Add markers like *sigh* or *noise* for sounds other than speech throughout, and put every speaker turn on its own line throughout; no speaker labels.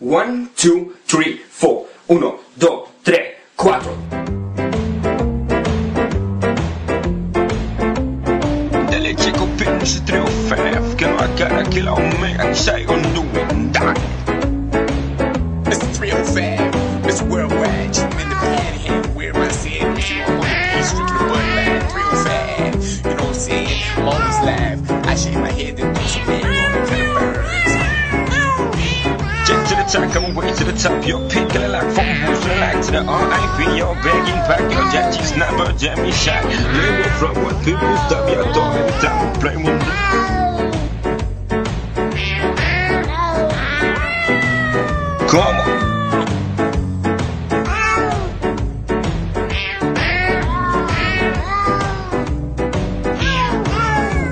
One, two, three, four. Uno, dos, tres, cuatro.
Dale chico, pinche triunfef Que no acá, que eh, la omega Saigo nuindang
It's the 305. It's worldwide. You in the panhandle where I said what you want to be. Strictly Bud Light 305. You know what I'm saying? I'm always live. I shake my head and do some marijuana to the birds.
Jet to the top, come way to the top Your pink, get a lock from booze To the light, to the RIP Your bagging pack Your jet, cheese, number, jammy shot Live it from what people stop Your door every time we play with Come on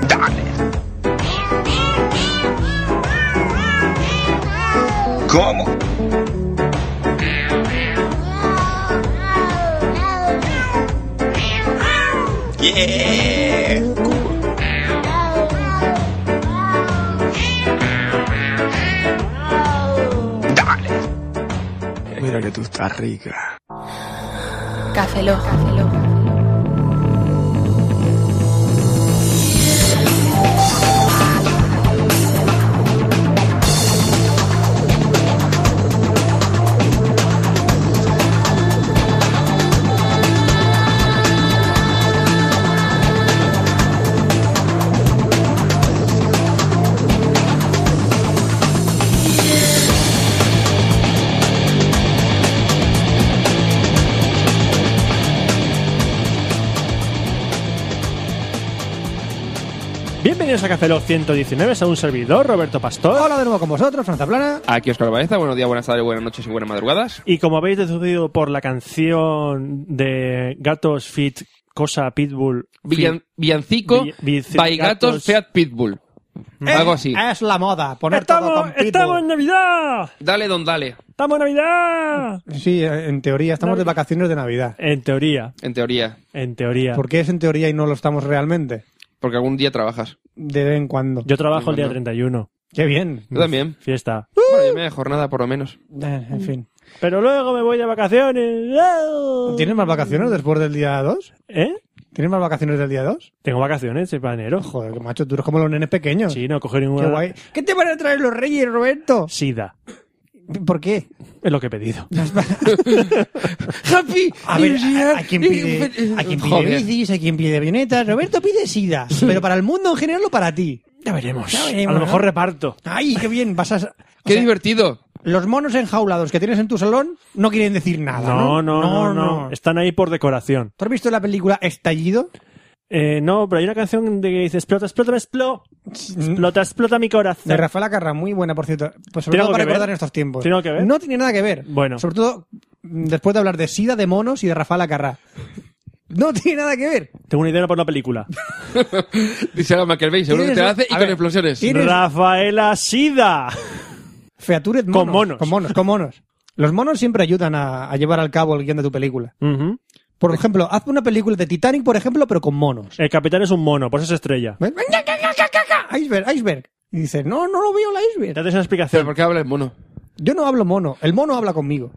Dale Come on
Yeah.
Dale
Mira que tú estás rica.
Café Lock.
Bienvenidos a Café Lock 119, a un servidor, Roberto Pastor.
Hola de nuevo con vosotros, Franza Plana.
Aquí Oscar Baeza, buenos días, buenas tardes, buenas noches y buenas madrugadas.
Y como habéis deducido por la canción de Gatos Fit, Cosa Pitbull,
Villan- Villancico,
Vill- vill-
by gatos,
gatos.
Fiat Pitbull. Algo así.
Eh, Es la moda, poner todo
¡Estamos,
con
estamos en
pitbull.
Navidad!
Dale, don, dale.
¡Estamos en Navidad!
Sí, en teoría, estamos de vacaciones de Navidad.
En teoría,
En teoría.
en teoría.
¿Por qué es en teoría y no lo estamos realmente?
Porque algún día trabajas.
De vez en cuando.
Yo trabajo el día 31,
Qué bien.
Yo también.
fiesta.
Bueno, yo me de jornada por lo menos.
Eh, en fin.
Pero luego me voy de vacaciones.
¿Tienes más vacaciones después del día 2?
¿Eh?
¿Tienes más vacaciones del día 2?
Tengo vacaciones, es para enero.
Joder, macho, tú eres como los nenes pequeños.
Sí, no coger ninguna.
Qué guay. ¿Qué te van a traer los reyes, Roberto?
Sida.
¿Por qué?
Es lo que he pedido.
*laughs* ¡Happy!
A ver, a, a quien pide, a quien pide
Joder.
bicis, a quien pide avionetas. Roberto pide sida, pero para el mundo en general o para ti.
Ya veremos.
Ya veremos,
a lo
¿no?
mejor reparto.
Ay, qué bien, vas a... o
¡Qué
sea,
divertido!
los monos enjaulados que tienes en tu salón no quieren decir nada,
No,
¿no?
no, no, no. Están ahí por decoración.
¿Tú has visto la película Estallido?
Eh, no, pero hay una canción de que dice explota, explota, explota, explota, explota mi corazón.
De Rafael Carra, muy buena, por cierto. Pues sobre
¿Tiene
todo
algo
para
que ver?
recordar en estos tiempos.
¿Tiene algo que ver?
No tiene nada que ver.
Bueno.
Sobre todo mm, después de hablar de sida, de monos y de Rafael Carra. No tiene nada que ver.
Tengo una idea por una película.
Dice la McElvey, seguro que
Tienes-
te la hace y
a
con
ver,
explosiones.
tiene- ¿Tienes-
Rafaela Sida.
Featured monos.
Con monos.
Con monos, con monos. Los monos siempre ayudan a, a llevar al cabo el guión de tu película.
Ujú. Mm.
Por ejemplo, haz una película de Titanic, por ejemplo, pero con monos.
El capitán es un mono, por eso es estrella.
¿Ves? Iceberg, iceberg. Y dices, no, no lo veo el iceberg.
Te haces una
Pero
explicación.
¿por qué habla el mono?
Yo no hablo mono, el mono habla conmigo.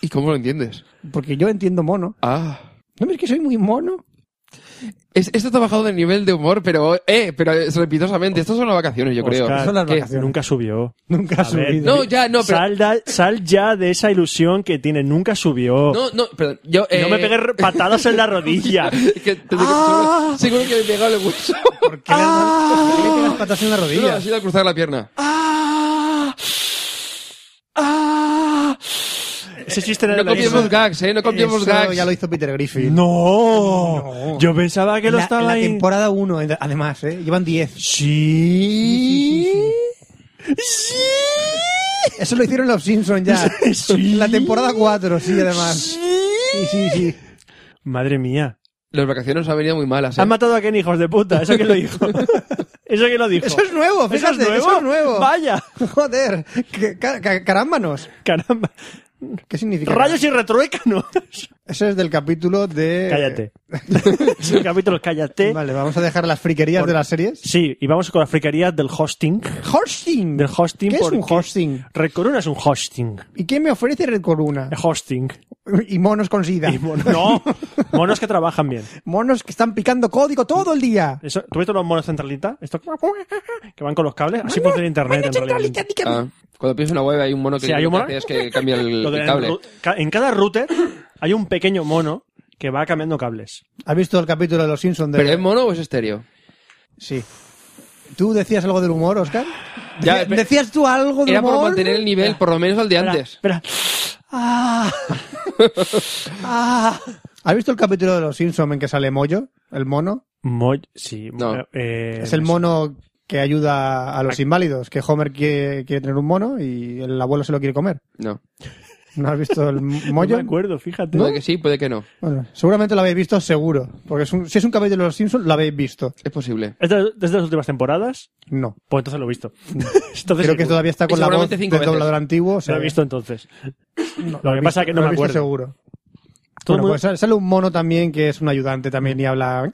¿Y cómo lo entiendes?
Porque yo entiendo mono.
Ah.
¿No ves que soy muy mono? *laughs*
Es- esto está bajado del nivel de humor, pero eh, pero es repitosamente. Estas son las vacaciones, yo creo.
Oscar,
Son las
¿Qué?
vacaciones.
Nunca subió.
Nunca
A
ha
ver,
subido.
No, ya, no, pero.
Sal, da- sal ya de esa ilusión que tiene. Nunca subió.
No, no, perdón. Yo, eh,
No me
*laughs*
pegues re- patadas en la rodilla.
Es que te-
Ah.
seguro, seguro que me he pegado
*laughs*
el hueso.
¿Por qué le has dado-
Ah.
por qué le pegas patas en la
No,
rodilla? Ah,
ha sido al cruzar la pierna.
Ese chiste de
No
la
copiemos gags, eh. No copiemos
Eso
gags.
ya lo hizo Peter Griffin.
No. Yo pensaba que lo
la,
estaba
la
ahí.
temporada 1, además, ¿eh? Llevan 10.
Sí.
Eso lo hicieron los Simpsons ya.
*laughs*
*laughs*
Sí.
La temporada 4, sí, además. Sí, sí, sí.
Madre mía.
Las vacaciones nos han venido muy malas, eh.
Han matado a Ken, hijos de puta. ¿Eso quién lo
*laughs*
dijo? ¿Eso quién lo dijo?
Eso es nuevo,
¿Eso
fíjate.
es nuevo? Vaya.
Joder, que- ca- ca- carámbanos.
Caramba.
¿Qué significa?
Rayos y retruécanos.
Eso es del capítulo de... *laughs*
Cállate. Sin capítulos, cállate.
Eh. Vale, vamos a dejar las friquerías
Por-
de las series.
Sí, y vamos con las fricarías del hosting.
Hosting.
Del hosting.
¿Qué es
porque
un hosting?
Red Corona es un hosting.
¿Y quién me ofrece Red Corona?
Es Hosting.
Y monos con sida.
Y
*laughs*
mon- no, monos que trabajan bien.
Monos que están picando código todo el día.
Eso, ¿Tú viste los monos centralita? Esto que van con los cables. Así funciona internet en realidad.
Ah, cuando pienso en una web hay un mono que
Sí, hay un mono.
lo que hace es que cambia
*laughs*
el,
Lo de-
el cable.
ca- En cada router hay un pequeño mono que va cambiando cables.
¿Has visto el capítulo de Los Simpsons? De...
¿Pero es mono o es estéreo?
Sí. ¿Tú decías algo del humor, Oscar?
Ya,
Decía-
pe-
¿Decías tú algo del
Era
humor?
por mantener el nivel, por lo menos el de antes.
Espera, espera.
Ah. Ah. ¿Has visto el capítulo de Los Simpsons en que sale Moyo, el mono?
Moy- sí,
No.
eh,
es el mono que ayuda a los inválidos, que Homer quiere, quiere tener un mono y el abuelo se lo quiere comer.
No.
¿No has visto
*laughs*
el
No
Moyo?
me acuerdo, fíjate.
Puede que sí, puede que no.
Bueno, seguramente lo habéis visto seguro, porque es un- si es un capítulo de Los Simpsons, lo habéis visto.
Es posible.
¿Es de, es de las últimas temporadas?
No.
Pues entonces lo he visto. *laughs* Entonces
Mm. Creo que
seguro.
todavía está con la voz
Seguramente
del
cinco veces.
doblador antiguo. o sea,
Lo he visto entonces. lo que
he
pasa
visto-
es que no
lo
me
he visto
acuerdo.
seguro.
Todo el
Bueno,
mundo-
pues sale- sale un mono también que es un ayudante también y habla...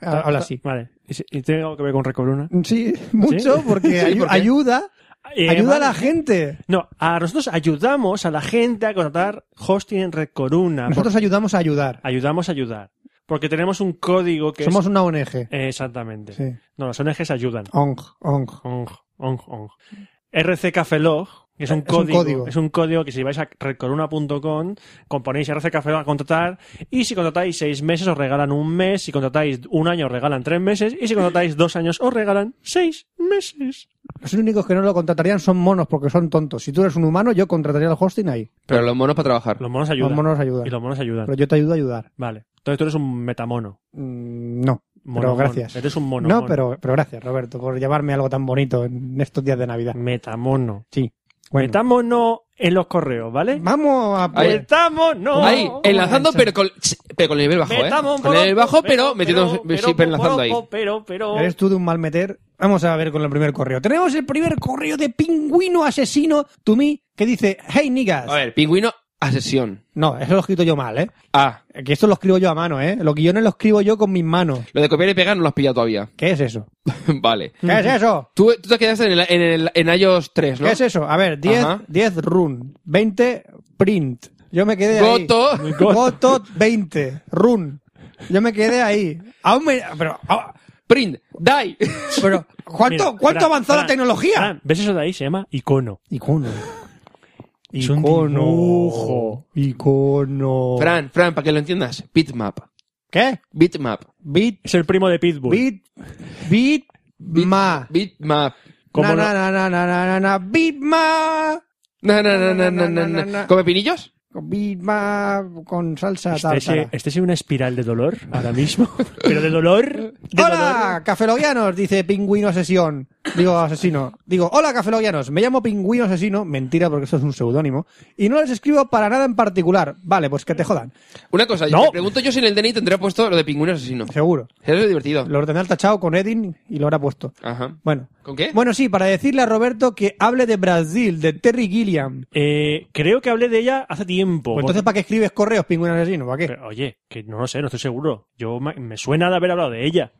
Ah, Habla así.
Vale. ¿Y, si- y tiene algo que ver con Recobruna?
Sí, mucho,
¿Sí?
*laughs* porque
Sí,
ayu-
¿por qué?
ayuda,
Eh,
ayuda a
vale.
la gente.
No, a nosotros ayudamos a la gente a contratar hosting en Red
*laughs*
Corona.
Nosotros ayudamos a ayudar.
Por- Ayudamos a ayudar. Porque tenemos un código que
Somos
es...
una ONG.
Eh, exactamente.
Sí.
No, las ONGs ayudan.
ONG, ONG.
Ong, ong, ong. RC Cafelog, que es un,
Es un
código,
código.
Es un código que si vais a redcoruna.com, componéis RC Cafelog a contratar y si contratáis seis meses os regalan un mes, si contratáis un año os regalan tres meses y si contratáis dos años os regalan seis meses.
Los únicos que no lo contratarían son monos porque son tontos. Si tú eres un humano, yo contrataría el hosting ahí.
Pero los monos para trabajar.
Los monos ayudan.
Los monos ayudan.
Y los monos ayudan.
Pero yo te ayudo a ayudar.
Vale. Entonces tú eres un metamono.
Mm, No,
Mono,
pero
mono.
gracias.
Eres un mono.
No,
mono.
pero, pero gracias, Roberto, por llamarme algo tan bonito en estos días de Navidad.
Metamono.
Sí. Bueno.
Metamono en los correos, ¿vale?
Vamos a...
Ahí.
Metámonos.
Ahí, enlazando,
Oh, eso.
pero con, pero con el nivel bajo, ¿eh?
Metamos,
Con el nivel bajo, pero metiendo, sí, pero enlazando ahí.
Pero, pero, pero.
Eres tú de un mal meter. Vamos a ver con el primer correo. Tenemos el primer correo de pingüino asesino to me que dice, hey niggas.
A ver, pingüino a sesión.
No, eso lo he escrito yo mal, ¿eh?
Ah,
Que esto lo escribo yo a mano, ¿eh? Los guiones los escribo yo con mis manos.
lo de copiar y pegar no lo has pillado todavía. *laughs*
¿Qué es eso?
vale.
¿Qué es eso?
Tú, tú te quedaste en, el, en, el- en iOS 3, ¿no?
¿Qué es eso? A ver, 10,
Ajá.
10 run, 20 print. Yo me quedé
Goto.
ahí. Goto 20, run. Yo me quedé ahí. Aún me- Pero, ah,
Print, die. *laughs*
pero ¿cuánto,
Mira,
cuánto
Fran,
avanzó la
Fran,
tecnología?
Fran, ¿Ves eso de ahí? Se llama icono.
Icono.
Es un
Icono.
dibujo.
Icono.
Fran, Fran, para que lo entiendas. Bitmap.
¿Qué?
Bitmap.
Bit,
Es el primo de Pitbull.
bit, bit, ma.
Bitmap.
¿Cómo
na,
no?
na, na, na, na, na, na, na, bit, ma.
Na, na, na, na, na, na, na. ¿Come pinillos?
Con Big Mac, con salsa
Este es
tártara.
este es una espiral de dolor ahora mismo. *laughs* pero de dolor. De
Hola, cafeloguianos, dice Pingüino Asesino. Digo, asesino. Digo, hola, cafeloguianos. Me llamo Pingüino Asesino. Mentira, porque eso es un seudónimo. Y no les escribo para nada en particular. Vale, pues que te jodan.
Una cosa,
No.
me pregunto yo si en el DNI tendrá puesto lo de pingüino asesino.
Seguro.
Eso es divertido.
Lo ordenar tachado con Edin y lo habrá puesto.
Ajá.
Bueno.
¿Con qué?
Bueno, sí, para decirle a Roberto que hable de Brasil, de Terry Gilliam.
dolor. Eh, creo que hablé de ella hace tiempo.
Pues entonces, ¿para qué escribes correos, Pingüino Asesino? ¿Para qué?
Pero, oye, que no lo sé, no estoy seguro. Yo me, me suena de haber hablado de ella.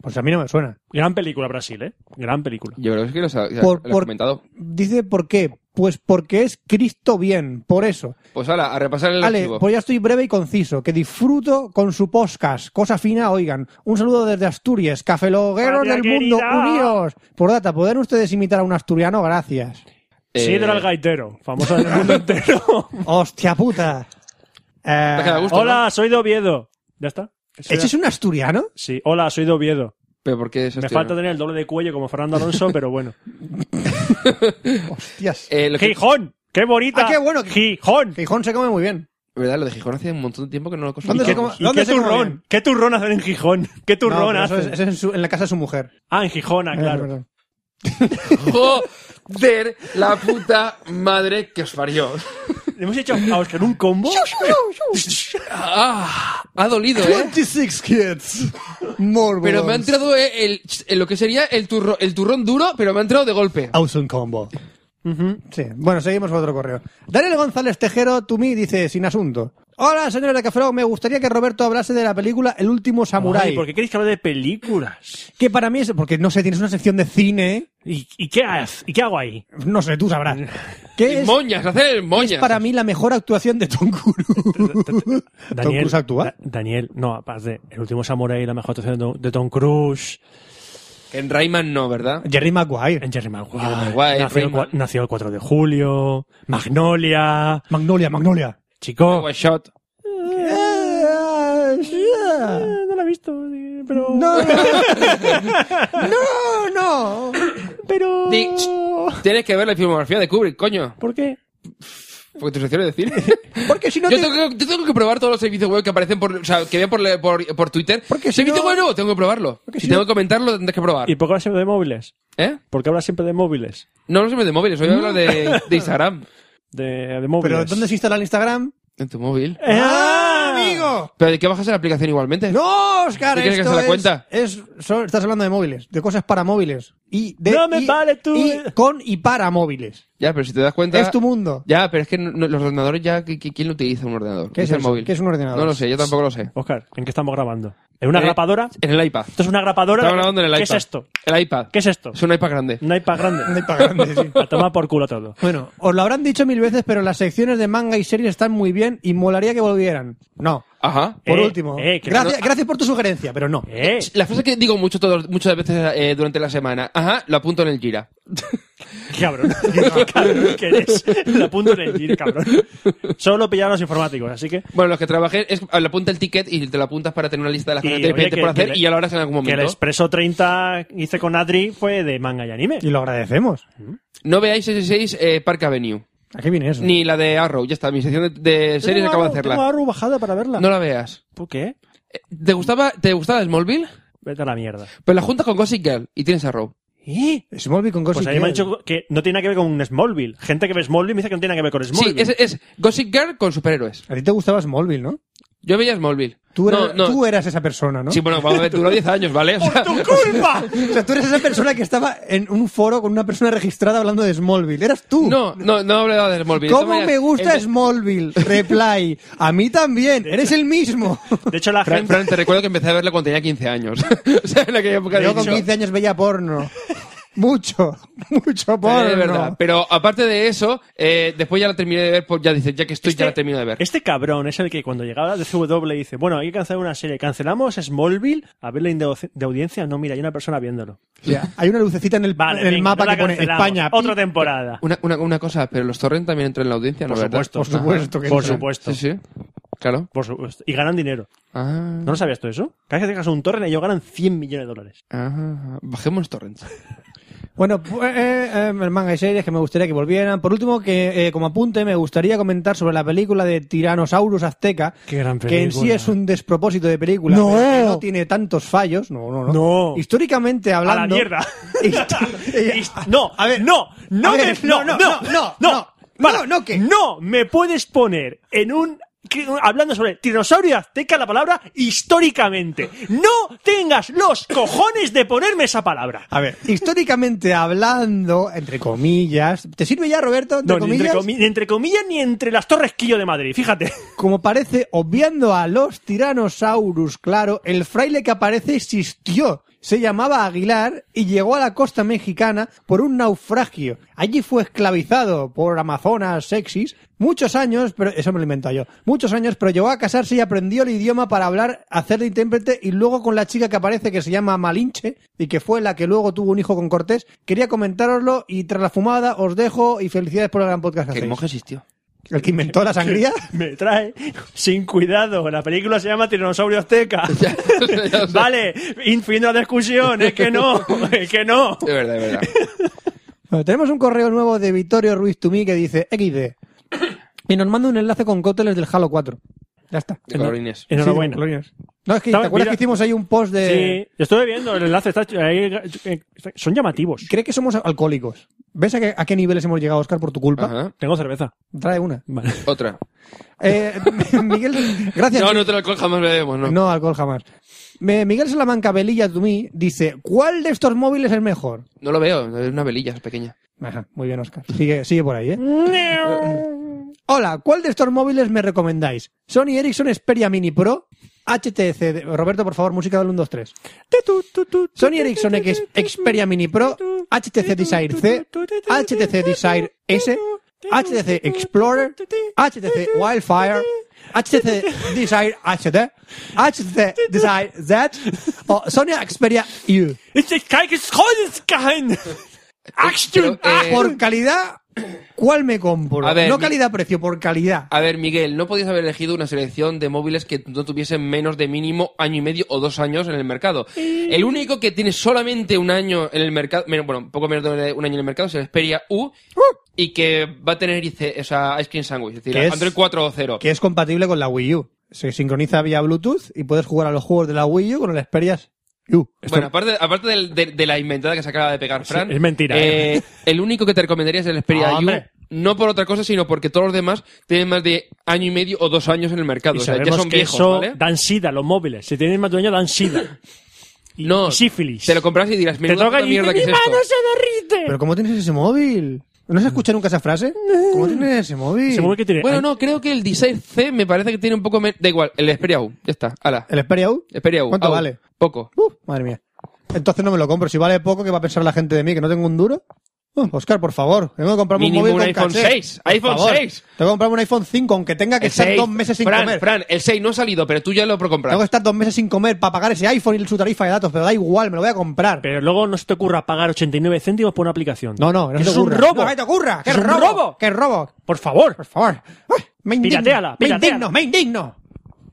Pues a mí no me suena.
Gran película Brasil, ¿eh? Gran película.
Yo creo que lo, sa- lo
Por-
has
por-
comentado.
Dice, ¿por qué? Pues porque es Cristo bien, por eso.
Pues ahora, a repasar el
Ale,
archivo.
pues ya estoy breve y conciso. Que disfruto con su podcast. Cosa fina, oigan. Un saludo desde Asturias, cafelogueros
Patria
del mundo,
querida.
unidos. Por data, ¿podrán ustedes imitar a un asturiano? Gracias.
Eh,
Sidra el gaitero, famosa del
*laughs*
mundo entero.
¡Hostia puta! Eh,
te queda a gusto, ¿no?
Hola, soy de Oviedo. ¿Ya está? Eso
¿Ese
era-
es un asturiano?
Sí, hola, soy de Oviedo.
Pero porque es
Me
hostia,
falta
¿no?
tener el doble de cuello como Fernando Alonso, pero
*laughs*
bueno.
¡Hostias!
Eh, lo que-
¡Gijón! ¡Qué bonita!
Ah, qué bueno.
¡Gijón!
Gijón se come muy bien.
¿Verdad? Lo de Gijón hace un montón de tiempo que no lo
¿Dónde
consumimos.
se
¿Qué,
come-
y
dónde
qué
se come bien?
turrón? ¿Qué turrón hacen en Gijón? ¿Qué
No,
turrón
pero eso es,
hacen?
eso es en, su- en la casa de su mujer.
Ah, en Gijona,
Eh,
claro.
perdón.
*laughs* Joder, la puta madre que os parió.
Hemos hecho a Oscar un combo.
Ah, ha dolido, ¿eh?
26 kids. More
Pero me ha entrado eh, el, en lo que sería el, turro, el turrón duro, pero me ha entrado de golpe.
Awesome combo. Sí. Bueno, seguimos con otro correo. Daniel González Tejero, to me, dice, sin asunto. Hola, señores de Café Lock, me gustaría que Roberto hablase de la película El último samurái.
Ay, ¿Por qué queréis que hable de películas?
Que para mí es. Porque no sé, tienes una sección de cine.
¿Y, y qué, haz- ¿Y qué hago ahí?
No sé, tú sabrás.
*laughs*
Que es
Moñas, hacer el moñas.
para mí la mejor actuación de
*laughs*
Tom Cruise. ¿Tom Cruise actúa?
Da- Daniel, no, aparte, el último samurai, la mejor actuación de Tom- de Tom Cruise,
En Rayman no, ¿verdad?
Jerry Maguire.
en Jerry Maguire,
Jerry Maguire,
nació, el, cua-
Freeman.
nació el 4 de julio, Magnolia,
Magnolia, Magnolia.
chico.
One shot.
Eh, yeah.
Eh, No la he visto, eh, pero...
*laughs*
No, no, no.
pero...
Di- Tienes que ver la filmografía de Kubrick, coño.
¿Por qué?
Porque tus secciones de cine.
Porque si *laughs* no
yo,
te-
tengo que, yo tengo que probar todos los servicios web que aparecen por, o sea, que vean por, le- por, por Twitter.
Porque si
¿Servicio
no-
web nuevo? Tengo que probarlo.
Porque
Si,
si
tengo
no-
que comentarlo, tendrás que probar.
¿Y por qué hablas siempre de móviles?
¿Eh?
¿Por qué hablas siempre de móviles?
No, no se me de móviles, hoy hablo de,
*laughs*
de Instagram.
De, de móviles.
Pero ¿dónde se instala el Instagram?
En tu móvil.
¡Ah,
amigo!
Pero ¿de qué bajas la aplicación igualmente?
No, Oscar,
¿Tú quieres que
esto
se la
es-
cuenta?
es- son- estás hablando de móviles, de cosas para móviles. Y de,
No me
y-
vale tú.
y con y para móviles.
Ya, pero si te das cuenta...
Es tu mundo.
Ya, pero es que no- no- los ordenadores ya... ¿qui- qui- ¿Quién lo utiliza un ordenador?
¿Qué es
Utiliza el
eso?
móvil?
¿Qué es un ordenador?
No lo sé, yo tampoco lo sé.
Oscar, ¿en qué estamos grabando? ¿En una
Eh,
grapadora?
En el iPad.
Esto es una grapadora.
Estamos grabando en el iPad.
¿Qué es esto?
El iPad.
¿Qué es esto? Mm.
Es un iPad grande.
Un iPad grande.
Un iPad grande, sí.
A tomar por culo todo.
*laughs* Bueno, os lo habrán dicho mil veces, pero las secciones de manga y series están muy bien y molaría que volvieran. No.
Ajá.
Por
Eh,
último.
eh, que
gracias,
no-
gracias por tu sugerencia, pero no.
¡Eh!
*laughs* La frase que digo mucho todos- muchas veces eh, durante la semana, ajá, lo apunto en el Gira.
¡Qué cabrón! ¡Qué cabrón que eres! La apunto en el gin, cabrón. Solo pillaron los informáticos, así que...
Bueno, los que trabajé es le apunta el ticket y te lo apuntas para tener una lista de las
Y,
cosas que tienes
oye,
pendientes por
que-
hacer
que
y ya lo harás en algún
Que el
momento.
Expreso 30 hice con Adri fue de manga y anime.
Y lo agradecemos.
No veáis 66 eh, Park Avenue.
¿A qué viene eso?
Ni la de Arrow, ya está, mi sección de, de series acabo de
Tengo
hacerla.
Arrow bajada para verla.
No la veas.
¿Por qué?
Eh, ¿Te gustaba, te gustaba Smallville?
Vete a la mierda.
Pues la juntas con Gossip Girl y tienes Arrow.
¿Eh?
Smallville con Gossip
Pues a mí me han
Girl.
dicho que no tiene nada que ver con un Smallville. Gente que ve Smallville me dice que no tiene nada que ver con
Sí,
Smallville.
es, es Gossip Girl con superhéroes.
A ti te gustaba Smallville, ¿no?
Yo veía Smallville.
Tú eras,
No, no.
tú eras esa persona, ¿no?
Sí, bueno, vamos a ver, duró 10 años, ¿vale? *laughs* O sea,
¡Culpa!
*laughs* O sea, tú eres esa persona que estaba en un foro con una persona registrada hablando de Smallville. Eras tú.
no, no, no hablaba de Smallville.
¿Cómo
Esto
me gusta
el-
Smallville? Reply. A mí también. Eres el mismo.
De hecho, la
*laughs* Fran,
gente...
Fran, te recuerdo que empecé a verla cuando tenía 15 años. *laughs* o sea, en aquella época "Eh,
Yo con
de
15 años veía porno. Mucho. Mucho porno.
de verdad. Pero aparte de eso, eh, después ya la terminé de ver, pues ya dices, ya que estoy, ya la termino de ver.
este cabrón es el que cuando llegaba de CW dice, bueno, hay que cancelar una serie, cancelamos Smallville, a ver la indauci- de audiencia, no, mira, hay una persona viéndolo.
Ya, Hay una lucecita en el,
Vale,
en el
venga,
mapa
no la
que pone
cancelamos.
España.
Otra temporada.
Una, una, una cosa, pero los torrent también entran en la audiencia, ¿no?
Por
¿Verdad?
supuesto.
Por supuesto que
Por
entran.
supuesto.
Sí, sí. Claro.
Por supuesto. Y ganan dinero.
Ah,
¿No lo sabías tú eso? Cada vez que tengas un torrent ellos ganan 100 millones de dólares.
ah, bajemos torrents.
Bueno, pues, eh, eh, manga y series que me gustaría que volvieran. Por último, que eh, como apunte, me gustaría comentar sobre la película de Tiranosaurus Azteca.
Qué gran
Que en sí
película.
es un despropósito de película.
No.
pero que no tiene tantos fallos. No, no, no.
No.
Históricamente
¡A la
hablando.
mierda!
*laughs* Histo-
*laughs*
eh,
Hist- no, a ver, no, no,
a ver,
me- no, no, no, no, para,
no, no, ¿qué?
no me puedes poner en un que- hablando sobre tiranosaurio azteca la palabra históricamente. No tengas los cojones de ponerme esa palabra.
A ver, históricamente hablando, entre comillas, ¿te sirve ya, Roberto? Entre
No, ni
comillas,
entre, comi- ni entre comillas ni entre las torres Quillo de Madrid, fíjate. *laughs*
como parece, obviando a los tiranosaurus, claro, el fraile que aparece existió. Se llamaba Aguilar y llegó a la costa mexicana por un naufragio. Allí fue esclavizado por amazonas sexys muchos años, pero eso me lo invento yo, muchos años, pero llegó a casarse y aprendió el idioma para hablar, hacer de intérprete y luego con la chica que aparece que se llama Malinche y que fue la que luego tuvo un hijo con Cortés. Quería comentároslo y tras la fumada os dejo y felicidades por el gran podcast que
Que el
hacéis.
monje existió.
El que inventó la sangría.
Me trae sin cuidado. La película se llama Tiranosaurio Azteca.
*laughs* *laughs* ya sé.
vale, in- fin de la discusión. Es que no, es que no.
De verdad, de verdad. *laughs*
Bueno, tenemos un correo nuevo de Vittorio Ruiz Tumí que dice XD. Y nos manda un enlace con cócteles del Halo 4. Ya está.
De colorines.
Enhorabuena.
Sí, colorines. no, es que
Estaba-
te acuerdas
mira-
que hicimos ahí un post de.
Sí, yo estuve viendo el enlace. Está, ahí, eh, son llamativos.
Cree que somos alcohólicos. ¿Ves a qué, a qué niveles hemos llegado, Oscar, por tu culpa?
Ajá.
Tengo cerveza.
Trae una.
Vale.
Otra.
Eh, *laughs* Miguel, gracias.
No, no te lo cojas, más bebemos, no.
No, alcohol jamás. Me- Miguel Salamanca Velilla Tumí dice: ¿Cuál de estos móviles es mejor?
No lo veo, es una velilla es pequeña.
Ajá, muy bien, Oscar. Sigue, sigue por ahí, ¿eh? Hola, ¿cuál de estos móviles me recomendáis? Sony Ericsson Xperia Mini Pro, HTC... Roberto, por favor, música del 1, 2, 3. Sony Ericsson X- Xperia Mini Pro, HTC Desire C, HTC Desire S, HTC Explorer, HTC Wildfire, HTC Desire HD, HTC Desire Z o Sony Xperia U.
Este
Pero, eh,
Por calidad, ¿cuál me compro?
A ver,
no
mi-
calidad-precio, por calidad.
A ver, Miguel, no podías haber elegido una selección de móviles que no tuviesen menos de mínimo año y medio o dos años en el mercado. El único que tiene solamente un año en el mercado, men- bueno, poco menos de un año en el mercado, es el Xperia U y que va a tener IC, o sea, Ice Cream Sandwich, es decir,
Que es-
Android 4 o 0.
Que es compatible con la Wii U. Se sincroniza vía Bluetooth y puedes jugar a los juegos de la Wii U con el Xperia U. Esto-
Bueno, aparte, aparte del- de, de la inventada que se acaba de pegar Fran,
es mentira,
eh, el único que te recomendaría es el Xperia
Ah,
U.
hombre.
No por otra cosa, sino porque todos los demás tienen más de año y medio o dos años en el mercado.
Y
o sea, ya
sabemos
son
que
viejos,
eso
¿vale?
dan sida, los móviles. Si tienes más dueño, dan sida.
*laughs*
Y,
No,
y sífilis.
Te lo compras y dirás,
Te
menuda
toca
puta
y dices,
mierda que
mi
es esto.
mano se derrite.
¿Pero cómo tienes ese móvil? ¿No se escucha nunca esa frase? ¿Cómo tienes ese móvil?
Se mueve que tiene...
Bueno,
Ay,
no, creo que el Design C me parece que tiene un poco menos... Da igual, el Xperia U, ya está, ala.
¿El Xperia U?
Xperia U.
¿Cuánto
au,
vale?
Poco.
Uf, madre mía. Entonces no me lo compro. Si vale poco, ¿qué va a pensar la gente de mí? ¿Que no tengo un duro? Oh, Oscar, por favor, tengo que comprarme
Mínimo
un móvil
un
con
iPhone
caché.
6,
Por
iPhone
favor,
6.
Tengo que comprarme un iPhone 5, aunque tenga que
El
estar
6.
dos meses sin
Fran,
comer.
Fran, el 6 no ha salido, pero tú ya lo compras.
Tengo que estar dos meses sin comer para pagar ese iPhone y su tarifa de datos, pero da igual, me lo voy a comprar.
Pero luego no se te ocurra pagar 89 céntimos por una aplicación.
No, no, no
Que
se
es
te ocurra.
un robo.
No, que te ocurra, que
Es
es
un
robo,
robo.
que es robo.
Por favor.
Por favor. Ay, Me indigno,
Pirateala,
me
pirateala.
indigno, me indigno.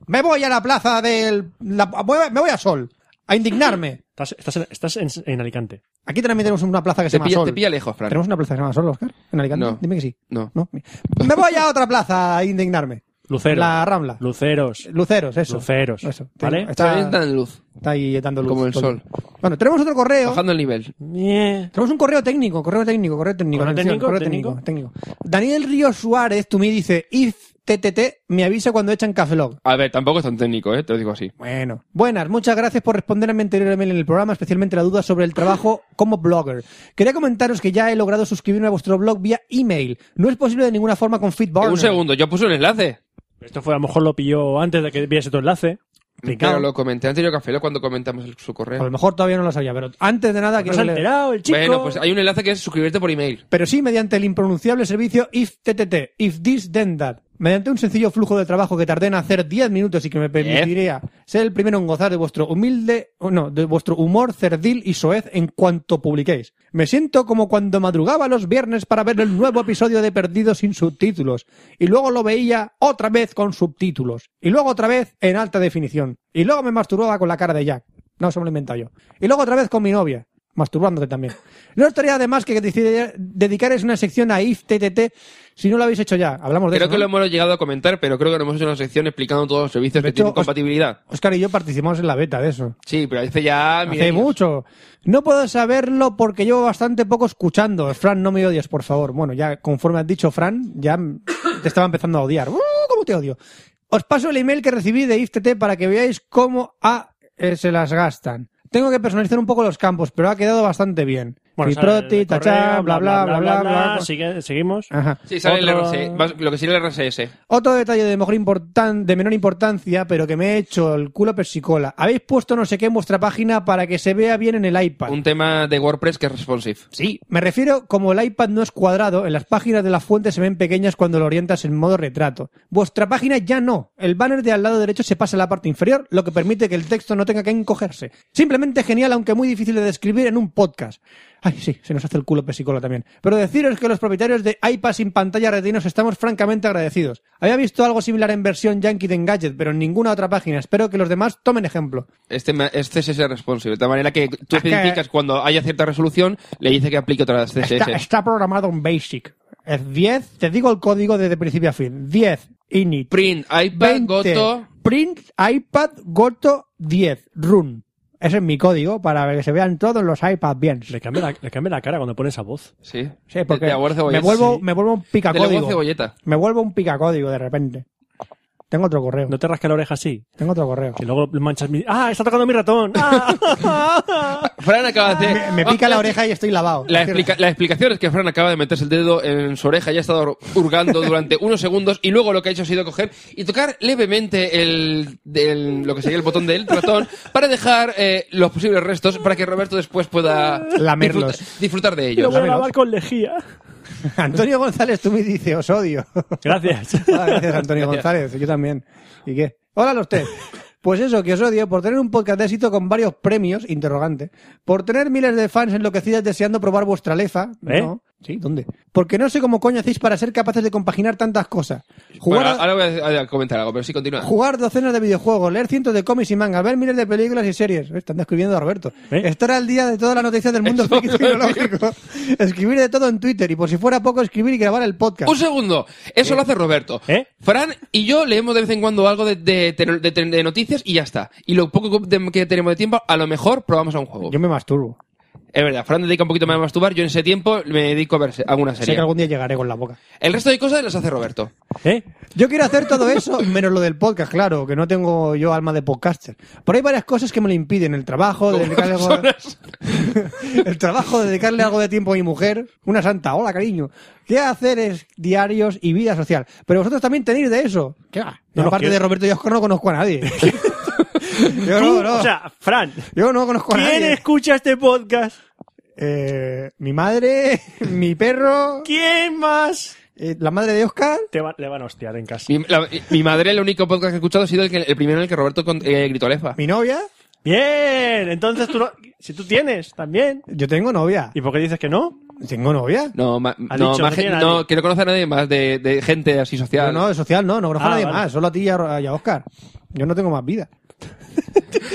Me voy a la plaza del la- me voy a Sol a indignarme.
Estás, estás en, estás en- en Alicante.
Aquí también tenemos una plaza que se
te,
llama
pilla,
Sol.
te pilla lejos, Fran.
¿Tenemos una plaza que se llama Sol, Oscar? ¿En Alicante?
No.
Dime que sí.
No.
No. Me voy a otra plaza a indignarme.
Luceros.
La Eh, Rambla.
Luceros.
Luceros, eso.
Luceros,
Eso.
¿vale?
Está bien,
Está,
dan luz,
está ahí dando luz.
como el
todo.
sol.
Bueno, tenemos otro correo.
Bajando el nivel.
Mie.
Tenemos un correo técnico, correo técnico, correo técnico.
¿Correo
atención,
técnico?
correo técnico, técnico. Daniel Río Suárez, tú me dice, if TTT me avisa cuando echan Café Lock.
A ver, tampoco es tan técnico, ¿eh? Te lo digo así.
Bueno. Buenas, muchas gracias por responder a mi anterior email en el programa, especialmente la duda sobre el trabajo como blogger. Quería comentaros que ya he logrado suscribirme a vuestro blog vía email. No es posible de ninguna forma con Feedburner.
Un segundo, yo puse un enlace.
Esto fue, a lo mejor lo pilló antes de que viese tu enlace.
Pero
Picado.
lo comenté anterior, Café, Lock, cuando comentamos el-
A
su
lo
correo.
mejor todavía no lo sabía, pero antes de nada
No
quiero
se ha
que le-
enterado el chico.
Bueno, pues hay un enlace que es suscribirte por email.
Pero sí mediante el impronunciable servicio if TTT, if this then that. Mediante un sencillo flujo de trabajo que tardé en hacer 10 minutos y que me permitiría ser el primero en gozar de vuestro humilde, o no, de vuestro humor cerdil y soez en cuanto publiquéis. Me siento como cuando madrugaba los viernes para ver el nuevo episodio de Perdido sin subtítulos y luego lo veía otra vez con subtítulos y luego otra vez en alta definición y luego me masturbaba con la cara de Jack. No, se me lo he inventado yo. Y luego otra vez con mi novia masturbándote también. No estaría además que decide- dedicaros una sección a IFTTT si no lo habéis hecho ya. Hablamos de
Creo
eso,
que
¿no?
lo hemos llegado a comentar, pero creo que no hemos hecho una sección explicando todos los servicios
De
que
hecho,
tienen
os-
compatibilidad.
Oscar y yo participamos en la beta de eso.
Sí, pero dice ya...
Hace
milenios.
mucho. No puedo saberlo porque llevo bastante poco escuchando. Fran, no me odies, por favor. Bueno, ya conforme has dicho, Fran, ya m- te estaba empezando a odiar. ¡Uh, ¿Cómo te odio? Os paso el email que recibí de IFTT para que veáis cómo a, eh, se las gastan. Tengo que personalizar un poco los campos, pero ha quedado bastante bien.
Bueno,
Filtroti,
sale el
tachá,
correo,
bla, bla, bla, bla, bla. pues. Ah.
Sigue- seguimos.
Ajá.
Sí, sale el
Otro-
RSS, vas- lo que sería el RSS.
Otro detalle de, mejor importan- de menor importancia, pero que me he hecho el culo persicola. Habéis puesto no sé qué en vuestra página para que se vea bien en el iPad.
Un tema de WordPress que es responsive.
Sí, me refiero como el iPad no es cuadrado, en las páginas de la fuente se ven pequeñas cuando lo orientas en modo retrato. Vuestra página ya no. El banner de al lado derecho se pasa a la parte inferior, lo que permite que el texto no tenga que encogerse. Simplemente genial, aunque muy difícil de describir en un podcast. Ay, sí, se nos hace el culo pesicola también. Pero deciros que los propietarios de iPad sin pantalla retinos estamos francamente agradecidos. Había visto algo similar en versión Yankee de Engadget, pero en ninguna otra página. Espero que los demás tomen ejemplo.
Este, ma- este CSS responsive. De tal manera que tú
Es que-
especificas cuando haya cierta resolución, le dice que aplique otra CSS.
Está, está programado en Basic. Es 10, te digo el código desde principio a fin. 10, init.
Print, iPad,
20,
Goto.
Print, iPad, goto, 10, run. Ese es mi código para que se vean todos los iPads bien.
Le cambia, la, le cambia la cara cuando pone esa voz.
Sí.
Sí, porque
de, de aguarda
me
cebolleta.
vuelvo,
Sí.
me vuelvo un
De la voz
picacódigo.
cebolleta.
Me vuelvo un picacódigo de repente. Tengo otro correo.
No te rasca la oreja así,
Tengo otro correo.
que luego manchas mi... ¡Ah, está tocando mi ratón!
*laughs*
¡Ah!
Fran acaba de hacer.
Me pica
Ah,
la oreja y estoy lavado.
La, explica- la explicación es que Fran acaba de meterse el dedo en su oreja, ya ha estado hurgando durante unos segundos y luego lo que ha hecho ha sido coger y tocar levemente el, del- lo que sería el botón del ratón para dejar eh, los posibles restos para que Roberto después pueda
Lamerlos.
disfrutar, disfrutar de
Lo
ellos.
voy a lavar con lejía.
*laughs* Antonio González, tú me dices, os odio. *laughs*
Gracias.
Ah, Gracias, Antonio González. Yo también. ¿Y qué? Hola, los tres. Pues eso, que os odio por tener un podcast de éxito con varios premios, interrogante, por tener miles de fans enloquecidas deseando probar vuestra lefa.
¿Eh?
No. ¿Sí? ¿Dónde? Porque no sé cómo coño hacéis para ser capaces de compaginar tantas cosas. Jugar,
Bueno,
a-
ahora voy a, a comentar algo, pero sí continúa.
jugar docenas de videojuegos, leer cientos de cómics y mangas, ver miles de películas y series. Eh, Están describiendo a Roberto.
¿Eh?
Estar al día de todas las noticias del mundo
Eso
friki
iba *laughs* a decir.
tecnológico. Escribir de todo en Twitter y por si fuera poco, escribir y grabar el podcast.
Un segundo, eso lo hace Roberto.
¿Eh?
Fran y yo leemos de vez en cuando algo de, de- de- de- de noticias y ya está. Y lo poco de- que tenemos de tiempo, a lo mejor probamos a un juego.
Yo me masturbo.
Es verdad, Fran dedica un poquito más a masturbar, yo en ese tiempo me dedico a ver se- alguna
Sé que
serie.
algún día llegaré con la boca.
El resto de cosas las hace Roberto.
¿Eh?
Yo quiero hacer todo eso, menos lo del podcast, claro, que no tengo yo alma de podcaster. Pero hay varias cosas que me lo impiden. El trabajo, dedicarle algo de... *laughs* el trabajo, dedicarle algo de tiempo a mi mujer. Una santa, hola cariño. ¿Qué hacer es diarios y vida social? Pero vosotros también tenéis de eso. ¿Qué va?
No nos
aparte
quiero-
de Roberto, yo no conozco a nadie.
*laughs*
*laughs* yo
Tú,
no, no.
O sea, Fran,
yo no conozco a
¿quién
nadie.
escucha este podcast?
Eh, mi madre, *laughs* mi perro,
¿Quién más?
eh, la madre de Oscar.
Te va- le van a hostiar en casa.
Mi, la- mi madre, el único podcast que he escuchado ha sido el, que- el primero en el que Roberto con- eh, gritó Alefa.
Mi novia,
Bien, entonces tú no... Si tú tienes, también.
yo tengo novia.
¿Y por qué dices que no?
Tengo novia.
No, ma-
Ha
no,
dicho,
más
no
gen-
tiene
no,
nadie.
que no conoce a nadie más de, de gente así social.
No, no, de social no, no conozco a
Ah,
nadie
vale.
más, solo a ti y a, y a Oscar. Yo no tengo más vida.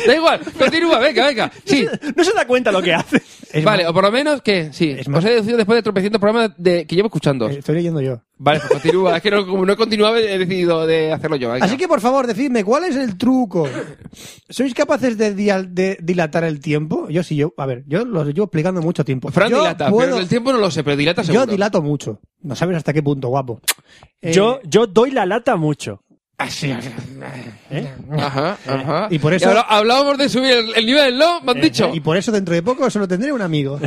Da igual, continúa, venga, venga. Sí,
*laughs* No se da cuenta lo que hace.
Es
vale,
más-
o por lo menos que sí.
Es
Os
más-
he deducido después de tropecientos programas de, que llevo escuchando.
Eh, Estoy leyendo yo.
Vale, pues continúa. Es que no, como no continuaba, he decidido de hacerlo yo. venga.
Así que por favor, decidme, ¿cuál es el truco? ¿Sois capaces de, dial- de dilatar el tiempo? Yo sí, yo, a ver, yo lo llevo explicando mucho tiempo.
Pues Fran
yo
dilata,
puedo-
pero el tiempo no lo sé, pero dilata seguro.
Yo dilato mucho. No sabes hasta qué punto, guapo. Eh,
Yo, yo doy la lata mucho.
Ajá, ajá.
Y por eso- Eh,
habla- hablábamos de subir el, el nivel, ¿no? Me han dicho.
Y por eso dentro de poco solo tendré un
*laughs*
amigo.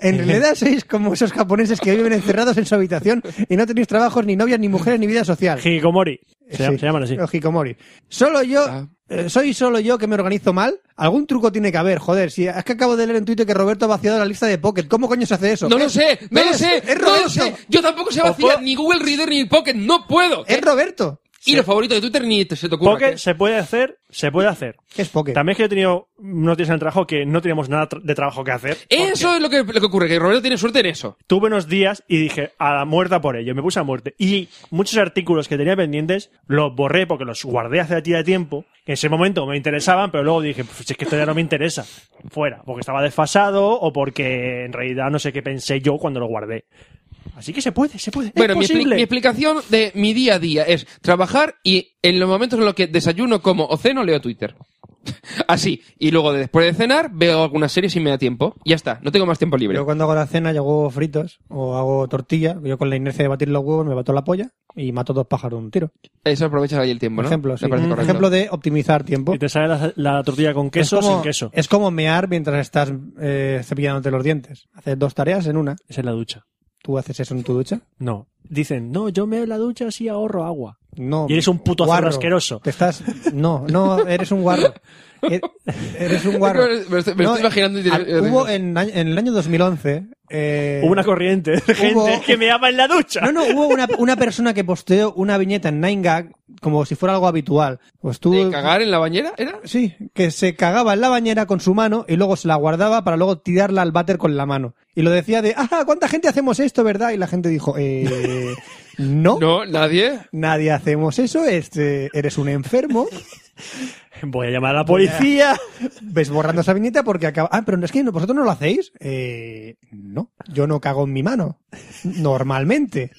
en realidad sois como esos japoneses que viven encerrados en su habitación y no tenéis trabajos, ni novias, ni mujeres, ni vida social.
Hikikomori. Se,
Sí,
se llaman así.
los hikikomori. Solo yo.
Ah.
eh, ¿Soy solo yo que me organizo mal? Algún truco tiene que haber, joder. Si es que acabo de leer en Twitter que Roberto ha vaciado la lista de Pocket. ¿Cómo coño se hace eso?
No lo
Es-
sé, no lo
es-
sé,
Es
no
Roberto.
lo sé. Yo tampoco sé vacilar
Ojo.
ni Google Reader ni Pocket, no puedo.
Es Roberto.
Y los favoritos de Twitter ni te- se te ocurra.
Pocket
que-
se puede hacer, se puede hacer.
¿Qué es Pocket?
También es que yo he tenido noticias en el trabajo que no teníamos nada tra- de trabajo que hacer.
Eso es lo que, lo que ocurre, que Roberto tiene suerte en eso.
Tuve unos días y dije, a la muerta por ello, me puse a muerte. Y muchos artículos que tenía pendientes los borré porque los guardé hace tira de tiempo. que En ese momento me interesaban, pero luego dije, pues si es que esto ya no me interesa. Fuera, porque estaba desfasado o porque en realidad no sé qué pensé yo cuando lo guardé. Así que se puede, se puede.
Bueno,
es
mi, expli-
posible.
mi explicación de mi día a día es trabajar y en los momentos en los que desayuno, como o ceno, leo Twitter. *laughs* Así. Y luego de- después de cenar veo algunas series si me da tiempo. Ya está, no tengo más tiempo libre.
Yo cuando hago la cena, yo hago huevos fritos o hago tortilla. Yo con la inercia de batir los huevos me bato la polla y mato dos pájaros de un tiro.
Eso aprovechas ahí el tiempo,
Por
¿no?
ejemplo,
Me
sí.
parece
Un
correcto.
ejemplo de optimizar tiempo.
Y te sale la, la tortilla con queso o
es como,
sin queso.
Es como mear mientras estás eh, cepillándote los dientes. Haces dos tareas en una.
Es en la ducha.
¿Tú haces eso en tu ducha?
No. Dicen, no, yo me doy la ducha así ahorro agua.
No.
Y eres un puto
guarro.
zorro asqueroso.
Te estás. No, no, eres un guarro. E- Eres un guarro.
Me lo- me lo estoy- me lo estoy imaginando y tiene-
al- Hubo en, año- en el año 2011. eh,
Hubo una corriente de gente
hubo-
que me ama en la ducha.
No, no, hubo una, una persona que posteó una viñeta en 9gag como si fuera algo habitual. Pues tú.
¿De cagar en la bañera? ¿Era?
Sí, que se cagaba en la bañera con su mano y luego se la guardaba para luego tirarla al váter con la mano. Y lo decía de, ah, ¿cuánta gente hacemos esto, verdad? Y la gente dijo, eh,
*laughs*
no,
No, nadie.
nadie hacemos eso, este, eres un enfermo,
*laughs* Voy a llamar a la policía.
ves borrando esa viñeta porque acaba... Ah, pero es que no- vosotros no lo hacéis. Eh, no, yo no cago en mi mano, normalmente.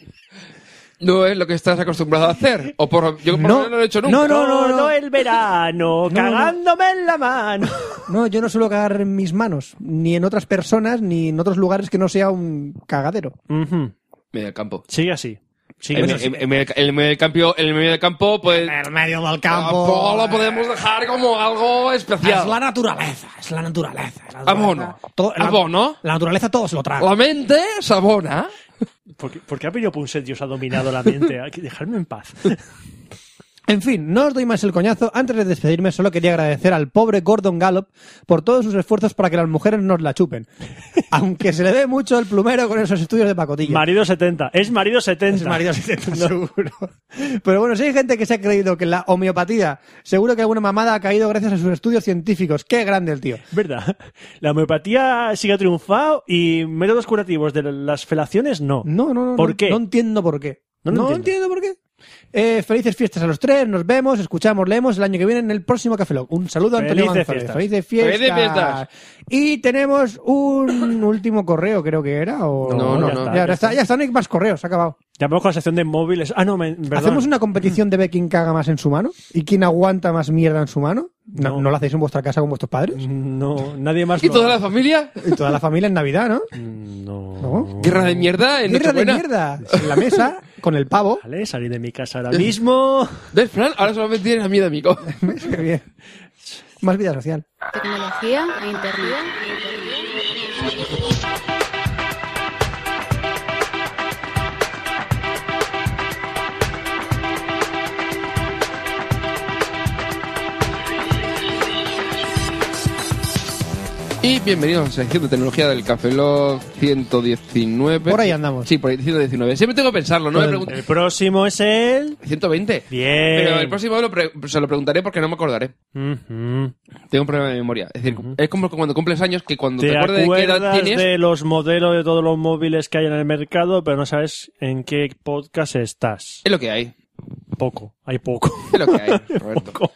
No es lo que estás acostumbrado a hacer. O por, yo por lo
No.
menos no lo he hecho nunca.
No, no, no, no.
el verano,
No, no.
cagándome en la
*laughs*
mano.
No, yo no suelo cagar en mis manos, ni en otras personas, ni en otros lugares que no sea un cagadero.
Ujú.
Medio campo.
Sigue así. Sí,
En,
eso sí.
en- en el, en el medio del campo, en el medio del campo, pues.
El medio del
tampoco
campo.
lo podemos dejar como algo
Es
especial.
la naturaleza, es la naturaleza. es la
Abono.
naturaleza. Todo- la-
Abono.
La naturaleza todo se lo traga.
La mente sabona.
¿Por qué, por qué ha pedido Punset y os ha dominado
*laughs*
la mente? Hay que dejarme en paz.
En fin, no os doy más el coñazo. Antes de despedirme, solo quería agradecer al pobre Gordon Gallup por todos sus esfuerzos para que las mujeres nos la chupen. Aunque se le dé mucho el plumero con esos estudios de pacotilla.
Marido 70. Es marido 70.
Es marido 70, *laughs* seguro. Pero bueno, si hay gente que se ha creído que la homeopatía, seguro que alguna mamada ha caído gracias a sus estudios científicos. Qué grande el tío.
*laughs* ¿Verdad? La homeopatía sigue ha triunfado y métodos curativos de las felaciones no.
No, no, no.
¿Por
no,
qué?
No entiendo por qué.
No lo entiendo.
por qué. Eh, felices fiestas a los tres, nos vemos, escuchamos, leemos el año que viene en el próximo Café Lock. Un saludo a Antonio
Felices
González.
fiestas.
Felices fiestas.
Felices fiestas.
Y tenemos un *coughs* último correo, creo que era. O...
No, no,
ya
no.
Está, ya, está, ya está, no hay más correos, se ha acabado.
Llamamos con la sección de móviles. Ah, no, me, perdón.
¿Hacemos una competición de ver quién caga más en su mano? ¿Y quién aguanta más mierda en su mano? ¿No,
No.
no lo hacéis en vuestra casa con vuestros padres?
No, nadie más.
Y
lo
toda
hace.
la familia.
Y toda la familia en Navidad, ¿no?
No.
¿No?
Guerra de mierda en
Mierda de
Nochebuena.
mierda. En la mesa, con el
*laughs*
pavo. *laughs*
Vale, salí de mi casa ahora mismo.
¿Ves, Fran? Ahora solamente tienes a mí de amigo.
Qué bien. Más vida social.
Tecnología e internet.
Y bienvenidos a la sección de tecnología del Café Lock 119.
Por ahí andamos.
Sí, por ahí 119. Siempre tengo que pensarlo, ¿no? Me pregunto-
El próximo es el.
120.
Bien.
Pero el próximo lo pre- se lo preguntaré porque no me acordaré.
Ujú.
Tengo un problema de memoria. Es decir, es como cuando cumples años que cuando te,
¿Te
acuerdas de qué edad
acuerdas
tienes.
de los modelos de todos los móviles que hay en el mercado, pero no sabes en qué podcast estás?
Es lo que hay.
Poco, hay
*laughs*
poco.
Es lo que
*laughs*
hay, Roberto.
Poco.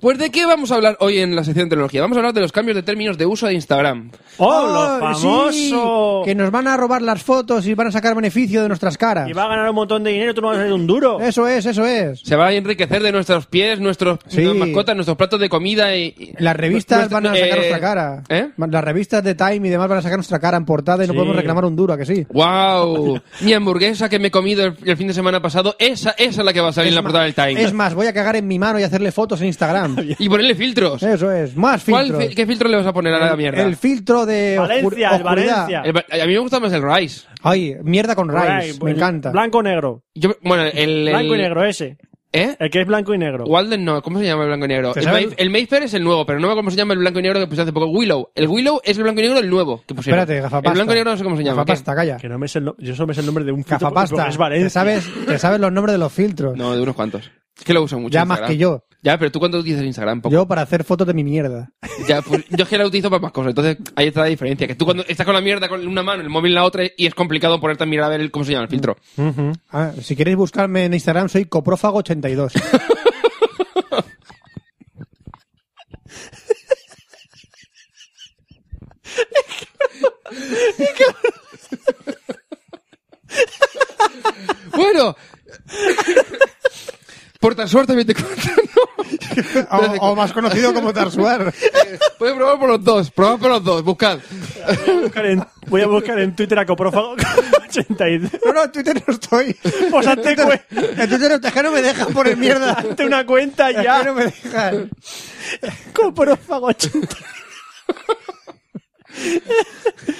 Pues de qué vamos a hablar hoy en la sección de tecnología. Vamos a hablar de los cambios de términos de uso de Instagram.
¡Oh, lo
¡Ay, sí!
famoso!
que nos van a robar las fotos y van a sacar beneficio de nuestras caras.
Y va a ganar un montón de dinero, tú no vas a hacer un duro.
Eso es, eso es.
Se va a enriquecer de nuestros pies, nuestros
Sí.
nuestras mascotas, nuestros platos de comida y. y-
Las revistas
nuestra-
van a sacar
eh,
nuestra cara.
¿Eh?
Van- Las revistas de Time y demás van a sacar nuestra cara en portada y no
Sí.
podemos reclamar un duro, ¿a que sí.
¡Wow! Mi hamburguesa que me he comido el, el fin de semana pasado, esa, esa es la que va a salir en la portada del Time.
Es más, voy a cagar en mi mano y hacerle fotos en
*laughs*
Instagram.
Y ponerle filtros.
eso es, más
¿Cuál
filtros.
fil- ¿Qué filtro le vas a poner a la mierda?
El filtro de
Valencia,
oscur-
el
oscuridad.
Valencia.
El ba- a mí me gusta más el Rice.
Ay, mierda con
Por ahí,
Rice, me
el
encanta.
Blanco o negro.
Yo- bueno, el, el-
Blanco y negro ese.
¿Eh?
El que es blanco y negro.
Walden no, ¿cómo se llama el blanco y negro?
¿Te
El,
sabes?
Mayf- el Mayfair es el nuevo, pero no me acuerdo cómo se llama el blanco y negro que pusiste hace poco. Willow. El Willow es el blanco y negro el nuevo que pusieron.
Espérate, gafapasta.
El blanco y negro no sé cómo se llama.
Gafapasta, calla.
Que no me sé el no- Yo solo me sé el nombre de un filtro porque-
Gafapasta.
porque es
Te
Valencia.
sabes, te sabes los nombres de los filtros.
¿qué? No, de unos cuantos. Es que lo uso mucho.
ya
Instagram.
más que yo.
Ya, pero tú cuánto utilizas Instagram? Poco.
Yo para hacer fotos de mi mierda.
Ya, pues, yo es que la utilizo para más cosas. Entonces, ahí está la diferencia. Que tú cuando estás con la mierda con una mano, el móvil en la otra, y es complicado ponerte a mirar a ver el- cómo se llama el filtro.
Ujú.
Ah, si queréis buscarme en Instagram, soy coprófago82. *laughs*
Bueno. Por tan suerte 24
o, o más conocido como Tarsuar.
Puedes probar por los dos, probad por los dos, buscad.
Voy a buscar en- Voy a buscar en Twitter a Coprófago *laughs* 82.
No, no, en Twitter no estoy.
Pues hazte, cue-
En Twitter no, es que no me dejan poner *laughs* mierda.
hazte una cuenta
Es
ya.
que no me dejan.
Coprófago 82.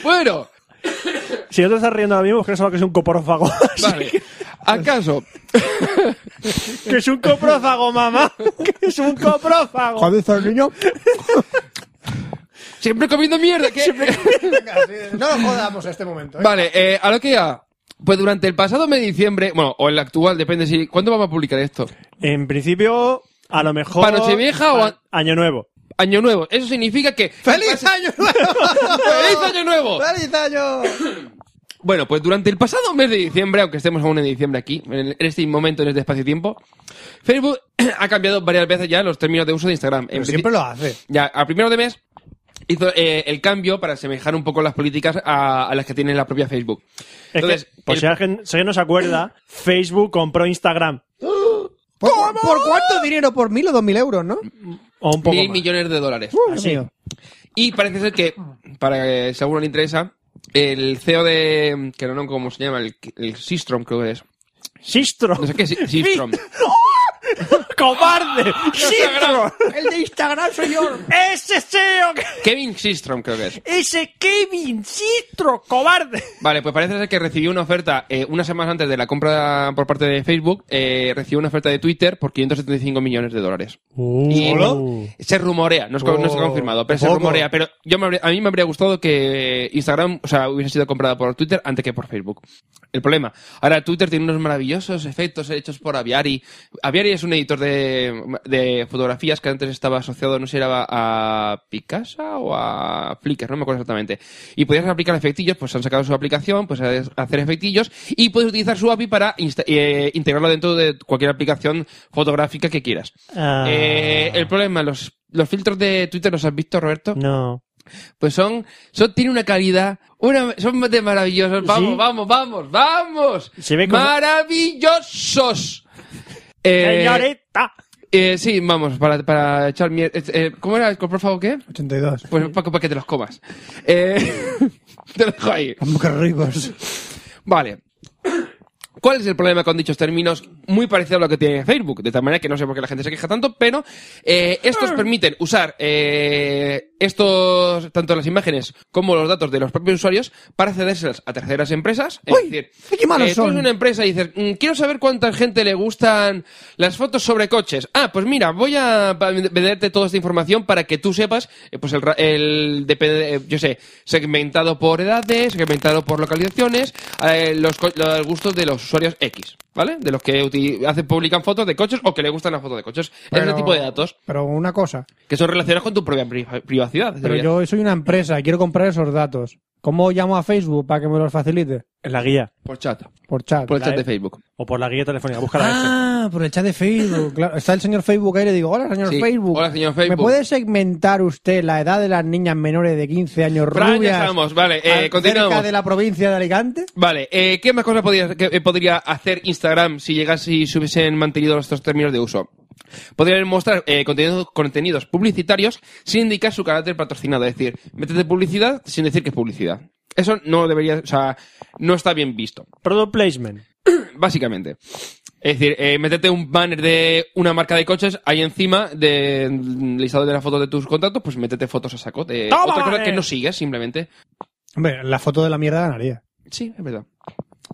Bueno,
Si no te estás riendo ahora mismo, creo que sabes que es un coprófago. *laughs* Así
vale. ¿Acaso?
que es un coprófago, mamá. *laughs* Que es un coprófago.
Cuando hizo el niño.
Siempre comiendo mierda. ¿qué?
No lo jodamos en este momento. ¿eh?
Vale, eh, a lo que ya. Pues durante el pasado mes de diciembre, bueno, o el actual, depende si. ¿Cuándo vamos a publicar esto?
En principio, a lo mejor.
¿Para Nochevieja o a-
Año Nuevo?
Año nuevo. Eso significa que.
¡Feliz año
*laughs* ¡Feliz
nuevo!
año nuevo!
¡Feliz año!
Bueno, pues durante el pasado mes de diciembre, aunque estemos aún en diciembre aquí, en, el- en este momento, en este espacio-tiempo, Facebook *clears throat* ha cambiado varias veces ya los términos de uso de Instagram. En
Pero
principio-
siempre lo hace.
Ya, a primero de mes hizo eh, el cambio para asemejar un poco las políticas a, a las que tiene la propia Facebook.
Es
Entonces,
que, por
el-
si alguien, si alguien no se acuerda, Facebook compró Instagram.
¿Por, ¿Por cuánto dinero? ¿Por mil o dos mil euros, no?
O un poco
mil
más.
millones de dólares.
Uh,
Así.
amigo.
Y parece ser que, para que eh, si a alguno le interesa, el CEO de. que no no cómo se llama, el, el Systrom, creo que es. *laughs*
¡Sistro! ¡Oh!
No sé
*laughs*
qué, Si- Systrom.
¡Cobarde! ¡Sistro!
El de Instagram soy yo.
¡Ese CEO! que-
Kevin Systrom, creo que es.
¡Ese Kevin! ¡Sistro! ¡Cobarde!
Vale, pues parece ser que recibió una oferta eh, unas semanas antes de la compra por parte de Facebook, eh, recibió una oferta de Twitter por 575 millones de dólares.
Uh.
Y se rumorea, no es, no está
Oh,
confirmado, pero se
poco.
rumorea. Pero yo me habría- a mí me habría gustado que Instagram, o sea, hubiese sido comprada por Twitter antes que por Facebook. El problema. Ahora Twitter tiene unos maravillosos efectos hechos por Aviari. Aviari es un editor de, de fotografías que antes estaba asociado, no sé si era a Picasa o a Flickr, no me acuerdo exactamente. Y podías aplicar efectillos, pues han sacado su aplicación, pues hacer efectillos y puedes utilizar su API para insta- eh, integrarlo dentro de cualquier aplicación fotográfica que quieras.
Ah.
Eh, el problema, los, los filtros de Twitter, ¿los has visto, Roberto?
No.
Pues son, son, tienen una calidad, una, son de maravillosos. Vamos,
Sí.
vamos, vamos, vamos.
Se ve como-
Maravillosos. Eh,
¡Señorita!
eh, sí, vamos, para, para echar mier- eh, eh, ¿Cómo era el favor qué?
82.
Pues Paco, para que te los comas. Eh, *laughs* te lo dejo ahí.
*laughs* Qué ricos.
Vale. ¿Cuál es el problema con dichos términos? Muy parecido a lo que tiene Facebook, de tal manera que no sé por qué la gente se queja tanto, pero eh,
Ah.
estos permiten usar eh, estos, tanto las imágenes como los datos de los propios usuarios para cedérselas a terceras empresas. Es
Uy,
decir,
qué malos
eh, tú eres
son.
una empresa y dices, "Mm, quiero saber cuánta gente le gustan las fotos sobre coches. Ah, pues mira, voy a pa- venderte toda esta información para que tú sepas, eh, pues el, ra- el depende- eh, yo sé, segmentado por edades, segmentado por localizaciones, eh, los, co- los gustos de los usuarios X, ¿vale? De los que uti- hacen, publican fotos de coches o que le gustan las fotos de coches. Ese
Pero-
tipo de datos
Pero una cosa.
que son relacionados con tu propia pri- privacidad.
Pero
debería-
yo soy una empresa y quiero comprar esos datos. ¿Cómo llamo a Facebook para que me los facilite?
En la guía.
Por chat,
Por chat.
por el chat
La-
de Facebook.
O por la guía telefónica. Busca la F.
Ah, por el chat de Facebook. *laughs* claro. Está el señor Facebook ahí y le digo, hola señor
Sí.
Facebook.
Hola, señor Facebook.
¿Me puede segmentar usted la edad de las niñas menores de 15 años
Fran, ya
rubias?
estamos. Vale, eh,
cerca
continuamos.
de la provincia de Alicante?
Vale, eh, ¿qué más cosas podría, que, eh, podría hacer Instagram si llegase y se hubiesen mantenido estos términos de uso? Podrían mostrar eh, contenido- contenidos publicitarios sin indicar su carácter patrocinado, es decir, métete publicidad sin decir que es publicidad. Eso no debería, o sea, no está bien visto
Product placement.
básicamente. Es decir, eh, métete un banner de una marca de coches ahí encima del listado de las fotos de tus contactos, pues métete fotos a saco de
¡Toma,
otra cosa
banner!
que no sigues simplemente.
Hombre, la foto de la mierda ganaría.
Sí, es verdad.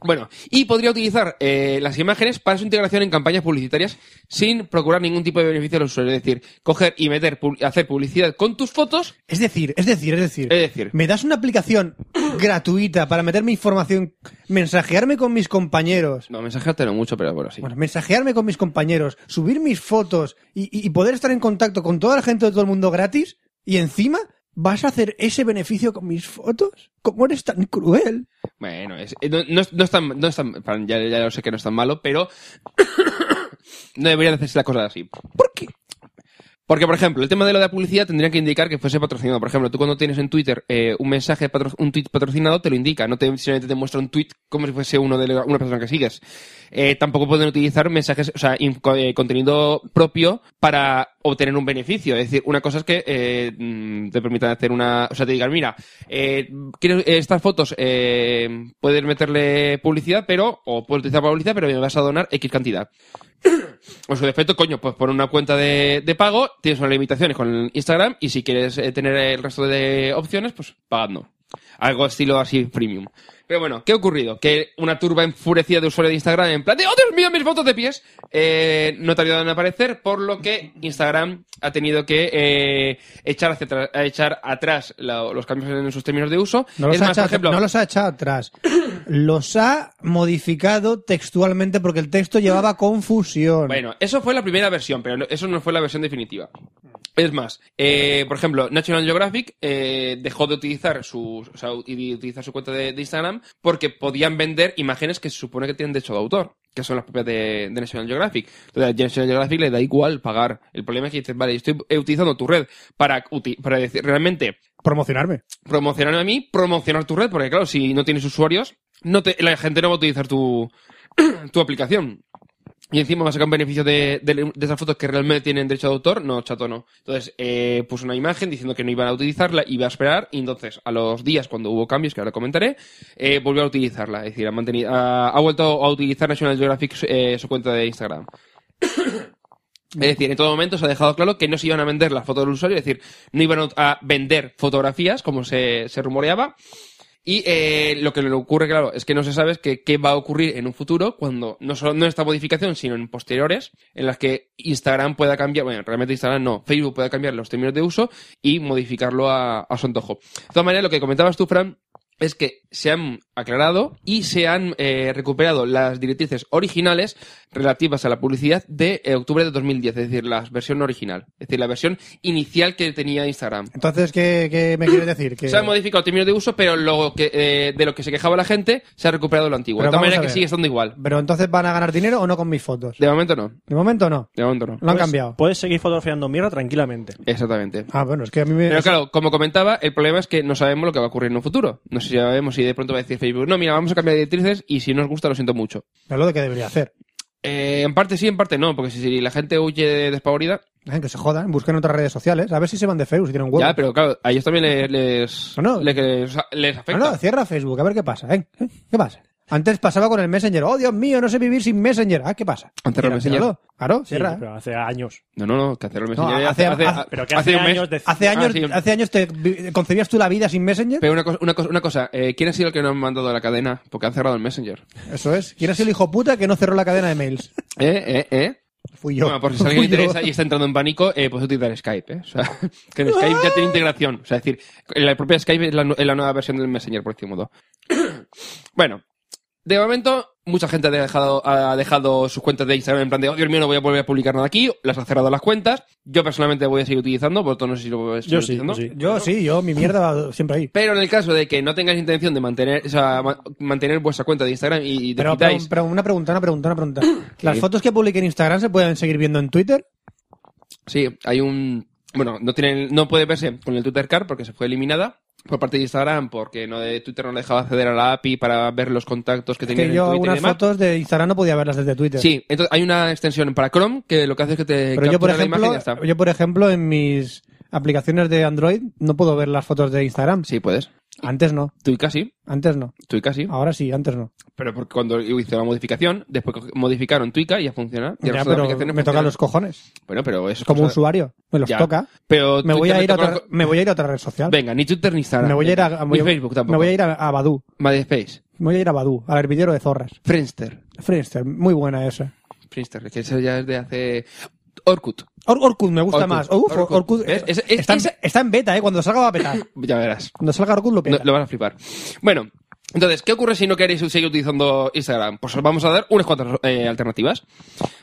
Bueno, y podría utilizar eh, las imágenes para su integración en campañas publicitarias sin procurar ningún tipo de beneficio al usuario. Es decir, coger y meter, pu- hacer publicidad con tus fotos.
Es decir, es decir, es decir.
Es decir.
¿Me das una aplicación *coughs* gratuita para meter mi información, mensajearme con mis compañeros?
No, mensajearte no mucho, pero bueno, sí.
Bueno, mensajearme con mis compañeros, subir mis fotos y, y- y poder estar en contacto con toda la gente de todo el mundo gratis. Y encima, ¿vas a hacer ese beneficio con mis fotos? ¿Cómo eres tan cruel?
Bueno, es- eh, no, no es, no es tan, no es tan- perdón, ya, ya lo sé que no es tan malo, pero *coughs* no debería hacerse las cosas así.
¿Por qué?
Porque, por ejemplo, el tema de lo de la publicidad tendría que indicar que fuese patrocinado. Por ejemplo, tú cuando tienes en Twitter eh, un mensaje, patro- un tweet patrocinado, te lo indica. No te, simplemente te muestra un tweet como si fuese uno de la- una persona que sigues. Eh, tampoco pueden utilizar mensajes, o sea, in- co- eh, contenido propio para obtener un beneficio. Es decir, una cosa es que eh, mm, te permitan hacer una... O sea, te digan, mira, eh, quiero eh, estas fotos, eh, puedes meterle publicidad, pero... O puedes utilizar publicidad, pero me vas a donar X cantidad. O su defecto, coño, pues por una cuenta de, de pago tienes unas limitaciones con el Instagram y si quieres eh, tener el resto de opciones, pues pagando. Algo estilo así premium. Pero bueno, ¿qué ha ocurrido? Que una turba enfurecida de usuarios de Instagram en plan de ¡Oh, Dios mío, mis fotos de pies! eh, no tardaron en aparecer, por lo que Instagram ha tenido que eh, echar, hacia atrás- echar atrás la- los cambios en sus términos de uso.
No los,
es
ha
más,
echado,
por ejemplo,
no los ha echado
*coughs*
atrás. Los ha modificado textualmente porque el texto llevaba confusión.
Bueno, eso fue la primera versión, pero no- eso no fue la versión definitiva. Es más, eh, por ejemplo, National Geographic eh, dejó de utilizar su, o sea, y de utilizar su cuenta de, de Instagram porque podían vender imágenes que se supone que tienen derecho de autor, que son las propias de, de National Geographic. Entonces, a National Geographic le da igual pagar. El problema es que dices, vale, estoy eh, utilizando tu red para, uti- para decir, realmente
Promocionarme.
promocionarme a mí, promocionar tu red, porque claro, *clears throat* si no tienes usuarios, no te, la gente no va a utilizar tu, tu aplicación. Y encima va a sacar un beneficio de, de, de esas fotos que realmente tienen derecho de autor. No, chato, no. Entonces, eh, puso una imagen diciendo que no iban a utilizarla, iba a esperar. Y entonces, a los días, cuando hubo cambios, que ahora comentaré, eh, volvió a utilizarla. Es decir, ha, mantenido, ha, ha vuelto a utilizar National Geographic eh, su cuenta de Instagram. Es decir, en todo momento se ha dejado claro que no se iban a vender las fotos del usuario, es decir, no iban a vender fotografías, como se, se rumoreaba. Y eh, lo que le ocurre, claro, es que no se sabe es que, qué va a ocurrir en un futuro cuando, no solo no en esta modificación, sino en posteriores, en las que Instagram pueda cambiar, bueno, realmente Instagram no, Facebook pueda cambiar los términos de uso y modificarlo a, a su antojo. De todas maneras, lo que comentabas tú, Fran, es que se han aclarado y se han eh, recuperado las directrices originales relativas a la publicidad de eh, octubre de 2010, es decir, la versión original, es decir, la versión inicial que tenía Instagram.
Entonces, ¿qué, qué me quieres
*coughs*
decir? Que...
Se han modificado términos de uso, pero lo que, eh, de lo que se quejaba la gente se ha recuperado lo antiguo.
Pero
de tal
vamos a
manera que
ver.
sigue estando igual.
Pero entonces van a ganar dinero o no con mis fotos.
De momento no.
De momento no.
De momento no.
Lo han cambiado.
Puedes seguir fotografiando mierda tranquilamente.
Pues, Exactamente.
Ah, bueno, es que a mí me.
Pero claro, como comentaba, el problema es que no sabemos lo que va a ocurrir en un futuro. No sé si sabemos si de pronto va a decir Facebook, no, mira, vamos a cambiar de directrices y si no os gusta, lo siento mucho.
Es lo de que debería hacer.
Eh, en parte sí, en parte no, porque si, si la gente huye despavorida,
Eh, Que se jodan, busquen otras redes sociales, a ver si se van de Facebook, si tienen huevo.
ya, pero claro, a ellos también le- les,
No, no.
le- que les, les afecta.
No, no, cierra Facebook, a ver qué pasa, ¿eh? ¿Eh? ¿Qué pasa? Antes pasaba con el Messenger. Oh, Dios mío, no sé vivir sin Messenger. Ah, ¿qué pasa?
Han cerrado
Mira,
Messenger.
ciérralo. Claro,
Sí,
cierra.
pero hace años.
no, no, no, que hacerlo me
No,
enseñaría
hace- hace-
Pero que hace,
un mes.
años... de-
Hace
Ah,
años,
sí.
hace años te vi- concebías tú la vida sin Messenger.
Pero una cosa, una cosa, una cosa eh, ¿quién ha sido el que nos han mandado a la cadena? Porque han cerrado el Messenger.
Eso es. ¿Quién es el hijo puta que no cerró la cadena de
*laughs*
mails?
¿Eh? ¿Eh? ¿Eh?
Fui yo.
Bueno, por si a alguien
*laughs*
le
Fui yo.
interesa y está entrando en pánico, eh, puedes utilizar Skype, ¿eh? O sea, *laughs* que en Skype ya tiene integración. O sea, es decir, la propia Skype es la, nu- es la nueva versión del Messenger, por decir modo. *clears throat* bueno, de momento, mucha gente ha dejado, ha dejado sus cuentas de Instagram en plan de, oh, Dios mío, no voy a volver a publicar nada aquí, las ha cerrado las cuentas. Yo personalmente voy a seguir utilizando, vosotros no sé si lo voy a seguir
Yo sí,
utilizando.
yo sí.
Yo sí, yo, mi mierda va siempre ahí.
Pero en el caso de que no tengáis intención de mantener, o sea, ma- mantener vuestra cuenta de Instagram y, y
Pero, pero,
decidáis-
pero una pregunta, una pregunta, una
*clears throat*
pregunta. ¿Las fotos que publiqué en Instagram se pueden seguir viendo en Twitter?
Sí, hay un. Bueno, no tiene, no puede verse con el Twitter Car porque se fue eliminada por parte de Instagram, porque no de Twitter no le dejaba acceder a la API para ver los contactos que tenía
Que
en
yo
Twitter y
algunas
demás.
fotos de Instagram no podía verlas desde Twitter.
Sí, entonces hay una extensión para Chrome que lo que hace es que te
Pero yo por,
Eh, captura la imagen y
ejemplo,
ya está.
yo, por ejemplo, en mis aplicaciones de Android no puedo ver las fotos de Instagram.
Sí, puedes.
Antes no,
Tú y casi,
antes no.
tú y casi.
Ahora sí, antes no.
Pero porque cuando hizo la modificación, después co- modificaron Twika y ya funciona. Y el
Ya,
resto de
pero
aplicaciones
me toca
funcionan.
los cojones.
Bueno, pero es
Como
cosa-
usuario, me los
Ya. Pues
toca.
Pero
Me
Twitter
voy, a
le
ir a
toca
otra,
los co-
me voy a ir a otra red social.
Venga, ni Twitter ni Instagram.
me voy a ir a,
ni
me voy-
Facebook tampoco.
me voy a ir a, a Badoo.
MySpace,
Me voy a ir a Badoo, al hervidero de zorras.
Friendster.
Friendster, muy buena esa.
Friendster, que eso ya es de hace... Orkut.
Or- Orkut me gusta
Orkut,
más. Uf,
Orkut.
Orkut, eh,
¿Ves? Es- es-
está, en-
es-
está en beta, eh. Cuando salga va a petar.
Ya verás.
Cuando salga Orkut lo
No,
peta.
lo van a flipar. Bueno, entonces, ¿qué ocurre si no queréis seguir utilizando Instagram? Pues os vamos a dar unas cuantas eh, alternativas.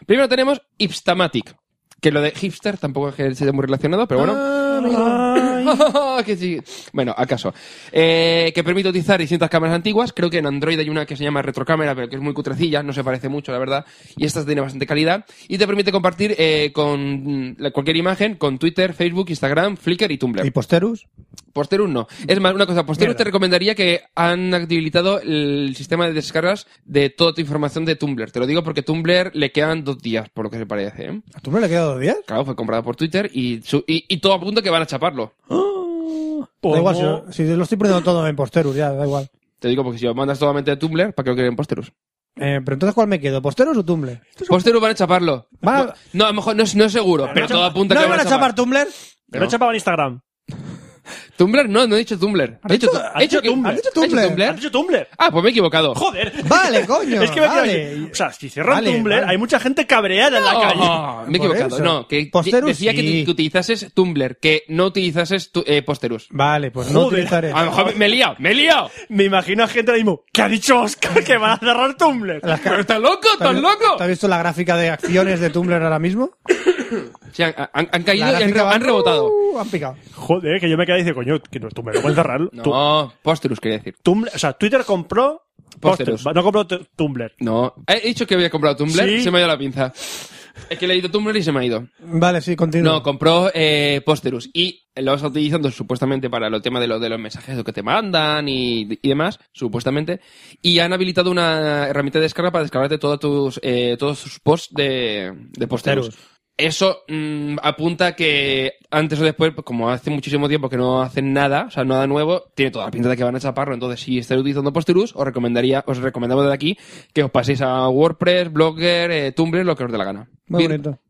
Primero tenemos Hipstamatic. Que lo de hipster tampoco es que sea muy relacionado, pero
Ah,
bueno. Oh, Que sí. Bueno, acaso. Eh, que permite utilizar distintas cámaras antiguas. Creo que en Android hay una que se llama retrocámara, pero que es muy cutrecilla, no se parece mucho, la verdad. Y esta tiene bastante calidad. Y te permite compartir eh, con mm, la- cualquier imagen con Twitter, Facebook, Instagram, Flickr y Tumblr.
Y Posterus.
Posterun no. Es más, una cosa, Posterun te recomendaría que han habilitado el sistema de descargas de toda tu información de Tumblr. Te lo digo porque Tumblr le quedan dos días, por lo que se parece. ¿eh?
¿A tú no le quedan dos días?
Claro, fue comprado por Twitter y, su- y, y todo apunta que van a chaparlo.
Da
Como-
igual, si, lo- si lo estoy poniendo todo en Posterus, ya, da igual.
Te digo porque si lo mandas totalmente a Tumblr, ¿para qué lo quieren Posterus?
Eh, pero entonces, ¿cuál me quedo? ¿Posterus o Tumblr?
Posterun van a chaparlo.
Van a-
No, No, a lo mejor no, es- no es seguro, pero todo apunta
¿No
que
me van a chapar Tumblr?
Pero he chapado en Instagram.
Tumblr no, no he dicho Tumblr.
¿Has
He dicho,
dicho-
tu-
has
he dicho
dicho
que-
Tumblr?
¿he dicho
¿Has dicho
¿Has dicho Tumblr?
Ah, pues me he equivocado.
¡Joder!
Vale, coño.
*laughs*
es que me
vale.
decía, O sea, si cierran
Vale,
Tumblr,
vale.
hay mucha gente cabreada en la calle.
Ah, me he
Por
equivocado.
eso.
No, que
Posterus,
decía que,
sí.
que utilizases Tumblr, que no utilizases tu- eh, Posterus.
Vale, pues no
Joder.
utilizaré.
A lo mejor me- me he liado, me he liado.
Me imagino a gente ahora mismo, ¿qué ha dicho Oscar que van a cerrar Tumblr?
Pero estás loco, estás loco.
¿Te has visto la gráfica de acciones de Tumblr ahora mismo?
Sí, han, han- han caído
La
y han,
gráfica va-
han rebotado.
Uh, han picado.
Joder, que yo me quedé y dice, coño, que no, Tumblr no pueden cerrarlo. Tu-
No, Posterus quería decir.
Tumblr- o sea, Twitter compró
Pósteros.
Pósteros, no compró tu- Tumblr.
No, he dicho que había comprado Tumblr,
Sí.
*laughs*
se me ha ido la pinza. Es que le he leído Tumblr y se me ha ido.
Vale, sí, continúa.
No, compró eh, Posterus y lo está utilizando supuestamente para el tema de, lo- de los mensajes que te mandan y, y demás, supuestamente. Y han habilitado una herramienta de descarga para descargarte todos tus, eh, todos sus posts de, de Posterus. Eso mm, apunta a que antes o después, pues, como hace muchísimo tiempo que no hacen nada, o sea, nada nuevo, tiene toda la pinta de que van a chaparro. Entonces, si estáis utilizando Posterus, os recomendaría, os recomendamos desde aquí que os paséis a WordPress, Blogger, eh, Tumblr, lo que os dé la gana.
Muy
Bien.
bonito.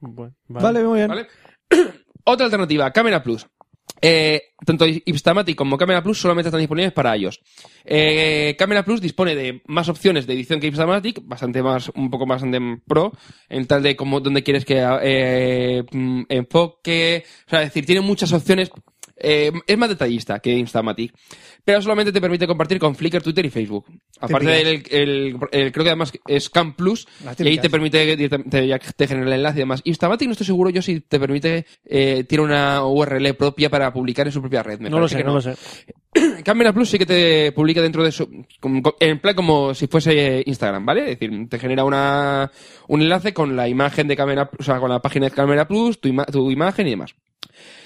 Bueno,
Vale, muy bien.
¿Vale? *clears throat* Otra alternativa, Camera Plus. Eh, tanto Instamatic como Camera Plus solamente están disponibles para iOS. Eh, Camera Plus dispone de más opciones de edición que Instamatic, bastante más, un poco más en pro, en tal de como dónde quieres que eh, mm, enfoque, o sea, es decir, tiene muchas opciones. eh, es más detallista que Instamatic, pero solamente te permite compartir con Flickr, Twitter y Facebook. Aparte del, el, el- creo que además es Cam Plus,
Las
y ahí
típicas.
te permite te, te- ya que te genera el enlace y demás. Instamatic no estoy seguro yo si te permite eh, tiene una URL propia para publicar en su propia red. Me
No lo
parece
sé,
que
no. lo sé.
*clears throat* Camera Plus sí que te publica dentro de su como- co- en plan como si fuese Instagram, ¿vale? Es decir, te genera una un enlace con la imagen de Camera, o sea, con la página de Camera Plus, tu, ima- tu imagen y demás.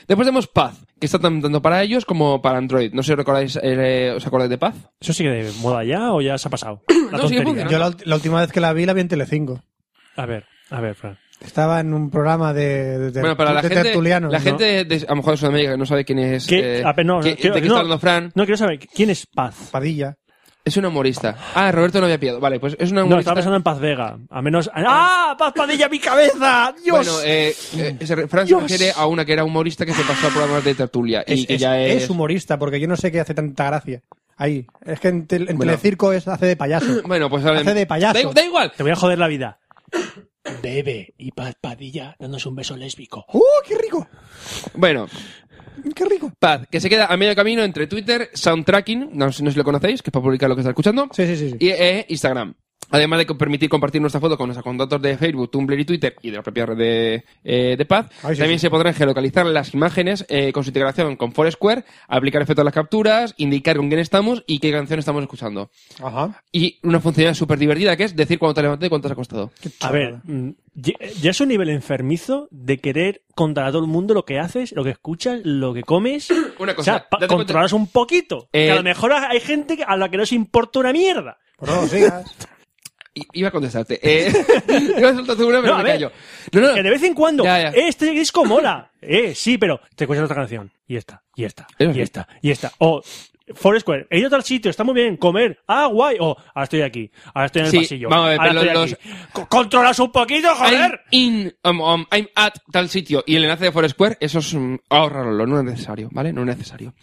Después tenemos Path, que está tan- tanto para ellos como para Android. No sé si recordáis, eh, os acordáis de Path.
¿Eso sigue de moda ya o ya se ha pasado? La
No, sigue
tontería.
funcionando.
Yo la, ulti- la última vez que la vi la vi en Telecinco.
A ver, a ver, Fran.
Estaba en un programa de, de, de-
bueno, para la
de
gente,
tertulianos.
la
¿no?
gente de, a lo mejor de Sudamérica que no sabe quién es,
¿Qué?
eh,
A ver, no,
qué-
quiero-
de qué
no.
está hablando Fran.
No, quiero saber, ¿quién es Paz?
Padilla.
Es un humorista. Ah, Roberto no había pillado. Vale, pues es un
No,
humorista.
estaba pensando en Paz Vega. A menos. ¡Ah! ¡Paz Padilla, mi cabeza! ¡Dios!
Bueno, eh, eh, se re- Fran se
Dios.
refiere a una que era humorista que se pasó a programas de tertulia y
es,
que
es-
ya es...
es humorista, porque yo no sé qué hace tanta gracia. Ahí. Es que en, tel- en
Bueno.
Telecirco es, hace de payaso.
*coughs* Bueno, pues... ahora-
Hace de payaso.
Da, da igual.
Te voy a joder la vida.
Bebe y Paz Padilla dándose un beso lésbico.
¡Uh, qué rico!
Bueno,
¡Qué rico!
Paz, que se queda a medio camino entre Twitter, Soundtracking, no, sé- no sé si lo conocéis, que es para publicar lo que está escuchando,
Sí, sí, sí. sí.
y eh, Instagram. Además de co- permitir compartir nuestra foto con nuestros contactos de Facebook, Tumblr y Twitter y de la propia red de, eh, de Paz,
Ay, sí,
también
sí.
se podrán geolocalizar las imágenes eh, con su integración con Foursquare, aplicar efectos a las capturas, indicar con quién estamos y qué canción estamos escuchando.
Ajá.
Y una funcionalidad súper divertida que es decir cuándo te has levantado y cuánto te has acostado.
A ver, mm, ya ya es un nivel enfermizo de querer contar a todo el mundo lo que haces, lo que escuchas, lo que comes.
Una cosa,
o sea, pa-
date
controlaros un poquito.
Eh,
que a lo mejor hay gente a la que no se importa una mierda.
Por favor,
*laughs*
sigas.
I- iba a contestarte. Eh, *laughs* iba a soltarte una,
No,
pero
a
me
ver.
callo. No, no.
Que de vez en cuando,
Ya, ya.
"Eh, este disco mola. *laughs* Eh, sí, pero te escuchas otra canción. Y esta, y esta,
Eso
y
sí.
esta, y esta. O Foursquare, he ido a tal sitio, está muy bien, comer, ah, guay. O ahora estoy aquí, ahora estoy en el
Sí,
pasillo.
vamos a ver,
ahora
pero
estoy
los-
aquí. Co- ¡Controlas un poquito,
I'm
joder!
in, um, um, I'm at tal sitio y el enlace de Foursquare, eso es mm, ahorrarlo, no es necesario, ¿vale? No es necesario.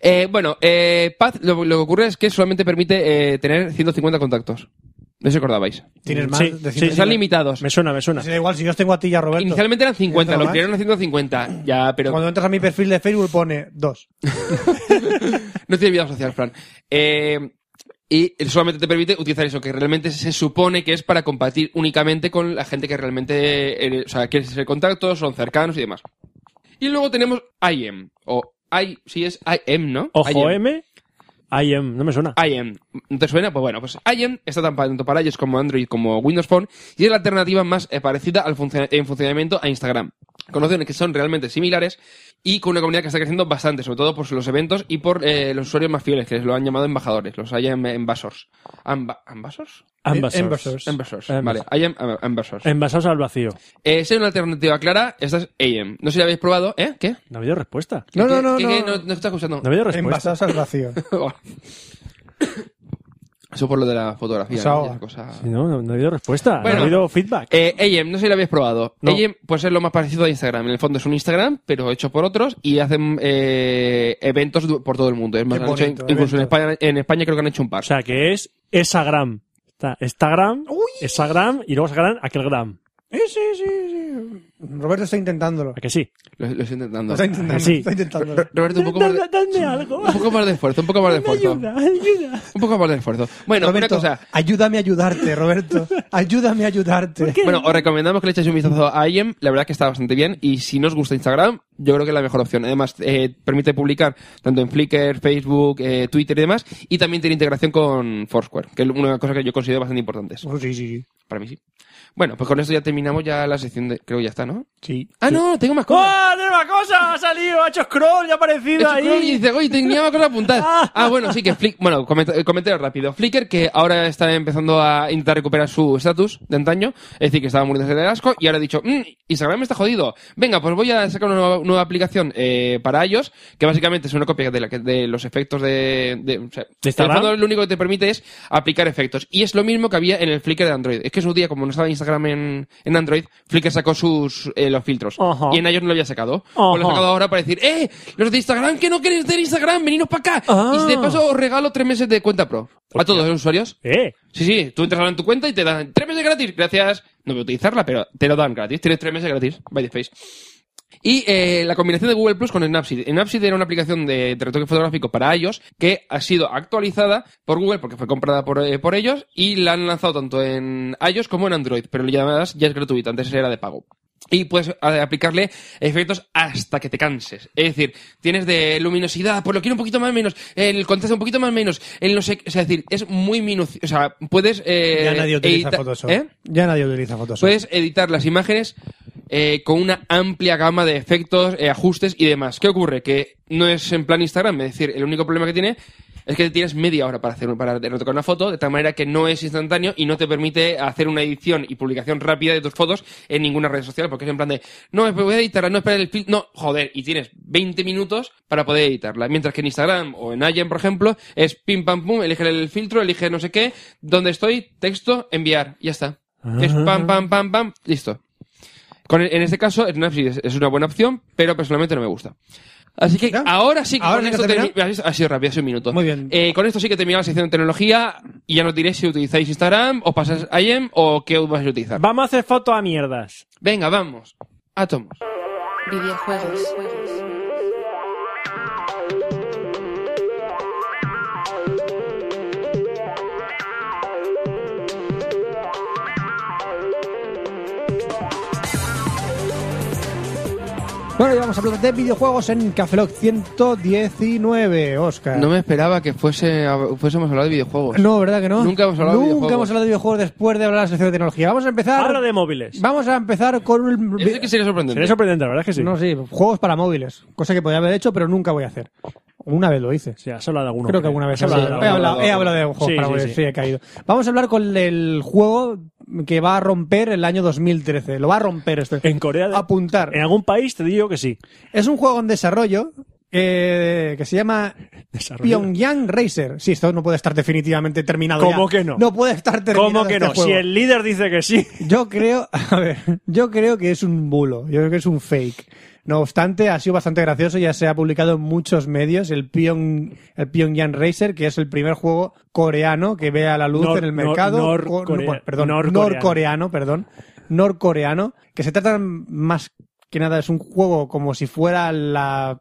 Eh, bueno, eh, Paz, lo, lo que ocurre es que solamente permite eh, tener 150 contactos. No os acordabais.
Tienes más.
Sí,
de
sí,
cien-
Están limitados.
Me suena, me suena.
Sí, da igual, si yo os tengo a ti y a Roberto.
Inicialmente eran 50,
¿Entra
lo
más?
crearon a 150. Ya, pero
Cuando entras a mi perfil de Facebook pone dos.
No tiene vida social, Fran. Eh, y solamente te permite utilizar eso, que realmente se supone que es para compartir únicamente con la gente que realmente eh, o sea, quieres ser contactos, son cercanos y demás. Y luego tenemos IM, o I, sí es IM, ¿no?
Ojo
IM.
M, I am, no me suena.
IM. ¿No te suena? Pues bueno, pues IM está tan pa- tanto para iOS como Android como Windows Phone y es la alternativa más eh, parecida al funciona- en funcionamiento a Instagram. Con opciones que son realmente similares y con una comunidad que está creciendo bastante, sobre todo por los eventos y por eh, los usuarios más fieles, que les lo han llamado embajadores, los IM ambassadors. Amba- ¿Ambassadors?
Envasados
Envasors.
Ambassadors.
Ambas-
Vale, IM am- ambassadors.
Envasados al vacío.
Eh, si hay una alternativa clara, esta es IM. No sé si la habéis probado, ¿eh? ¿Qué?
No ha habido respuesta.
No, no, no.
¿Qué-
no.
qué- no, no está escuchando.
No ha habido respuesta.
Envasados al vacío.
*laughs* Eso por lo de la fotografía.
Se
¿no?
ahoga.
Y esa cosa-
Sí, no, no, no ha habido respuesta.
Bueno.
no ha habido feedback.
Eh, AIM, no sé si lo habéis probado.
No.
AIM, pues es lo más parecido a Instagram. En el fondo es un Instagram, pero hecho por otros y hacen eh, eventos du- por todo el mundo. Es más,
Qué
han hecho
bonito,
incluso en
eventos.
España, en España creo que han hecho un par.
O sea, que es Esagram. Está Instagram, Esagram y luego sacarán aquel gram.
Eh, sí, sí, sí. Roberto está intentándolo.
¿A que sí?
lo, lo estoy intentando.
Lo está intentando.
Sí.
Está intentándolo.
Roberto, un poco, más de,
Dadme algo.
un poco más de esfuerzo, un
*laughs*
poco más de esfuerzo.
ayuda.
Un poco más de esfuerzo. Bueno,
Roberto,
una cosa.
ayúdame a ayudarte, Roberto. Ayúdame a ayudarte.
Bueno, os recomendamos que le echéis un vistazo a IEM, la verdad que está bastante bien y si no os gusta Instagram, yo creo que es la mejor opción. Además, eh, permite publicar tanto en Flickr, Facebook, eh, Twitter y demás, y también tiene integración con Foursquare, que es una cosa que yo considero bastante importante.
Oh, sí, sí, sí.
Para mí sí. Bueno, pues con esto ya terminamos ya la sección de... Creo que ya está, ¿no?
Sí.
Ah, no, tengo más cosas.
¡Oh, tiene una cosa! Ha salido, ha hecho scroll, ya ha aparecido
Eso creo que
ahí.
dice, oye, tenía más cosas
*laughs*
apuntadas. Ah, bueno, sí que Flickr, bueno, comenta- eh, comentario rápido. Flickr, que ahora está empezando a intentar recuperar su estatus de antaño, es decir, que estaba muriendo de asco, y ahora ha dicho, "Mm, Instagram está jodido. Venga, pues voy a sacar una nueva, nueva aplicación eh, para ellos, que básicamente es una copia de, la, que- de los efectos de... de, o sea,
¿De Instagram?
en el fondo, lo único que te permite es aplicar efectos. Y es lo mismo que había en el Flickr de Android. Es que en su día, como no estaba Instagram en, en Android, Flickr sacó sus eh, los filtros.
Ajá.
Y en ellos no lo había sacado.
Ajá.
O Pues lo ha sacado ahora para decir, ¡eh! Los de Instagram que no queréis tener Instagram, veniros para acá.
Ah.
Y de paso os regalo tres meses de cuenta pro. A todos los usuarios.
Eh,
Sí, sí, tú entras ahora en tu cuenta y te dan tres meses gratis. Gracias. No voy a utilizarla, pero te lo dan gratis. Tienes tres meses gratis. By the Space. Y eh, la combinación de Google Plus con Snapseed. Snapseed era una aplicación de, de retoque fotográfico para iOS que ha sido actualizada por Google porque fue comprada por, eh, por ellos y la han lanzado tanto en iOS como en Android. Pero ya, además ya es gratuita, antes era de pago. Y puedes eh, aplicarle efectos hasta que te canses. Es decir, tienes de luminosidad, pues lo quiero un poquito más menos, el contraste un poquito más menos, el no sé, qué- o sea, es decir, es muy minucioso. O sea, puedes... eh,
Ya nadie utiliza
edita-
Photoshop.
¿Eh? Pues
Ya nadie utiliza Photoshop.
Puedes editar las imágenes eh, con una amplia gama de efectos, eh, ajustes y demás. ¿Qué ocurre? Que no es en plan Instagram, es decir, el único problema que tiene es que tienes media hora para hacer para retocar una foto, de tal manera que no es instantáneo y no te permite hacer una edición y publicación rápida de tus fotos en ninguna red social, porque es en plan de, no, me voy a editarla, no esperar el filtro, no, joder, y tienes 20 minutos para poder editarla. Mientras que en Instagram o en Allen, por ejemplo, es pim pam pum, elige el filtro, elige no sé qué, donde estoy, texto, enviar, ya está. Es pam, pam, pam, pam, listo. Con el- en este caso, Snapseed es- es una buena opción, pero personalmente no me gusta. Así que
¿Ya?
ahora sí que
¿Ahora
con
sí que
esto
termina?
termi- ¿Has visto? ha sido rápido, ha sido un minuto.
Muy bien.
Eh, con esto sí que termina la sección de tecnología y ya nos diré si utilizáis Instagram, os pasáis IM o qué vais a utilizar.
vamos a hacer foto a mierdas.
Venga, vamos. Átomos.
videojuegos,
Bueno, y vamos a hablar de videojuegos en Cafeloc 119, Oscar.
No me esperaba que fuese, fuésemos a hablar de videojuegos.
No, ¿verdad que no?
Nunca hemos hablado de
Nunca
videojuegos.
hemos hablado de videojuegos después de hablar de la sección de tecnología. Vamos a empezar.
Habla de móviles.
Vamos a empezar con un.
Eso sí que sería sorprendente.
Sería sorprendente, la verdad es que sí.
No, sí, juegos para móviles. Cosa que podría haber hecho, pero nunca voy a hacer. Una vez lo hice.
Sí, has hablado de alguno.
Creo que alguna vez
Has
he hablado,
de
he,
alguno.
hablado, he hablado de un juego
Sí,
para
sí,
móviles,
sí.
sí, he caído. Vamos a hablar con el juego que va a romper el año 2013. Lo va a romper este.
En Corea. de-
Apuntar.
En algún país te digo que sí.
Es un juego en desarrollo eh, que se llama
Desarrollo.
Pyongyang Racer. Sí, esto no puede estar definitivamente terminado.
¿Cómo
ya.
que no?
No puede estar terminado.
¿Cómo que
este
no?
juego.
Si el líder dice que sí.
Yo creo, *laughs* a ver, yo creo que es un bulo, yo creo que es un fake. No obstante, ha sido bastante gracioso, ya se ha publicado en muchos medios el, Pyong, el Pyongyang Racer, que es el primer juego coreano que ve a la luz
Nor-
en el
nor-
mercado.
nor-
Co- no,
corea-
pues, perdón,
norcoreano.
norcoreano, perdón, norcoreano, que se trata más que nada, es un juego como si fuera la...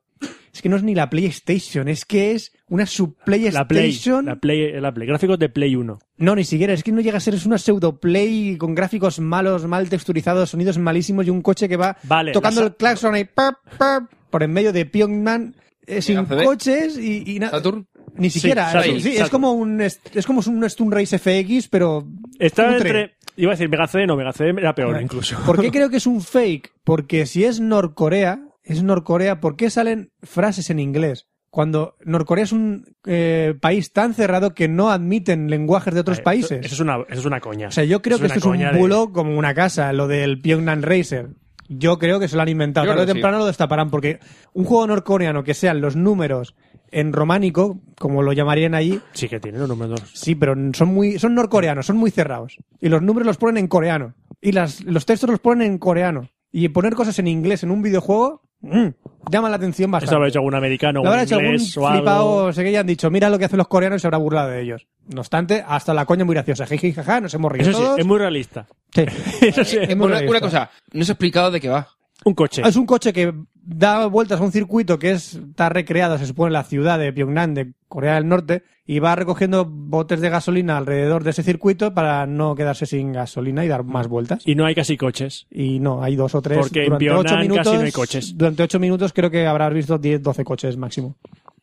Es que no es ni la PlayStation, es que es una
La Play.
sub-PlayStation.
La Play, la Play. Gráficos de Play 1.
No, ni siquiera, es que no llega a ser, es una pseudoplay con gráficos malos, mal texturizados, sonidos malísimos y un coche que va
Vale,
tocando
la sa-
el claxon ahí pap, pap, por en medio de Pyongyang eh, sin
ACB.
coches y, y nada.
Saturn.
Ni siquiera,
Sí, Saturn,
sí, sí, es
Saturn.
como un est- es como un Stun Race FX, pero
Estaba
cutre.
entre. Iba a decir Mega CD, no, Mega CD era peor incluso.
Ah, ¿Por qué creo que es un fake? Porque si es Norcorea, es Norcorea, ¿por qué salen frases en inglés? Cuando Norcorea es un eh, país tan cerrado que no admiten lenguajes de otros
Vale,
países.
Ah, Eh, Eso es una, eso es una coña.
O sea, yo creo que
una
esto es un
coña de-
bulo como una casa, lo del Pyongyang Racer. Yo creo que se lo han inventado.
Yo
Tarde o
creo que sí.
temprano lo destaparán, porque un juego norcoreano que sean los números en románico, como lo llamarían allí,
Sí, que tiene los números.
sí, pero son muy, son norcoreanos, son muy cerrados. Y los números los ponen en coreano. Y las, los textos los ponen en coreano. Y poner cosas en inglés en un videojuego, mm, llama la atención bastante.
Eso lo habrá hecho algún americano,
Lo habrán
algún
hecho algún
inglés o algo.
flipado, sé que ya han dicho, mira lo que hacen los coreanos y se habrá burlado de ellos. No obstante, hasta la coña muy graciosa. Jiji, jaja, nos hemos reído
Eso sí,
todos.
es muy realista.
Sí.
Eso sí.
Es muy
Una,
realista.
una cosa, no os he explicado de qué va.
Un coche.
Es un coche que da vueltas a un circuito que es, está recreado, se supone, en la ciudad de Pyongyang, de Corea del Norte, y va recogiendo botes de gasolina alrededor de ese circuito para no quedarse sin gasolina y dar más vueltas.
Y no hay casi coches.
Y no, hay dos o tres.
Porque en
durante ocho
Pyongyang casi
minutos,
no hay coches.
Durante ocho minutos creo que habrás visto 10, 12 coches máximo.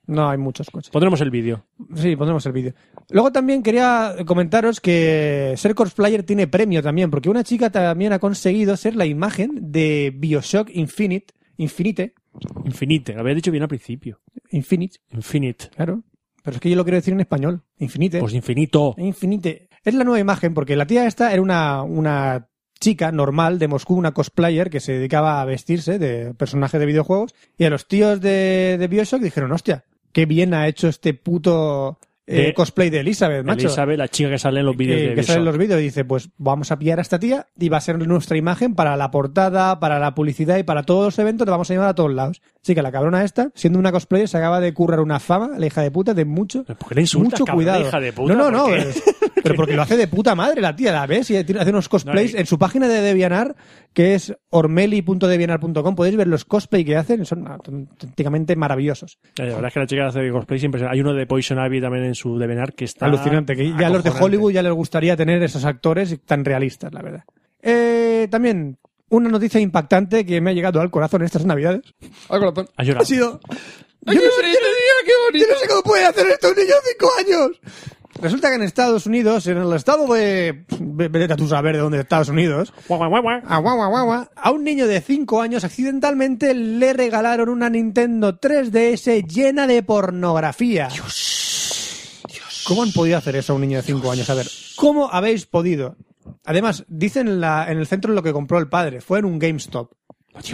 No hay muchos coches.
Pondremos el vídeo.
Sí, pondremos el vídeo. Luego también quería comentaros que ser cosplayer tiene premio también, porque una chica también ha conseguido ser la imagen de Bioshock Infinite, Infinite,
Infinite. Lo había dicho bien al principio.
Infinite,
Infinite.
claro. Pero es que yo lo quiero decir en español, Infinite.
Pues infinito.
Eh, Infinite. Es la nueva imagen, porque la tía esta era una, una chica normal de Moscú, una cosplayer que se dedicaba a vestirse de personaje de videojuegos. Y a los tíos de, de Bioshock dijeron, hostia, qué bien ha hecho este puto eh,
De-
cosplay de Elizabeth, macho. Eh,
Elizabeth, la chica que sale en los vídeos
que,
de
que sale en
Bioshock.
los vídeos y dice, pues vamos a pillar a esta tía y va a ser nuestra imagen para la portada, para la publicidad y para todos los eventos, te vamos a llevar a todos lados. Así que la cabrona esta, siendo una cosplayer, se acaba de currar una fama, la hija de puta, de mucho,
¿Por qué Eh, le insultas,
mucho
cabrón,
cuidado.
hija de puta?
no, no,
¿Por
no.
qué?
es- Pero porque lo hace de puta madre la tía, la ves y tiene- hace unos cosplays.
No, y-
En su página de Devianar, que es ormeli.devianar.com, podéis ver los cosplay que hacen, son ah, auténticamente maravillosos.
Eh, *laughs* La verdad es que la chica hace cosplay siempre. Hay uno de Poison Ivy también en su devenar que está.
Alucinante, que ya a los de
acojonante.
Hollywood ya les gustaría tener esos actores tan realistas, la verdad. Eh, también, una noticia impactante que me ha llegado al corazón estas navidades.
Al corazón.
Ha llorado.
Ha sido...
¡Ay,
Yo
qué
no sé-
bonito, tío, qué bonito!
Yo no sé cómo pueden hacer esto un niño de 5 años. Resulta que en Estados Unidos, en el estado de... ve- Vete a tú saber de dónde Estados Unidos.
Guau, guau, guau, guau.
A, guau, guau, guau, guau, a un niño de 5 años accidentalmente le regalaron una Nintendo 3DS llena de pornografía. Dios. ¿Cómo han podido hacer eso a un niño de 5 años? A ver, ¿cómo habéis podido? Además, dicen en, la- en el centro lo que compró el padre. Fue en un GameStop.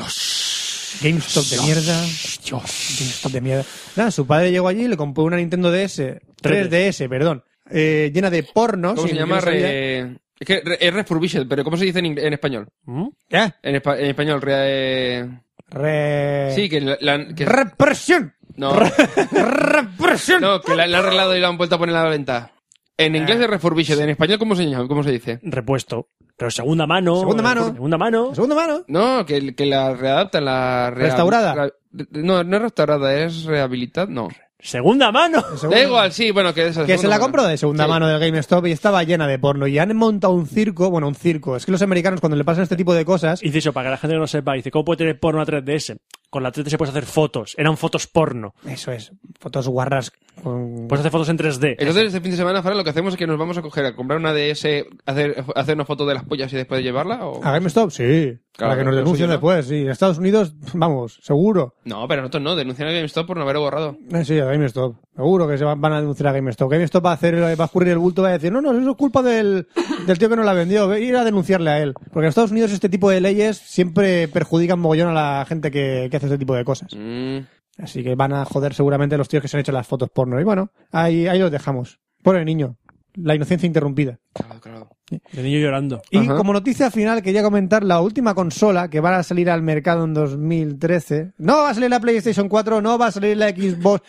Dios. GameStop de mierda. Dios. GameStop de mierda. Nada, su padre llegó allí y le compró una Nintendo DS. 3DS, perdón. eh, llena de pornos.
¿Cómo
y
se
yo
llama?
no sabía-
Re- Es que re- es refurbished, pero ¿cómo se dice en, ing- en español?
¿Mm?
¿Qué?
En, espa- en español,
Eh.
re-
Re...
Sí, que la... la- que-
Represión.
No,
Represión.
*laughs* no, que la, la han arreglado y la han vuelto a poner a la venta.
Ah.
En inglés es refurbished, en español ¿cómo se llama? ¿Cómo se dice?
Repuesto. Pero segunda mano.
Segunda mano.
Segunda mano.
La segunda mano.
No, que, que la readaptan, la... rehabil-
¿Restaurada?
la- no, no es restaurada, es rehabilitada, no.
Segunda mano.
Segunda-
Da igual, sí, bueno, que esa
Que se la compró de segunda
Sí.
mano del GameStop y estaba llena de porno. Y han montado un circo, bueno, un circo. Es que los americanos cuando le pasan este tipo de cosas,
Y dice eso, para que la gente no sepa, dice, ¿cómo puede tener porno a 3DS? Con la 3DS puedes hacer fotos. Eran fotos porno.
eso es, fotos guarras con...
Puedes hacer fotos en 3D.
Eh.
Entonces, este fin de semana, Fran, lo que hacemos es que nos vamos a coger a comprar una DS, hacer, hacer una foto de las pollas y después llevarla, ¿o?
¿A GameStop? Sí. para que nos
pero
denuncien
sí, ¿no?
después. Sí, en Estados Unidos, vamos, seguro.
No, pero nosotros no, denunciar a GameStop por no haber borrado.
Eh, Sí, a GameStop. Seguro que se van, van a denunciar a GameStop. GameStop va a, hacer, va a escurrir el bulto, va a decir, no, no, eso es culpa del, del tío que no la vendió. Ve, Ir a denunciarle a él. Porque en Estados Unidos este tipo de leyes siempre perjudican mogollón a la gente que, que hace este tipo de cosas.
Mm.
Así que van a joder seguramente los tíos que se han hecho las fotos porno. Y bueno, ahí, ahí los dejamos. Pobre niño. La inocencia interrumpida.
Claro, claro.
De niño llorando.
Y
Ajá.
como noticia final, quería comentar la última consola que va a salir al mercado en 2013. No va a salir la PlayStation 4, no va a salir la Xbox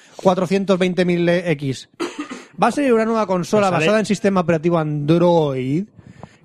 420.000X. Va a salir una nueva consola
Pero Pues sale-
basada en sistema operativo Android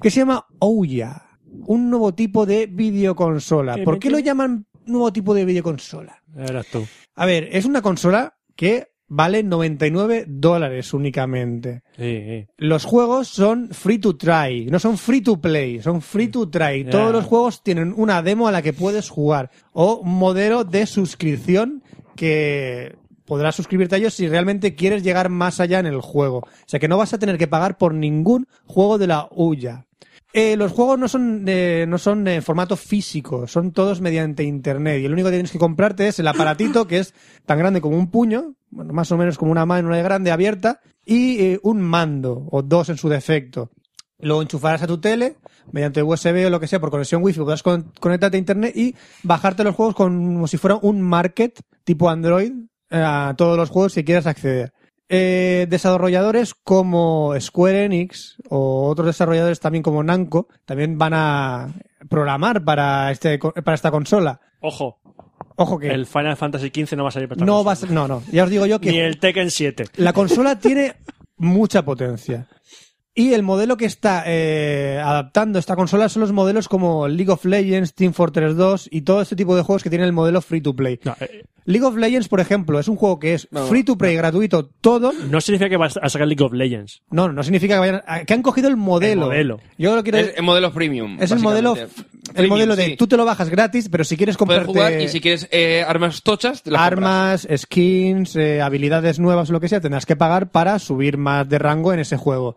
que se llama Ouya. Un nuevo tipo de videoconsola.
¿Qué
¿Por qué
metió?
lo llaman nuevo tipo de videoconsola?
Ya Verás tú.
A ver, es una consola que vale 99 dólares únicamente.
Sí, sí.
Los juegos son free to try, no son free to play, son free to try.
Ya.
Todos los juegos tienen una demo a la que puedes jugar o un modelo de suscripción que podrás suscribirte a ellos si realmente quieres llegar más allá en el juego. O sea que no vas a tener que pagar por ningún juego de la UYA. Eh, los juegos no son de, no son en formato físico, son todos mediante internet y el único que tienes que comprarte es el aparatito que es tan grande como un puño, bueno, más o menos como una mano de grande abierta y eh, un mando o dos en su defecto. Lo enchufarás a tu tele mediante USB o lo que sea por conexión wifi, podrás con- conectarte a internet y bajarte los juegos como si fuera un market tipo Android eh, a todos los juegos que quieras acceder eh, desarrolladores como Square Enix o otros desarrolladores también como Namco también van a programar para este co- para esta consola.
Ojo,
Ojo que
el Final Fantasy XV no va a salir para esta
no
consola.
va a ser- no no, ya os digo yo que
Ni el Tekken 7.
la consola tiene mucha potencia. Y el modelo que está eh, adaptando esta consola son los modelos como League of Legends, Team Fortress 2 y todo este tipo de juegos que tienen el modelo free to play.
No, eh,
League of Legends, por ejemplo, es un juego que es
No,
free to play, gratuito, todo,
no significa que vas a sacar League of Legends.
No, no significa que vayan. a- Que han cogido el modelo.
El modelo.
Yo lo quiero.
Es, es modelo premium.
es el modelo
básicamente.
el
Premium,
modelo de
sí.
tú te lo bajas gratis, pero si quieres
Puedes
comprarte
jugar y si quieres eh, armas tochas, te las compras.
armas, skins, eh, habilidades nuevas o lo que sea, tendrás que pagar para subir más de rango en ese juego.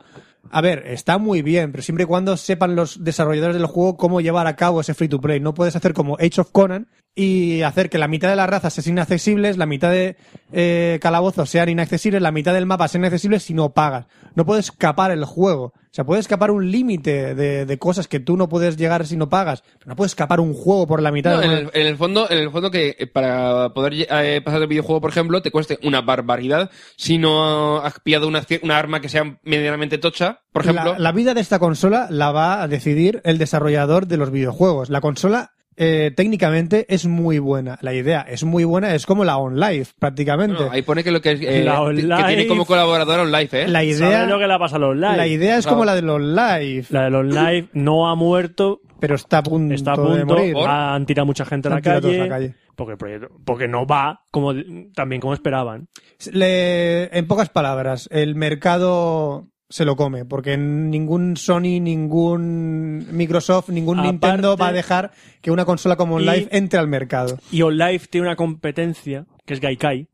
A ver, está muy bien, pero siempre y cuando sepan los desarrolladores del juego cómo llevar a cabo ese free to play. No puedes hacer como Age of Conan y hacer que la mitad de las razas sean inaccesibles, la mitad de eh, calabozos sean inaccesibles, la mitad del mapa sea inaccesible si no pagas. No puede escapar el juego. O sea, puede escapar un límite de, de cosas que tú no puedes llegar si no pagas. Pero no puede escapar un juego por la mitad.
No,
de
en,
una-
el, en el fondo, en el fondo que eh, para poder lle- eh, pasar el videojuego, por ejemplo, te cueste una barbaridad si no has pillado una, cier- una arma que sea medianamente tocha, por ejemplo.
La, la vida de esta consola la va a decidir el desarrollador de los videojuegos. La consola eh, técnicamente es muy buena. La idea es muy buena, es como la OnLive prácticamente.
No, ahí pone que lo que, es, eh,
La
que- que
Olive.
tiene como colaborador online, ¿eh?
la, idea,
¿Sabes lo que le ha pasado a los live?
la idea es
Claro.
como la de los live,
La de los live no ha muerto,
pero está a punto,
está a
de
punto,
morir.
han tirado mucha gente a la
Han tirado todos a
calle,
la calle.
Porque, el proyecto- porque no va como también como esperaban.
Le- en pocas palabras, el mercado se lo come, porque ningún Sony, ningún Microsoft, ningún
Aparte-
Nintendo va a dejar que una consola como
Y-
OnLive entre al mercado.
Y OnLive tiene una competencia, que es Gaikai,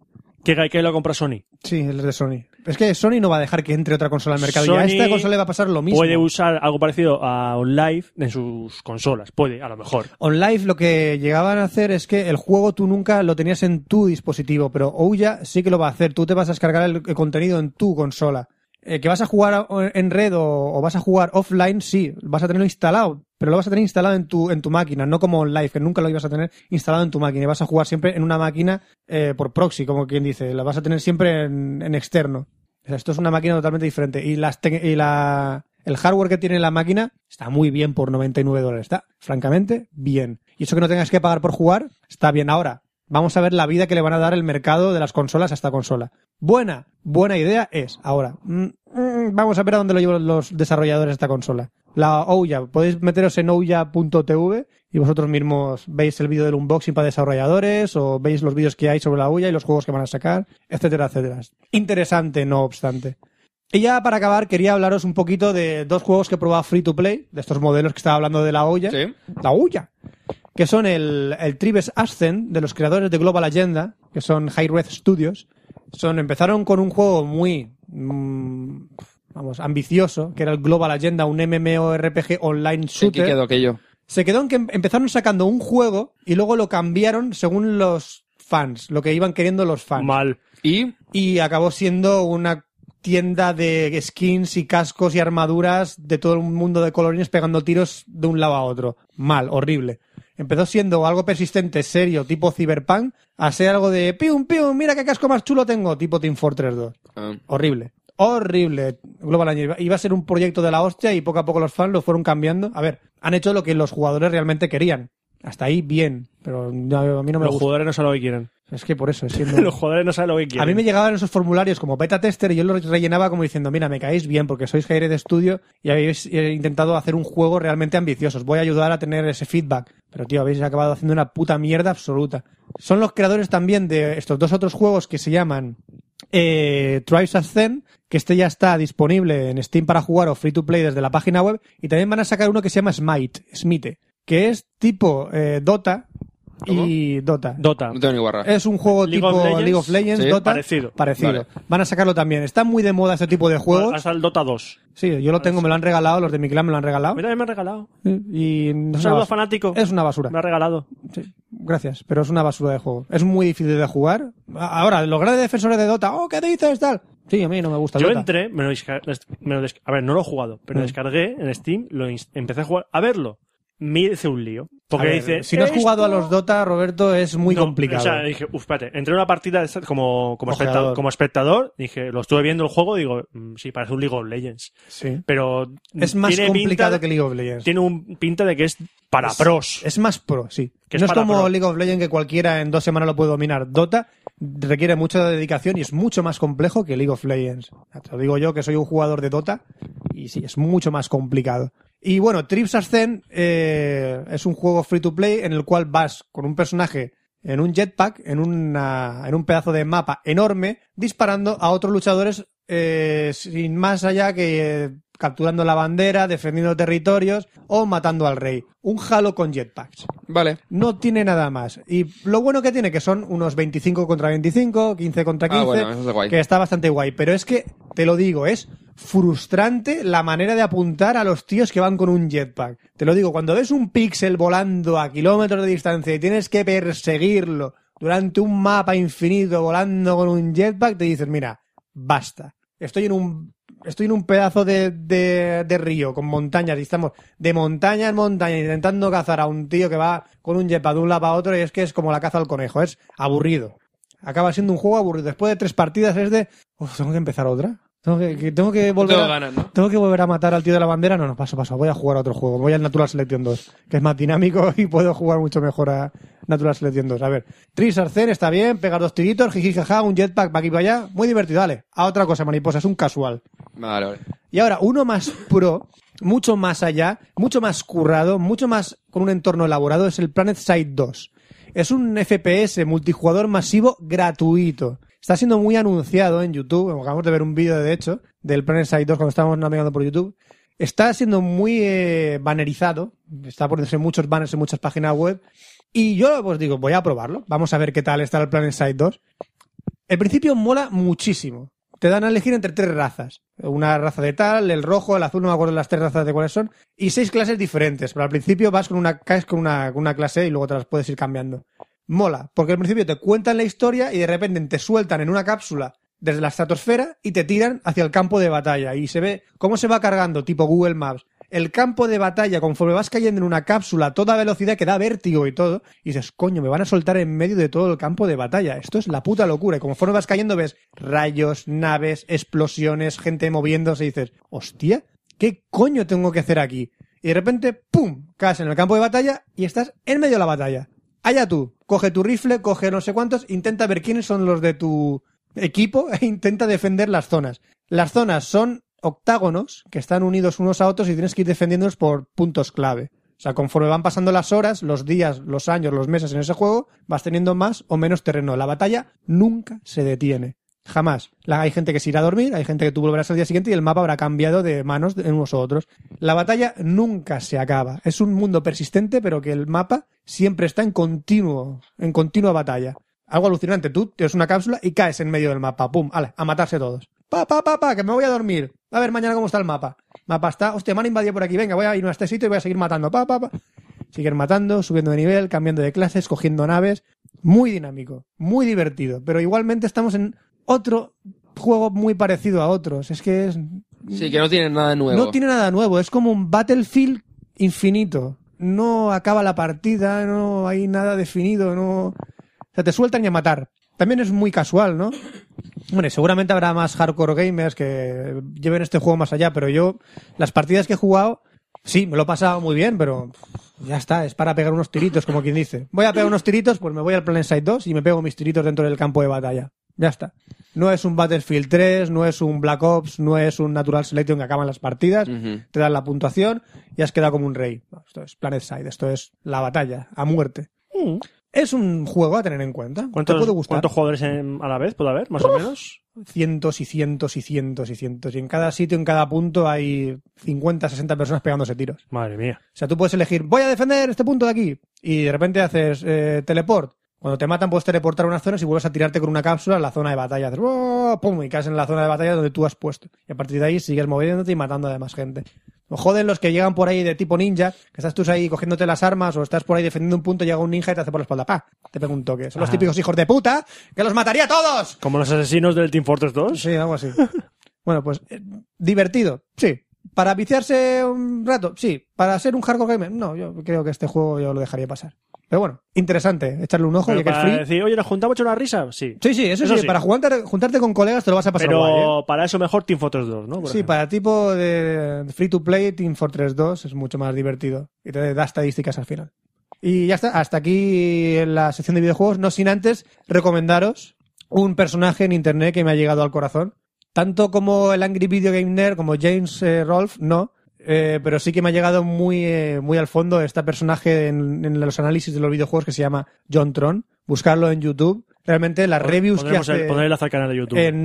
que Gaikai lo compra Sony.
Sí, el de Sony. Es que Sony no va a dejar que entre otra consola al mercado. y a
Sony
esta consola le va a pasar lo mismo.
Puede usar algo parecido a OnLive en sus consolas, puede, a lo mejor.
OnLive lo que llegaban a hacer es que el juego tú nunca lo tenías en tu dispositivo, pero Ouya sí que lo va a hacer. Tú te vas a descargar el, el contenido en tu consola. Eh, que vas a jugar a- en red o, o vas a jugar offline, sí, vas a tenerlo instalado, pero lo vas a tener instalado en tu, en tu máquina, no como OnLive, que nunca lo ibas a tener instalado en tu máquina. Y vas a jugar siempre en una máquina eh, por proxy, como quien dice, la vas a tener siempre en, en externo. O sea, esto es una máquina totalmente diferente. Y, las te- y la, el hardware que tiene la máquina está muy bien por 99 dólares. Está, francamente, bien. Y eso que no tengas que pagar por jugar, está bien. Ahora, vamos a ver la vida que le van a dar el mercado de las consolas a esta consola. Buena, buena idea es. Ahora, mm, mm, vamos a ver a dónde lo llevan los desarrolladores de esta consola. La Ouya, podéis meteros en ouya.tv y vosotros mismos veis el vídeo del unboxing para desarrolladores o veis los vídeos que hay sobre la Ouya y los juegos que van a sacar, etcétera, etcétera. Interesante, no obstante. Y ya para acabar, quería hablaros un poquito de dos juegos que he probado free to play, de estos modelos que estaba hablando de la olla.
Sí.
La olla. Que son el, el Tribes Ascent, de los creadores de Global Agenda, que son High Red Studios. Son, empezaron con un juego muy, mm, vamos, ambicioso, que era el Global Agenda, un MMORPG online
¿En qué
shooter.
quedó aquello?
Se quedó en que em- empezaron sacando un juego y luego lo cambiaron según los fans, lo que iban queriendo los fans
Mal.
Y
y acabó siendo una tienda de skins y cascos y armaduras de todo el mundo de colorines pegando tiros de un lado a otro. Mal, horrible. Empezó siendo algo persistente, serio, tipo Cyberpunk, a ser algo de pium pium, mira qué casco más chulo tengo, tipo Team Fortress 2.
ah,
Horrible. Horrible. Global Angel. Iba a ser un proyecto de la hostia y poco a poco los fans lo fueron cambiando. A ver, han hecho lo que los jugadores realmente querían. Hasta ahí bien, pero no- a mí no me
Los
gusta.
jugadores no saben lo que quieren. *laughs*
Es que por eso, es siendo...
Los jugadores no saben lo que quieren.
A mí me llegaban esos formularios como beta tester y yo los rellenaba como diciendo, mira, me caéis bien porque sois Jair de estudio y habéis eh, intentado hacer un juego realmente ambicioso. Os voy a ayudar a tener ese feedback. Pero, tío, habéis acabado haciendo una puta mierda absoluta. Son los creadores también de estos dos otros juegos que se llaman eh, Tribes Ascend, que este ya está disponible en Steam para jugar o free to play desde la página web. Y también van a sacar uno que se llama Smite, Smite, que es tipo eh, Dota y Dota.
Dota.
no tengo ni guarra.
Es un juego
League
tipo
of Legends.
League of Legends,
Ah. Sí,
Dota.
parecido.
Parecido.
Vale.
Van a sacarlo también. Está muy de moda este tipo de juegos.
Hasta el Dota 2.
Sí, yo lo tengo, me lo han regalado, los de mi clan me lo han
A
regalado.
mí también me han regalado.
Y no
Un
es, una
saludo
basura.
fanático.
es una basura.
Me ha regalado.
Sí, gracias, pero es una basura de juego. Es muy difícil de jugar. A- Ahora, los grandes defensores de Dota, oh, ¿qué dices? Tal. Sí, a mí no me gusta
Yo
Dota.
entré, me lo desca- me lo desca- a ver, no lo he jugado, pero
Mm.
descargué en Steam, lo ins- empecé a jugar, a verlo. Me hice un lío. Porque
A ver,
dice.
si no has
"Esto
jugado a los Dota, Roberto, es muy
No,
complicado.
O sea, dije, uff, espérate, entré en una partida de esta- como, como, especta-
Ojeador.
como espectador, dije, lo estuve viendo el juego, digo, mm, sí, parece un League of Legends.
Sí.
Pero
Es más
tiene
complicado
pinta-
que League of Legends.
Tiene un pinta de que es para pros.
Es más pro, sí.
Que es
no es
para
como
pro.
League of Legends que cualquiera en dos semanas lo puede dominar. Dota requiere mucha dedicación y es mucho más complejo que League of Legends. Te lo digo yo que soy un jugador de Dota y sí, es mucho más complicado. Y bueno, Trips Ascent eh, es un juego free to play en el cual vas con un personaje en un jetpack, en, una, en un pedazo de mapa enorme, disparando a otros luchadores eh, sin más allá que eh, capturando la bandera, defendiendo territorios o matando al rey. Un Halo con jetpacks.
Vale.
No tiene nada más. Y lo bueno que tiene que son unos 25 contra 25, 15 contra
Ah,
15,
bueno, eso está guay.
que está bastante guay. Pero es que, te lo digo, es frustrante la manera de apuntar a los tíos que van con un jetpack. Te lo digo, cuando ves un píxel volando a kilómetros de distancia y tienes que perseguirlo durante un mapa infinito volando con un jetpack, te dices, mira, basta. Estoy en un estoy en un pedazo de, de, de río con montañas y estamos de montaña en montaña intentando cazar a un tío que va con un jetpack de un lado a otro y es que es como la caza al conejo, es aburrido. Acaba siendo un juego aburrido. Después de tres partidas es de, "Uf, tengo que empezar otra. Tengo que, que- tengo que volver
tengo
a-
ganas, ¿no?
tengo que volver a matar al tío de la bandera. No, no, paso, paso. Voy a jugar a otro juego. Voy al Natural Selection 2, que es más dinámico *laughs* y puedo jugar mucho mejor a Natural Selection 2. A ver, Tris Arcen está bien, pegar dos tiritos, jiji, jaja, un jetpack para aquí y para allá. Muy divertido, dale. A otra cosa, mariposa, es un casual.
Vale, vale.
Y ahora, uno más pro, mucho más allá, mucho más currado, mucho más con un entorno elaborado, es el Planet Side 2. Es un FPS multijugador masivo gratuito. Está siendo muy anunciado en YouTube. Acabamos de ver un vídeo, de hecho, del Planet Side 2 cuando estábamos navegando por YouTube. Está siendo muy eh, bannerizado. Está poniéndose muchos banners en muchas páginas web. Y yo pues digo, voy a probarlo. Vamos a ver qué tal está el Planet Side 2. El principio mola muchísimo. Te dan a elegir entre tres razas. Una raza de tal, el rojo, el azul, no me acuerdo las tres razas de cuáles son. Y seis clases diferentes. Pero al principio vas con una, caes con una, con una clase y luego te las puedes ir cambiando. Mola, porque al principio te cuentan la historia y de repente te sueltan en una cápsula desde la estratosfera y te tiran hacia el campo de batalla. Y se ve cómo se va cargando, tipo Google Maps, el campo de batalla conforme vas cayendo en una cápsula a toda velocidad que da vértigo y todo. Y dices, coño, me van a soltar en medio de todo el campo de batalla. Esto es la puta locura. Y conforme vas cayendo ves rayos, naves, explosiones, gente moviéndose y dices, hostia, ¿qué coño tengo que hacer aquí? Y de repente, ¡pum!, caes en el campo de batalla y estás en medio de la batalla. Allá tú, coge tu rifle, coge no sé cuántos, intenta ver quiénes son los de tu equipo *laughs* e intenta defender las zonas. Las zonas son octágonos que están unidos unos a otros y tienes que ir defendiéndolos por puntos clave. O sea, conforme van pasando las horas, los días, los años, los meses en ese juego, vas teniendo más o menos terreno. La batalla nunca se detiene. Jamás. La- hay gente que se irá a dormir, hay gente que tú volverás al día siguiente y el mapa habrá cambiado de manos de unos a otros. La batalla nunca se acaba. Es un mundo persistente, pero que el mapa siempre está en continuo, en continua batalla. Algo alucinante. Tú tienes una cápsula y caes en medio del mapa. ¡Pum! ¡Ale! A matarse todos. ¡Pa, pa, pa, pa! Que me voy a dormir. A ver mañana cómo está el mapa. Mapa está. Hostia, me han invadido por aquí. Venga, voy a irme a este sitio y voy a seguir matando. ¡Pa, pa, pa! Siguen matando, subiendo de nivel, cambiando de clases, cogiendo naves. Muy dinámico, muy divertido. Pero igualmente estamos en otro juego muy parecido a otros. Es que es
Sí, que no tiene nada nuevo.
no tiene nada nuevo, es como un Battlefield infinito. No acaba la partida, no hay nada definido, no. O sea, te sueltan y a matar. También es muy casual, ¿no? Bueno, y seguramente habrá más hardcore gamers que lleven este juego más allá, pero yo, las partidas que he jugado, sí, me lo he pasado muy bien, pero ya está, es para pegar unos tiritos, como quien dice. Voy a pegar unos tiritos, pues me voy al Planet Side 2 y me pego mis tiritos dentro del campo de batalla. Ya está. No es un Battlefield 3, no es un Black Ops, no es un Natural Selection que acaban las partidas,
Ujú.
te dan la puntuación y has quedado como un rey. No, Esto es Planet Side, esto es la batalla, a muerte. Es un juego a tener en cuenta. Te puede
Mm. ¿Cuántos,
gustar.
cuántos jugadores en- a la vez puede haber, más o menos?
cientos y cientos y cientos y cientos. Y en cada sitio, en cada punto, hay 50, 60 personas pegándose tiros.
Madre mía.
O sea, tú puedes elegir, voy a defender este punto de aquí. Y de repente haces eh, teleport. Cuando te matan, puedes teleportar a unas zonas y vuelves a tirarte con una cápsula a la zona de batalla. Haces, ¡oh! ¡pum! Y caes en la zona de batalla donde tú has puesto. Y a partir de ahí sigues moviéndote y matando a demás gente. O joden los que llegan por ahí de tipo ninja, que estás tú ahí cogiéndote las armas o estás por ahí defendiendo un punto, llega un ninja y te hace por la espalda. ¡Pa! Te pega un toque. Son los
Ajá.
típicos hijos de puta que los mataría a todos.
Como los asesinos del Team Fortress 2.
Sí, algo así. bueno, pues eh, divertido, sí. Para viciarse un rato, sí. Para ser un hardcore gamer, no, yo creo que este juego yo lo dejaría pasar. Pero bueno, interesante, echarle un ojo,
Pero
ya que es
para
free.
decir, oye, nos juntamos a echar una risa. Sí.
Sí, sí, eso,
Eso
sí,
sí.
para juntarte, juntarte con colegas te lo vas a pasar
Pero
guay, ¿eh?
para eso mejor Team Fortress 2, ¿no? Por
Sí,
ejemplo.
para tipo de free to play, Team Fortress 2 es mucho más divertido y te da estadísticas al final. Y ya está, hasta aquí la sección de videojuegos, no sin antes recomendaros un personaje en internet que me ha llegado al corazón. Tanto como el Angry Video Game Nerd, como James eh, Rolfe, no. Eh, pero sí que me ha llegado muy, eh, muy al fondo este personaje en, en los análisis de los videojuegos que se llama John Tron. Buscarlo en YouTube. Realmente las reviews que
Pondremos el-
hace
pondremos al canal de YouTube.
en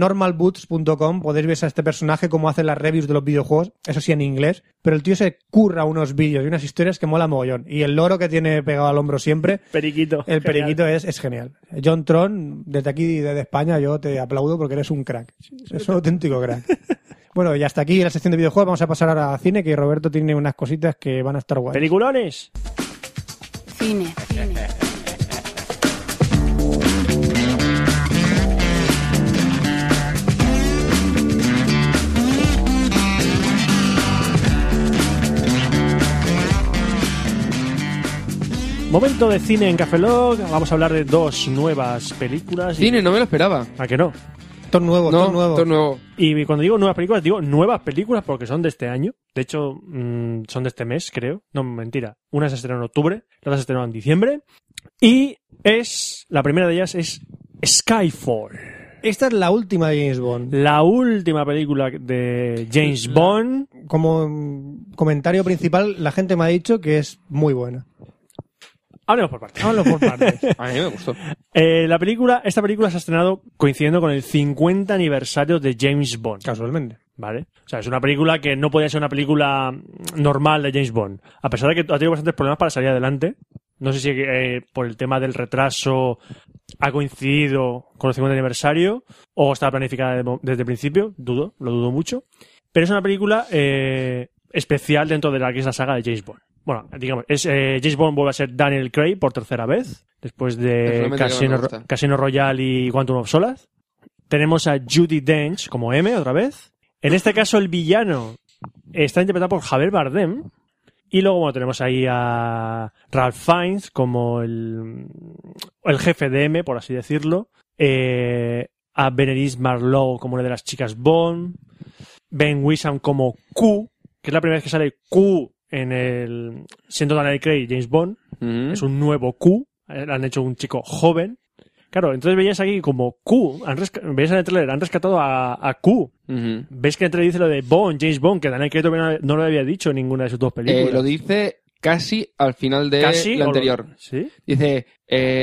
normalboots.com podéis ver a este personaje cómo hace las reviews de los videojuegos, eso sí en inglés, pero el tío se curra unos vídeos y unas historias que mola mogollón. Y el loro que tiene pegado al hombro siempre,
periquito.
el
Genial.
periquito es, es genial. John Tron, desde aquí, desde España, yo te aplaudo porque eres un crack. Es un auténtico crack. *laughs* Bueno, y hasta aquí la sección de videojuegos. Vamos a pasar ahora a cine, que Roberto tiene unas cositas que van a estar guay.
Peliculones.
Cine. Cine.
Momento de cine en Café Lock. Vamos a hablar de dos nuevas películas. y-
Cine, no me lo esperaba.
¿A que no?
Esto es nuevo, esto
No,
es nuevo.
esto es nuevo.
Y cuando digo nuevas películas, digo nuevas películas porque son de este año. De hecho, mm, son de este mes, creo. No, mentira. Una se estrenó en octubre, la otra se estrenó en diciembre. Y es, la primera de ellas es Skyfall.
Esta es la última de James Bond.
La última película de James Bond.
Como mm, comentario principal, la gente me ha dicho que es muy buena.
Hablemos por partes.
Háganlo por partes.
A mí me gustó.
Eh, la película, esta película se ha estrenado coincidiendo con el 50 aniversario de James Bond.
Casualmente.
¿Vale? O sea, es una película que no podía ser una película mm, normal de James Bond. A pesar de que ha tenido bastantes problemas para salir adelante. No sé si eh, por el tema del retraso ha coincidido con el 50 aniversario o estaba planificada de mo- desde el principio. Dudo, lo dudo mucho. Pero es una película eh, especial dentro de la que es la saga de James Bond. Bueno, digamos, es, eh, James Bond vuelve a ser Daniel Craig por tercera vez, después de
Realmente que no
Casino,
me gusta.
Casino Royale y Quantum of Solace. Tenemos a Judy Dench como M otra vez. En este caso, el villano está interpretado por Javier Bardem. Y luego, bueno, tenemos ahí a Ralph Fiennes como el, el jefe de M, por así decirlo. Eh, a Benedict Marlowe como una de las chicas Bond. Ben Wisham como Q, que es la primera vez que sale Q en el. Siendo Daniel Craig James Bond. *laughs*
Mm.
Es un nuevo Q. eh, Han hecho un chico joven. Claro, entonces veías aquí como Q. Han resca- veías en el trailer, han rescatado a, a Q.
Ujú.
Ves que en el trailer dice lo de Bond, James Bond, que Daniel Craig todavía no, no lo había dicho en ninguna de sus dos películas.
Eh, lo dice casi al final de
Casi.
la
o lo-
anterior.
¿Sí?
Dice,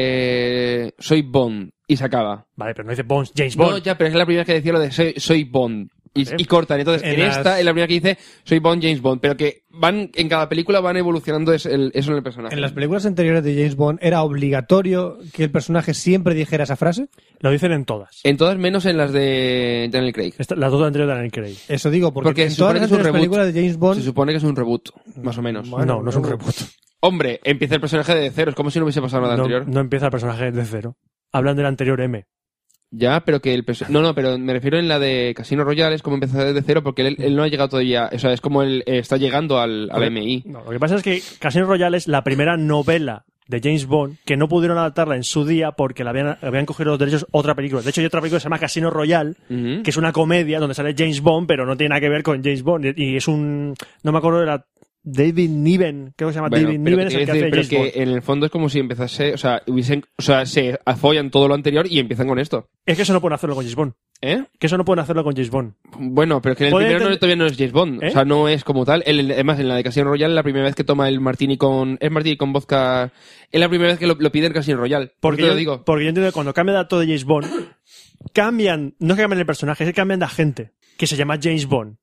eh, soy Bond. Y se acaba.
Vale, pero no dice Bond, James Bond.
No, ya, pero es la primera vez que decía lo de soy, soy Bond. Y,
Vale.
y cortan. Entonces,
En
en,
las-
esta es la primera que dice soy Bond, James Bond. Pero que van, en cada película van evolucionando es- el- eso en el personaje.
*laughs* En las películas anteriores de James Bond era obligatorio que el personaje siempre dijera esa frase.
Lo dicen en todas.
En todas menos en las de Daniel Craig.
Esta- las dos anteriores de Daniel Craig.
Eso digo, porque,
Porque
en
se
todas
supone
las
que es un
anteriores
reboot.
películas de James
Se
Bond...
supone que es un reboot, más o menos.
Bueno,
no, no es un
no.
reboot.
Hombre, empieza el personaje de cero. Es como si no hubiese pasado nada
No,
anterior.
no empieza el personaje desde cero. Hablan del anterior M.
Ya, pero que el perso- No, no, pero me refiero en la de Casino Royale, es como empezar desde cero, porque él, él no ha llegado todavía. O sea, es como él eh, está llegando al, al MI.
No, lo que pasa es que Casino Royale es la primera novela de James Bond que no pudieron adaptarla en su día porque la habían, habían cogido los derechos otra película. De hecho, hay otra película que se llama Casino Royale,
Ujú.
que es una comedia donde sale James Bond, pero no tiene nada que ver con James Bond. Y es un... No me acuerdo, era David Niven, creo que se llama
Bueno,
David
pero
Niven,
que
es el que
quiero decir,
hace
pero
James Bond.
que en el fondo es como si empezase, o sea, hubiesen, o sea, se afollan todo lo anterior y empiezan con esto.
Es que eso no pueden hacerlo con James Bond.
¿Eh?
Que eso no pueden hacerlo con James Bond.
Bueno, pero es que en el
Puede
primero no,
entend-
todavía no es James Bond.
¿Eh?
O sea, no es como tal. El- el- además, en la de Casino Royale, la primera vez que toma el martini con. Es martini con vodka. Es la primera vez que lo, lo pide en Casino Royale. Por
Porque
eso te
yo,
lo digo.
porque yo entiendo que cuando cambia de acto de James Bond, cambian, no es que cambien el personaje, es que cambian de agente, que se llama James Bond.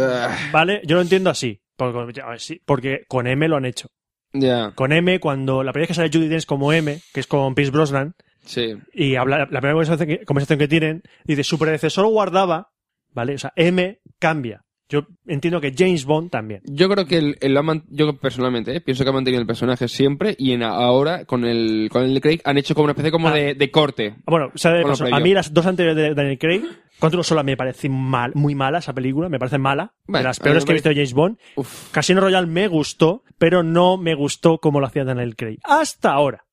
Ah,
¿Vale? Yo lo entiendo así. Porque, a ver, sí, porque con M lo han hecho.
Ya,
Con M, cuando la primera vez que sale Judy Dench como M, que es con Pierce Brosnan,
sí.
y habla, la primera conversación que, conversación que tienen, dice, su predecesor guardaba, ¿vale? O sea, M cambia. Yo entiendo que James Bond también.
Yo creo que el, el- lo ha man- yo personalmente eh, pienso que ha mantenido el personaje siempre y en ahora con el con el de Craig han hecho como una especie como
Ah.
de, de corte.
Bueno, o sea, de
Bueno,
paso,
pero
a
yo-
mí las dos anteriores de Daniel Craig, Control Sola me parece mal, muy mala esa película, me parece mala, de
Bueno,
las
a mí
peores
me
que he visto de James Bond.
Uf.
Casino Royale me gustó, pero no me gustó como lo hacía Daniel Craig. Hasta ahora.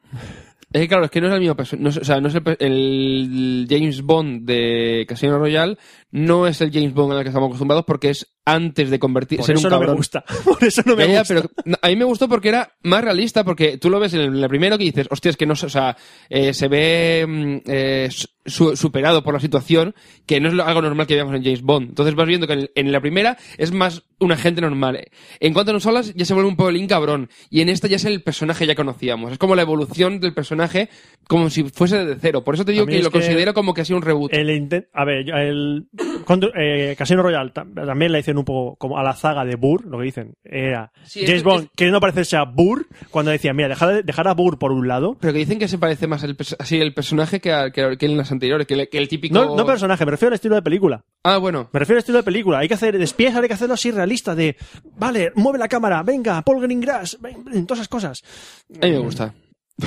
Es que claro, es que no es el mismo personaje, o sea, no es el, pe- el James Bond de Casino Royale, no es el James Bond al que estamos acostumbrados porque es antes de convertir,
Por
ser
eso
un
no
cabrón.
me gusta. *laughs* Por eso no me
Ya, ya,
gusta.
pero no, a mí me gustó porque era más realista, porque tú lo ves en el- la primera que dices, hostia, es que no, sé, o sea, eh, se ve mm, eh, su- superado por la situación, que no es lo- algo normal que veamos en James Bond. Entonces vas viendo que en, en la primera es más un agente normal. En cuanto a nos hablas, ya se vuelve un pelín cabrón. Y en esta ya es el personaje que ya conocíamos. Es como la evolución del personaje, como si fuese de cero. Por eso te digo
mí
que
es
lo
que- Eh,
considero como que ha sido un reboot.
El inten- a ver, el Condu- eh, Casino Royale tam- también le dicen un poco como a la zaga de Burr, lo que dicen. Era
Sí,
James
es-
Bond
es-
queriendo parecerse a Burr cuando decía, mira, dejar, dejar a Burr por un lado.
Pero que dicen que se parece más el, pers- así el personaje que, a- que, a- que en las anteriores, que, el- que el típico...
No, no personaje, me refiero al estilo de película.
Ah, bueno.
Me refiero al estilo de película. Hay que hacer despiezas, hay que hacerlo así realista de, vale, mueve la cámara, venga, Paul Greengrass, ven, ven, todas esas cosas.
A mí me gusta.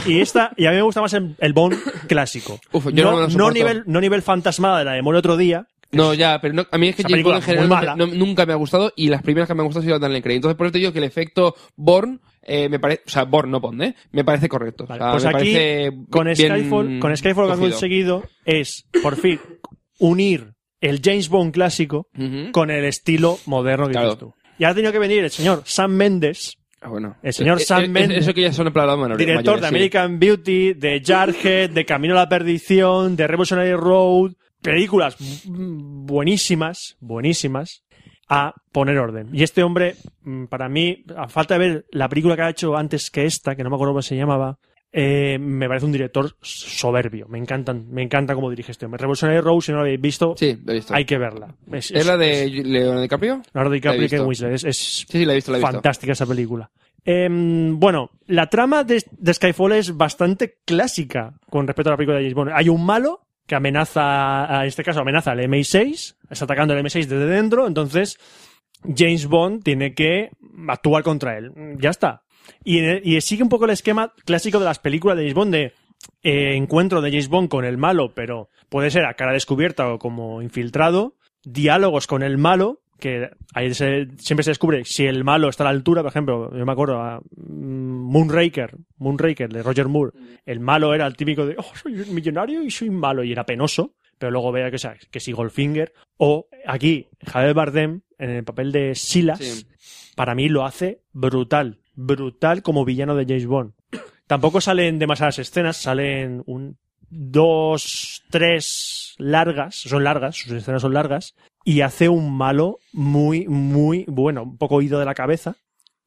Y esta, y a mí me gusta más el, el Bond clásico.
Uf, yo no me lo soporto.
nivel, no nivel fantasmada de la de Mole otro día.
No, ya, pero no- a mí es que
Esa
James Bond en
película
general
es muy
no- no- nunca me ha gustado y las primeras que me han gustado han sido las de Daniel Craig. Entonces, por eso te digo que el efecto Born eh, me parece, o sea, Born no Bond, ¿eh? Me parece correcto.
Vale,
O sea,
pues
Ah, me
aquí,
parece
con
bien
Skyfall, con Skyfall lo que han
cogido.
conseguido es, por fin, unir el James Bond clásico
Ujú.
con el estilo moderno que
Claro.
dices tú. Y ha tenido que venir el señor Sam Mendes,
Ah, bueno.
El señor
Eh, eh,
Sam
eh,
Mendes,
Eso que ya son empleados menores.
director
mayores,
de
sí.
American Beauty, de Jarhead, de Camino a la Perdición, de Revolutionary Road, películas mm, buenísimas, buenísimas, a poner orden. Y este hombre, mm, para mí, a falta de ver la película que ha hecho antes que esta, que no me acuerdo cómo se llamaba, eh, me parece un director soberbio. Me encantan, me encanta cómo dirige este hombre. Revolutionary Road, si no lo habéis visto,
Sí, lo he visto.
hay que verla. Es,
¿Es la de
es-
Leonardo DiCaprio?
Leonardo DiCaprio y
visto.
Kate Winslet. Es- es
Sí, sí, la he visto, la he visto.
fantástica esa película. Em, bueno, la trama de, de Skyfall es bastante clásica con respecto a la película de James Bond. Hay un malo que amenaza, en este caso amenaza al MI6, está atacando al MI6 desde dentro, entonces James Bond tiene que actuar contra él. Ya está. Y, y sigue un poco el esquema clásico de las películas de James Bond de eh, encuentro de James Bond con el malo, pero puede ser a cara descubierta o como infiltrado, diálogos con el malo, que ahí se- siempre se descubre si el malo está a la altura, por ejemplo, yo me acuerdo a mm, Moonraker, Moonraker de Roger Moore, el malo era el típico de, oh, soy un millonario y soy malo, y era penoso, pero luego vea que, sea- que si Goldfinger, o aquí, Javier Bardem, en el papel de Silas,
Sí.
para mí lo hace brutal, brutal como villano de James Bond. Tampoco salen demasiadas escenas, salen un, dos, tres largas, son largas, sus escenas son largas, y hace un malo muy, muy bueno, un poco oído de la cabeza.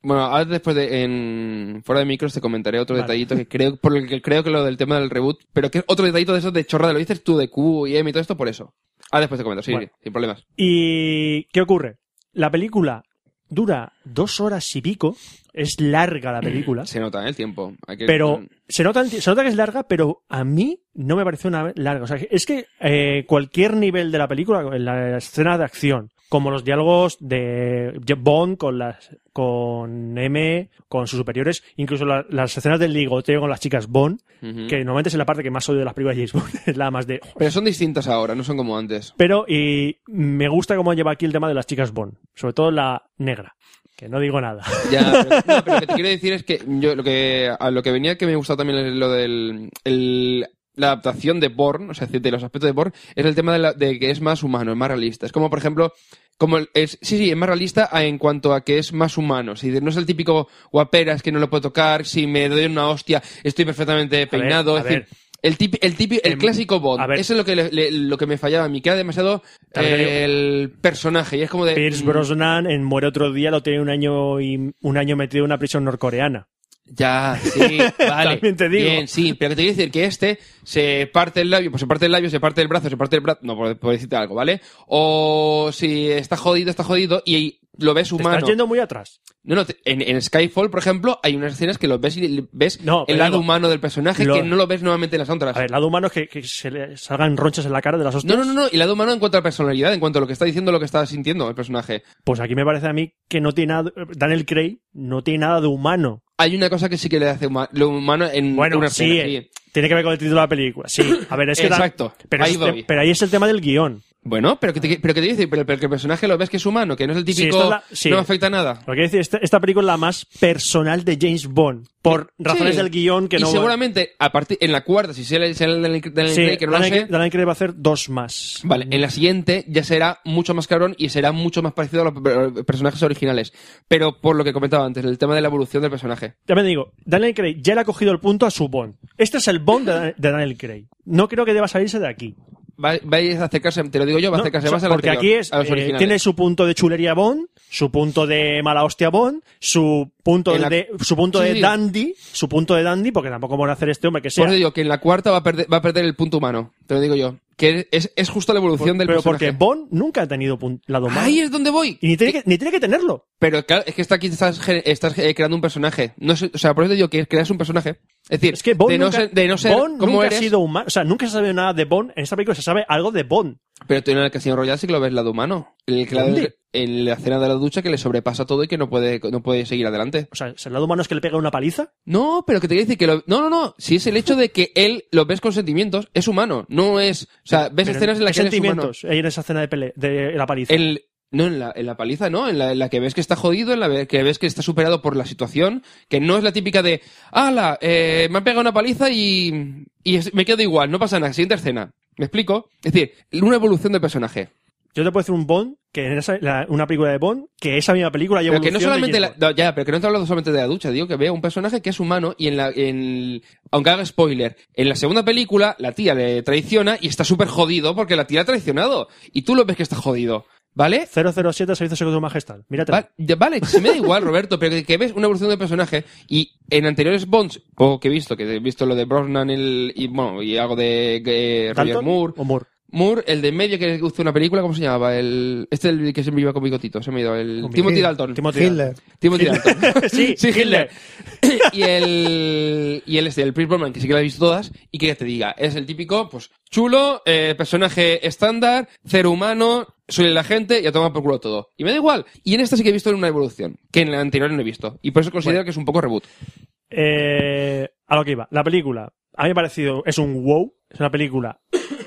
Bueno, ahora después de en fuera de micros te comentaré otro
Vale.
detallito que creo por el que creo que lo del tema del reboot, pero que es otro detallito de esos de chorrada, lo dices tú de Q y M y todo esto por eso. Ahora después te comento, sí,
Bueno.
sin problemas.
¿Y qué ocurre? La película dura dos horas y pico, es larga la
*clears throat*
película,
Se nota ¿eh? el tiempo. Hay que-
pero se nota, se nota que es larga, pero a mí no me pareció una larga. O sea, es que eh, cualquier nivel de la película, en la escena de acción, como los diálogos de James Bond con las con M, con sus superiores, incluso la- las escenas del ligoteo con las chicas Bond,
Ujú.
que normalmente es la parte que más odio de las películas de James Bond, *laughs* es la más de...
Pero son distintas ahora, no son como antes.
Pero y me gusta cómo lleva aquí el tema de las chicas Bond, sobre todo la negra, que no digo nada.
Ya, pero, no, pero lo que te quiero decir es que yo lo que a lo que venía que me gustaba también es lo del el- la adaptación de Born, o sea, de los aspectos de Born, es el tema de, la- de que es más humano, es más realista. Es como, por ejemplo, como el- es, sí, sí, es más realista a- en cuanto a que es más humano. Si no es el típico guaperas que no lo puedo tocar, si me doy una hostia, estoy perfectamente peinado.
a
es decir,
ver.
el, tipi- el, tipi- el
Em,
clásico
a
Bond.
ver.
Eso es lo que, le- le- lo que me fallaba a mí, que era demasiado
También te digo-
eh, el personaje. Y es como de.
Pierce
mm,
Brosnan en Muere otro día lo tiene un año y un año metido en una prisión norcoreana.
Ya,
*laughs*
sí, vale.
También te digo.
Bien, sí, pero que te quiero decir que este se parte el labio, pues se parte el labio, se parte el brazo, se parte el brazo. No, por, por decirte algo, ¿vale? O si está jodido, está jodido y lo ves
Te
humano.
estás yendo muy atrás.
No, no, te- en, en Skyfall, por ejemplo, hay unas escenas que lo ves y le- ves
No,
el
pero
lado
digo,
humano del personaje
lo-
que no lo ves nuevamente en las otras.
A ver, el lado humano es que, que se le salgan ronchas en la cara de las
no,
hostias.
no, no, no, y el lado humano en cuanto a la personalidad, en cuanto a lo que está diciendo, lo que está sintiendo el personaje.
Pues aquí me parece a mí que no tiene nada. Daniel Craig no tiene nada de humano.
Hay una cosa que sí que le hace huma- lo humano en
Bueno,
una
sí,
escena,
eh, tiene que ver con el título de la película. Sí, a ver, es que. da-
Exacto,
pero,
ahí
es el te-
voy.
pero ahí es el tema del guión.
Bueno, pero que te, pero que te dice, pero, pero que el personaje lo ves que es humano, que no es el
Sí,
típico,
esta es la- sí.
no me afecta nada.
Lo que decir, esta, esta película es la más personal de James Bond, por razones
Sí.
del guión que
y
no...
seguramente, a partir, en la cuarta, si sale, sale el Daniel Daniel
Sí,
Craig, que no lo
Daniel
sé,
Craig- Daniel Craig va a hacer dos más.
Vale, en la siguiente ya será mucho más cabrón y será mucho más parecido a los per- personajes originales. Pero por lo que comentaba antes, el tema de la evolución del personaje.
También digo, Daniel Craig ya le ha cogido el punto a su Bond. Este es el Bond de, de Daniel Craig. No creo que deba salirse de aquí.
Va, va a acercarse, te lo digo yo, va a
¿no?
acercarse
O sea,
más a, la
porque
anterior,
aquí es,
a los
eh,
originales.
tiene su punto de chulería Bond, su punto de mala hostia Bond, su punto
En la-
de, su punto
Sí,
de
sí.
dandy, su punto de dandy, porque tampoco van a hacer este hombre que sea.
Por eso digo que en la cuarta va a, perder, va a perder el punto humano, te lo digo yo. Que es, es justo la
Por-
evolución del
pero porque
personaje.
Bond nunca ha tenido pun- lado malo.
Ahí es donde voy.
Y ni tiene, que, ni tiene que tenerlo.
Pero claro, es que está aquí estás, gen- estás eh, creando un personaje. No sé, o sea, por eso te digo que creas un personaje. Es decir,
Es que Bond
de, no
nunca,
ser, de no ser
Bond
como
nunca
eres,
ha sido humano. O sea, nunca se sabe nada de Bond. En esta película se sabe algo de Bond.
Pero tú en el Casino Royal sí que lo ves lado humano. En, el que la-
¿Dónde?
en la escena de la ducha que le sobrepasa todo y que no puede, no puede seguir adelante.
O sea, el lado humano es que le pega una paliza.
No, pero que te quiero decir que lo, No, no, no. Si es el hecho de que él lo ves con sentimientos, es humano. No es... O sea, ves
Pero
escenas en las
¿qué
que él es humano.
sentimientos hay en esa escena de, pele- de la paliza?
El, no, en la, en la paliza no, en la, en la que ves que está jodido, en la ve- que ves que está superado por la situación, que no es la típica de, ala, eh, me han pegado una paliza y, y es- me quedo igual, no pasa nada, siguiente escena. ¿Me explico? Es decir, una evolución del personaje.
Yo te puedo decir un Bond, que en esa, la- una película de Bond, que esa misma película lleva
Pero que no solamente la, no, ya, pero que no te hablando solamente de la ducha, digo que veo un personaje que es humano y en la en aunque haga spoiler, en la segunda película la tía le traiciona y está súper jodido porque la tía ha traicionado y tú lo ves que está jodido, ¿vale?
007 Servicio Secreto Majestal. Mírate.
Va- ya- Vale, se me
*laughs*
da igual, Roberto, pero que, que ves una evolución del personaje y en anteriores Bonds, poco que he visto, que he visto lo de Brosnan el, y, bueno, y algo de eh, Roger
Dalton
Moore.
o Moore.
Moore, el de en medio que hizo una película, ¿cómo se llamaba? El, este el que siempre iba con bigotito, se me ha ido, el
Con
Timothy
bigote.
Dalton.
Timothy
Hitler.
Timothy
*laughs*
Dalton. *laughs*
Sí, Hitler.
y el y el este, el Pierce Brosnan, que sí que lo he visto todas y que te diga, es el típico pues chulo, eh, personaje estándar, cero humano, soy el agente y a tomar por culo todo. Y me da igual. Y en esta sí que he visto una evolución, que en la anterior no he visto. Y por eso considero que es un poco reboot.
Eh, a lo que iba. La película, a mí me ha parecido, es un wow. Es una película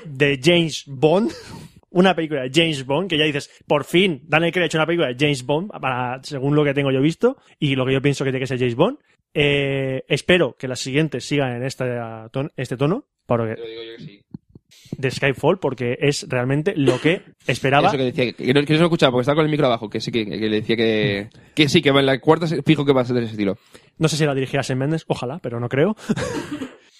de James Bond. *laughs* Una película de James Bond, que ya dices, por fin, Daniel Craig ha hecho una película de James Bond, para, según lo que tengo yo visto, y lo que yo pienso que tiene que ser James Bond. Eh, espero que las siguientes sigan en esta ton- este tono, porque,
digo yo que sí.
de Skyfall, porque es realmente lo que esperaba.
Eso que decía, que, que no, que no se lo escuchaba porque estaba con el micro abajo, que sí que, que le decía que, que sí, que va en la cuarta se- fijo que va a ser de ese estilo.
No sé si la dirigirá Sam Mendes, ojalá, pero no creo. *laughs*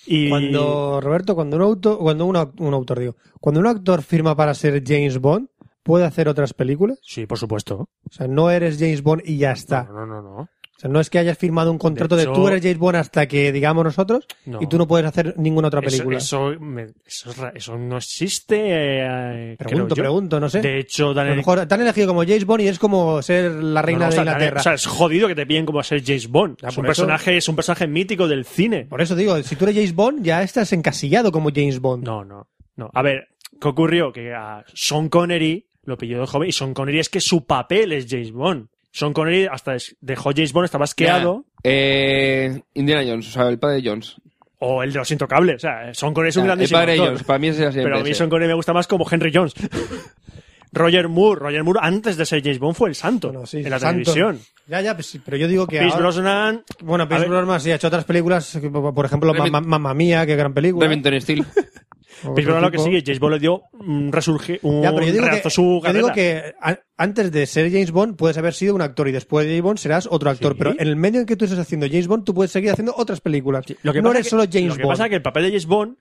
y
Cuando, Roberto, cuando un autor, cuando un, au- un autor, digo, cuando un actor firma para ser James Bond, ¿puede hacer otras películas?
Sí, por supuesto.
O sea, no eres James Bond y ya está.
No, no, no.
O sea, no es que hayas firmado un contrato de,
hecho-
tú eres James Bond hasta que digamos nosotros
No.
y tú no puedes hacer ninguna otra película.
Eso, eso, me- eso es ra- eso no existe. eh, creo
pregunto,
yo.
pregunto, no sé.
De hecho,
a lo
Daniel.
mejor te han elegido como James Bond y es como ser la
no, no,
reina
o
de
sea, Daniel-
Inglaterra.
o sea, es jodido que te piden como a ser James Bond.
Ya,
es,
por
un
eso-
personaje, es un personaje mítico del cine.
Por eso digo, si tú eres James Bond, ya estás encasillado como James Bond.
No, no, no. A ver, ¿qué ocurrió? Que a Sean Connery lo pilló de joven y Sean Connery es que su papel es James Bond. Sean Connery hasta es- dejó James Bond, estaba asqueado.
Eh, Indiana Jones, o sea, el padre de Jones.
O el de los intocables. O sea, Sean Connery es un
Ah,
grandísimo
el padre de
actor.
Jones, para mí es el
Pero a mí Sean Connery me gusta más como Henry Jones. *laughs* Roger Moore. Roger Moore, antes de ser James Bond, fue el santo
Bueno, sí,
en la
santo.
televisión.
Ya, ya, pues sí, pero yo digo que.
Pierce
ahora-
Brosnan...
Bueno,
A
Pierce
ver.
Brosnan sí ha hecho otras películas, por ejemplo,
Remit-
Mamma- Mamma Mía, qué gran película.
Remington Steel.
O
Pierce
otro
Brosnan lo que
tipo.
sigue, James Bond le dio un resurgir... Un
Ya, pero yo digo,
relanzó
que,
su
yo digo
carrera.
que a- antes de ser James Bond puedes haber sido un actor y después de James Bond serás otro actor.
Sí.
Pero en el medio en que tú estás haciendo James Bond, tú puedes seguir haciendo otras películas.
Lo que
no
pasa
eres
que-
solo James
Lo que
Bond.
pasa es que el papel de James Bond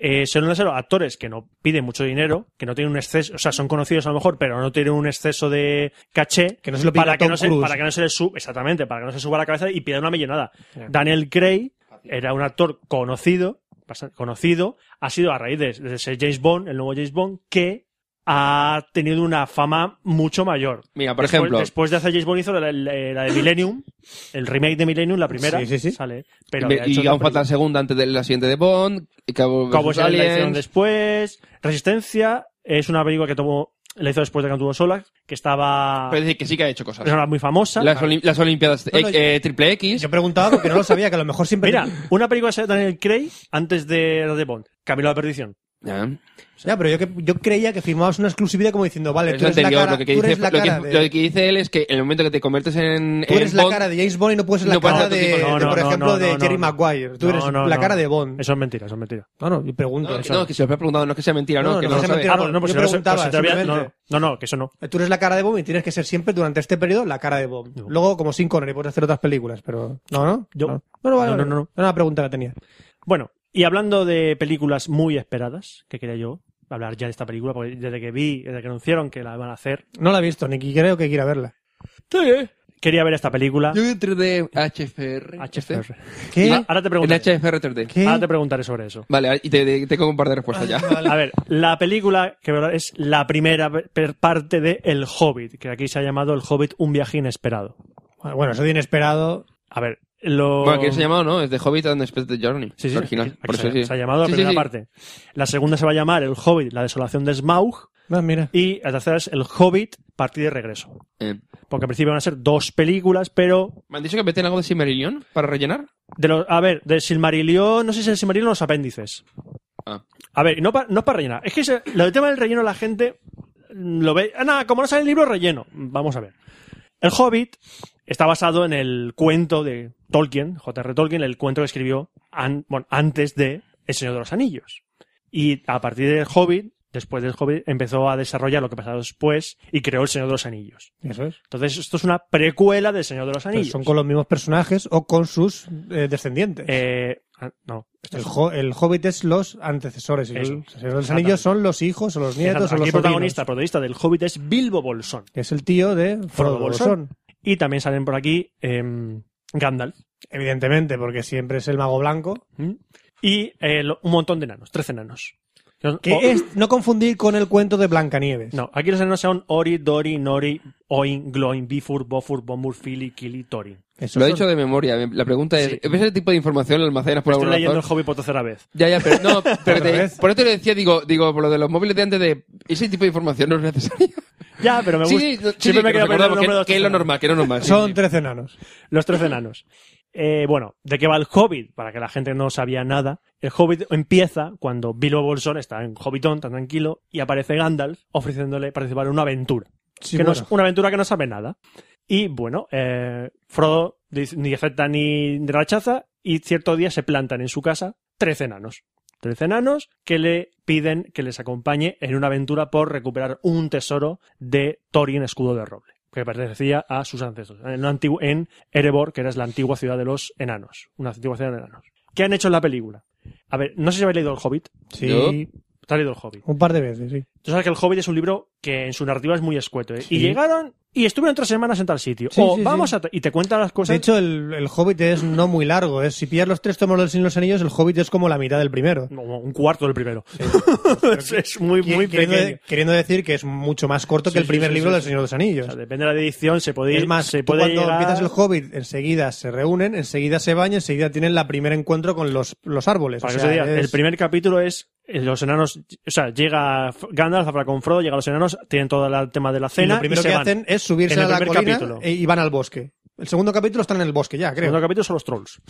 eh, son los actores que no piden mucho dinero, que no tienen un exceso, o sea, son conocidos a lo mejor, pero no tienen un exceso de caché.
Que no se lo pida
para
a
que
Tom
no se,
Cruise.
para que no se le suba, exactamente, para que no se suba la cabeza y pida una millonada. Daniel Craig era un actor conocido, bastante conocido, ha sido a raíz de, de ser James Bond, el nuevo James Bond, que ha tenido una fama mucho mayor.
Mira, por
Después-
ejemplo,
Después de hacer James Bond hizo la, la- la de Millennium, el remake de Millennium, la primera.
Sí, sí, sí.
Sale, pero
me-
había hecho
y
otra
aún falta
película.
la segunda antes de la siguiente de Bond, y Cabo
Cowboys
versus
and Aliens la hicieron
Aliens.
después. Resistencia es una película que tomó, la hizo después de Cantu Sola, que estaba,
Pero es decir, que sí que ha hecho cosas.
era muy famosa.
Las, olim- las Olimpiadas eh,
Bueno, yo-
eh, Triple X.
Yo preguntaba porque no lo sabía, que a lo mejor siempre.
Mira, una película de Daniel Craig antes de la de Bond, Camilo de la Perdición.
Ya.
Ya, pero yo, que, yo creía que firmabas una exclusividad como diciendo, vale,
Es
tú eres
anterior,
la cara,
lo, que, que
tú
dice,
eres la
lo, que,
cara de-
lo que dice él es que en el momento que te conviertes en.
Tú
en
eres la
Bond,
cara de James Bond y no puedes ser
No
la
puedes
cara
ser
de,
tu tipo,
de, por ejemplo, de Jerry Maguire. Tú
No,
eres
no,
la
no.
cara de Bond.
Eso es mentira, eso es mentira.
No, no, yo pregunto.
No, que- no, que se lo había preguntado, no es que sea mentira, no,
No,
que
no,
no, lo
se
sabe.
metió-
Ah,
no,
pues no, pues
yo
si no, se-
preguntaba,
si te había- no,
simplemente.
no, no, que eso no.
Tú eres la cara de Bond y tienes que ser siempre durante este periodo la cara de Bond. Luego, como sin Connery, puedes hacer otras películas, pero. No, no.
Yo-
No, no, no, vale,
no, no,
vale.
no, no.
Era una pregunta que tenía.
Bueno, y hablando de películas muy esperadas, que quería yo hablar ya de esta película, porque desde que vi, desde que anunciaron que la van a hacer,
No la he visto, ni que creo que quiera verla.
quería ver esta película.
Yo entré de HFR.
HFR.
*laughs* ¿Qué?
Ah, Ahora te
¿este? En
preguntaré,
HFR 3D.
¿Qué?
ahora te preguntaré sobre eso.
Vale, y te, te- tengo un par de
*laughs*
respuestas ya.
A ver, la película que verdad, es la primera per- parte de El Hobbit, que aquí se ha llamado El Hobbit un viaje inesperado.
Bueno, eso de inesperado.
A ver, lo...
Bueno, que se ha llamado, ¿no? Es The Hobbit and the Expected Journey.
Sí, sí,
la original.
aquí- aquí
Por
se,
eso sí.
se ha llamado la
Sí, sí,
primera
sí.
parte. La segunda se va a llamar El Hobbit, la desolación de Smaug.
No, ah, mira.
Y la tercera es El Hobbit, partida y regreso.
Eh,
Porque al principio van a ser dos películas, pero...
¿Me han dicho que meten algo de Silmarillion para rellenar?
De los, a ver, de Silmarillion, no sé si es el Silmarillion o los apéndices.
Ah.
A ver, y no, pa- no es para rellenar. Es que se- lo del tema del relleno la gente lo ve... Ah, nada, como no sale el libro, relleno. Vamos a ver. El Hobbit está basado en el cuento de Tolkien, J.R. Tolkien, el cuento que escribió an- bueno, antes de El Señor de los Anillos. Y a partir del Hobbit, después del Hobbit, empezó a desarrollar lo que pasó después y creó El Señor de los Anillos.
Eso es.
Entonces, esto es una precuela del Señor de los
Pero
Anillos.
son con los mismos personajes o con sus eh, descendientes.
Eh, ah, no,
el, jo- el Hobbit es los antecesores. y
Eso.
el Señor de los Anillos son los hijos o los
Exacto.
nietos o los
Aquí el
sobrinos,
protagonista, el protagonista del Hobbit es Bilbo Bolsón.
que es el tío de Frodo Bolsón.
Y también salen por aquí em, Gandalf
Evidentemente, porque siempre es el mago blanco.
¿m? y eh, lo- un montón de enanos, 13 enanos.
Que
O-
es no confundir con el cuento de Blancanieves.
No, aquí los enanos son Ori, Dori, Nori, Oin, Gloin, Bifur, Bofur, Bomur, Fili, Kili, Torin.
Eso
Lo he
son-
dicho de memoria. La pregunta es:
Sí.
¿ves ese tipo de información lo almacenas por
Estoy
alguna
leyendo
razón?
el hobby por tercera vez.
Ya, ya, pero
*laughs*
no, pero te-
Otra vez.
por eso te lo decía, digo, digo, por lo de los móviles de antes de ese tipo de información no es necesaria.
Ya, pero me
sí,
gusta.
sí, no- sí, sí,
Siempre me quedo perdido
que nos
el
acordamos
nombre de los
que, que es lo
13 enanos.
normal, que es lo normal. sí,
Son
sí.
trece enanos.
Los tres enanos. Eh, bueno, ¿de qué va el Hobbit? Para que la gente no sabía nada. El Hobbit empieza cuando Bilbo Bolsón está en Hobbiton, tan tranquilo, y aparece Gandalf ofreciéndole participar en una aventura.
Sí,
que no
bueno.
es una aventura que no sabe nada. Y bueno, eh, Frodo dice- ni acepta ni rechaza, y cierto día se plantan en su casa trece enanos. Trece enanos que le piden que les acompañe en una aventura por recuperar un tesoro de Thorin Escudo de Roble, que pertenecía a sus ancestros, en, una antigua- en Erebor, que era la antigua ciudad de los enanos. Una antigua ciudad de enanos. ¿Qué han hecho en la película? A ver, no sé si habéis leído El Hobbit.
Sí,
Yo-
¿Te has leído El Hobbit?
un par de veces, sí.
Tú sabes que El Hobbit es un libro que en su narrativa es muy escueto. ¿eh? Y
Sí.
llegaron y estuvieron tres semanas en tal sitio.
Sí,
o
sí,
vamos
sí.
a... ta- Y te cuentan las cosas...
de hecho, el, el Hobbit es no muy largo. Es, si pillas los tres tomos del Señor de los Anillos, el Hobbit es como la mitad del primero.
No, un cuarto del primero. *laughs* es, es muy,
Qui-
muy
queriendo,
pequeño.
queriendo decir que es mucho más corto
Sí,
que el
sí,
primer
sí,
libro
sí,
del
sí.
Señor de los Anillos.
O sea, depende de la edición, se puede ir...
es más,
se
tú
puede
cuando
llegar-
empiezas el Hobbit, enseguida se reúnen, enseguida se bañan, enseguida tienen la primer encuentro con los, los árboles.
Para
O
que
sea,
os diga,
es-
el primer capítulo es eh, los enanos, o sea, llega F- Gandalf habla con Frodo, llega los enanos, tienen todo el tema de la
y
cena
lo primero
y se
que
van.
hacen es subirse
En el
a la
primer
colina
capítulo.
e- y van al bosque. El segundo capítulo están en el bosque ya,
El
creo.
segundo capítulo son los trolls.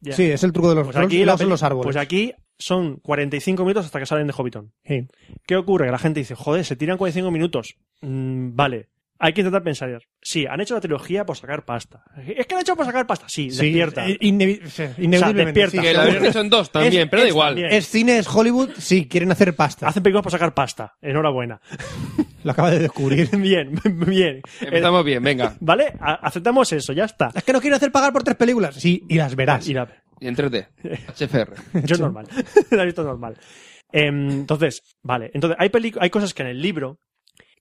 Ya.
Sí, es el truco de los,
Pues
trolls
aquí,
y
la
luego son
peli-
los árboles.
pues aquí son 45 minutos hasta que salen de Hobbiton.
Sí.
¿Qué ocurre? Que la gente dice, joder, se tiran 45 minutos. Mm, vale. Hay que intentar pensar. Sí, han hecho la trilogía por sacar pasta. Es que la han hecho por sacar pasta. Sí,
Sí,
despierta.
eh, inevi- sí, ineludiblemente,
despierta.
sí,
Que la
seguro.
habían hecho en dos también,
Es-
pero da
es
igual.
también.
Es cine, es Hollywood, sí, quieren hacer pasta.
Hacen películas por sacar pasta. Enhorabuena. *laughs*
Lo acaba de descubrir.
bien, *laughs* bien. Eh,
Empezamos bien, venga.
¿Vale? A- aceptamos eso, ya está.
Es que nos quieren hacer pagar por tres películas. Sí, y las verás.
Y la-
Y
*laughs*
en 3D. HFR.
Yo normal. *laughs* la he visto normal. Em, Entonces, vale. Entonces, hay, pelic- hay cosas que en el libro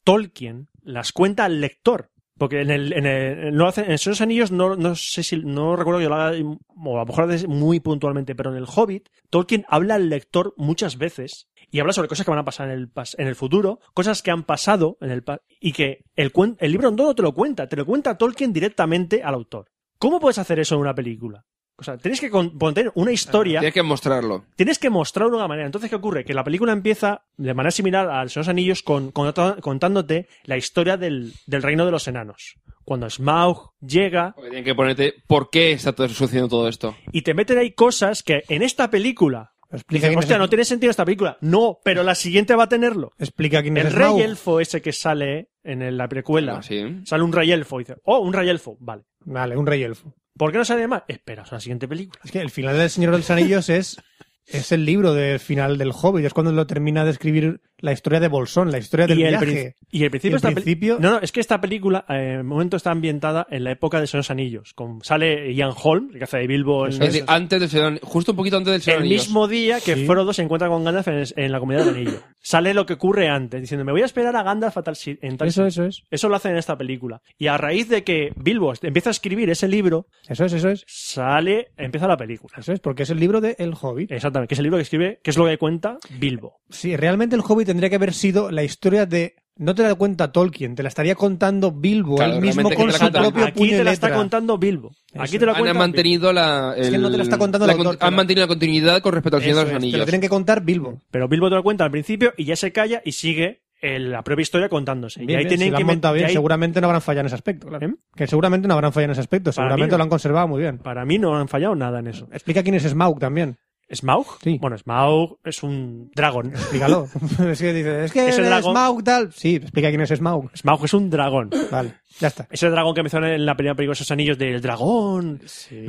Tolkien las cuenta al lector. Porque en el, en el, no hace- en el Señor de los Anillos no, no sé si, no recuerdo que lo haga, o a lo mejor lo hace muy puntualmente, pero en el Hobbit, Tolkien habla al lector muchas veces y habla sobre cosas que van a pasar en el, pas- en el futuro, cosas que han pasado en el, pa- y que el, cuen- el libro no te lo cuenta, te lo cuenta Tolkien directamente al autor. ¿Cómo puedes hacer eso en una película? O sea, tienes que con- poner una historia
Tienes que mostrarlo.
tienes que mostrarlo de una manera. Entonces, ¿qué ocurre? Que la película empieza de manera similar al Señor de los Anillos con, con- contándote la historia del, del reino de los enanos. Cuando Smaug llega
Porque tienen que ponerte por qué está todo- sucediendo todo esto.
y te meten ahí cosas que en esta película
Lo explica
Dicen,
quién es-
hostia, no tiene sentido esta película. No, pero la siguiente va a tenerlo.
Explica quién
El
es
rey
Smaug.
elfo ese que sale en el- la precuela.
Ah, sí.
Sale un rey elfo y dice, oh, un rey elfo, vale.
Vale, un rey elfo.
¿Por qué no sale más? Espera, es la siguiente película.
Es que el final del Señor de los Anillos es, es el libro del final del Hobbit. Es cuando lo termina de escribir la historia de Bolsón, la historia del
y, el
viaje.
prin- y el principio,
Y el
está-
principio-
No, no, es que esta película eh, en el momento está ambientada en la época de Señor de los Anillos. Con, sale Ian Holm, el que hace de Bilbo en
Es decir, antes del Señor, justo un poquito antes del Señor
Pues el
de los Anillos.
mismo día que Frodo se encuentra con Gandalf en, en la comunidad del anillo. Sale lo que ocurre antes, diciendo, me voy a esperar a Gandalf a tal si- en tal
Eso,
sitio".
eso es.
Eso lo hacen en esta película. Y a raíz de que Bilbo empieza a escribir ese libro,
Eso es, eso es.
sale, empieza la película.
Eso es, porque es el libro de El Hobbit. Eh,
Exactamente, que es el libro que escribe, que es lo que cuenta Bilbo.
Sí, realmente el Hobbit tendría que haber sido la historia de. No te la cuenta Tolkien, te la estaría contando Bilbo,
Claro,
él mismo
realmente
con
te la
su
cuenta-
propio
Aquí
puño y
te la está
letra.
contando Bilbo. Aquí
Eso
te la
Han
cuenta
han mantenido la.
Es que no te lo está contando el
la
actor,
con-
te
Han
lo-
mantenido la continuidad con respecto al
Eso
Señor de
es,
los
te
Anillos.
lo tienen que contar Bilbo.
Pero Bilbo te lo cuenta al principio y ya se calla y sigue el- la propia historia contándose. y
Bien,
ahí
bien,
tienen
si lo
que
han
met-
montado
y
bien,
ahí-
seguramente no habrán fallado en ese aspecto. claro.
¿Eh?
Que seguramente no habrán fallado en ese aspecto,
Para mí
seguramente
no.
lo han conservado muy bien.
Para mí no han fallado nada en eso.
Explica quién es Smaug también.
¿Smaug?
Sí.
Bueno, Smaug es un dragón.
Explícalo. es que dices, es que
Es el
es
lago.
Smaug tal. Sí, explica quién es Smaug.
*laughs* Smaug es un dragón.
Vale, ya está.
Ese dragón que menciona en la primera película esos anillos del dragón.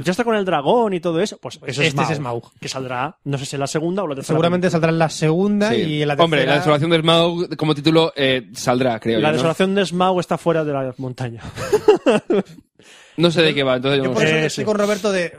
Ya está con el dragón y todo eso. Pues eso
Este
es
es
Smaug. Que saldrá, no sé si en la segunda o la tercera.
Seguramente saldrá en la segunda
Sí.
y en la tercera.
Hombre, la desolación de Smaug como título eh, saldrá, creo.
La
yo, ¿no?
desolación de Smaug está fuera de la montaña.
No sé de qué va, entonces yo
Yo
no
por
sé.
eso
Eh,
estoy
sí.
con Roberto de.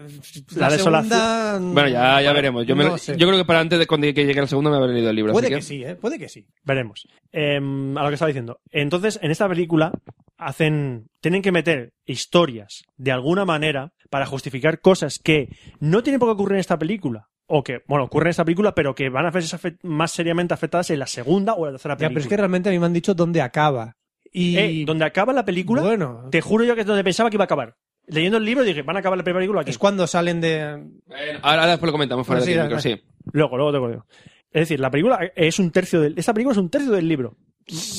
La,
La desolación-
segunda. mm,
Bueno, ya, ya veremos. Yo, me-
no sé.
yo creo que para antes de cuando- que llegue el segundo me habré leído el libro.
Puede
así
que sí, ¿eh? Puede que sí.
Veremos. Em, a lo que estaba diciendo. Entonces, en esta película hacen, tienen que meter historias de alguna manera para justificar cosas que no tienen por qué ocurrir en esta película. O que, bueno, ocurren en esta película, pero que van a verse afe- más seriamente afectadas en la segunda o la tercera
Ya,
película.
pero es que realmente a mí me han dicho dónde acaba. Y.
Eh, donde acaba la película,
Bueno,
te juro yo que es donde pensaba que iba a acabar. Leyendo el libro dije, van a acabar la primera película aquí.
es cuando salen de.
que- Bueno, ahora, ahora después lo comentamos fuera
Bueno,
de
sí,
micro,
ya,
sí.
Luego, luego te acuerdo. Es decir, la película es un tercio del... Esta película es un tercio del libro.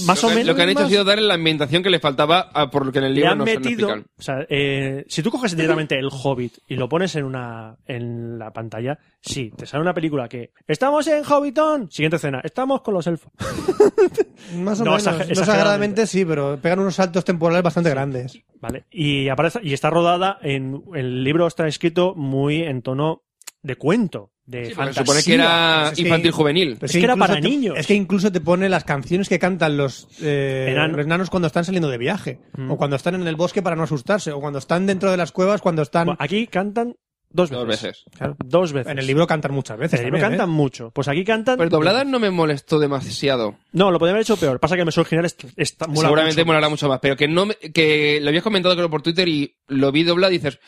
Más
lo,
o
que,
menos...
lo que han hecho ha
más-
sido darle la ambientación que le faltaba a- por lo que en el
le
libro
han
no se no
metido,
explican.
o sea, eh, si tú coges directamente el Hobbit y lo pones en una en la pantalla, sí, te sale una película que estamos en Hobbiton, siguiente escena, estamos con los elfos. *laughs*
Más o
No, exager-
menos. no
exageradamente.
exageradamente sí, pero pegan unos saltos temporales bastante grandes.
¿Vale? Y aparece y está rodada en el libro está escrito muy en tono de cuento, de
Sí, porque se
fantasía.
supone que era
es que-
infantil juvenil.
Pero
Es que era
incluso
para
te-
niños.
Es que incluso te pone las canciones que cantan los eh,
Enano.
enanos cuando están saliendo de viaje.
Mm.
O cuando están en el bosque para no asustarse. O cuando están dentro de las cuevas, cuando están.
Bueno, aquí cantan dos veces.
Dos veces.
Claro, dos veces.
En el libro cantan muchas
En
veces.
el libro
también, ¿eh?
cantan mucho. Pues aquí cantan.
Pero doblada no me molestó demasiado.
No, lo podrían haber hecho peor. Pasa que el mes original es- está mola
Seguramente
mucho.
molará mucho más. Pero que no me- que lo habías comentado creo por Twitter y lo vi doblado y dices.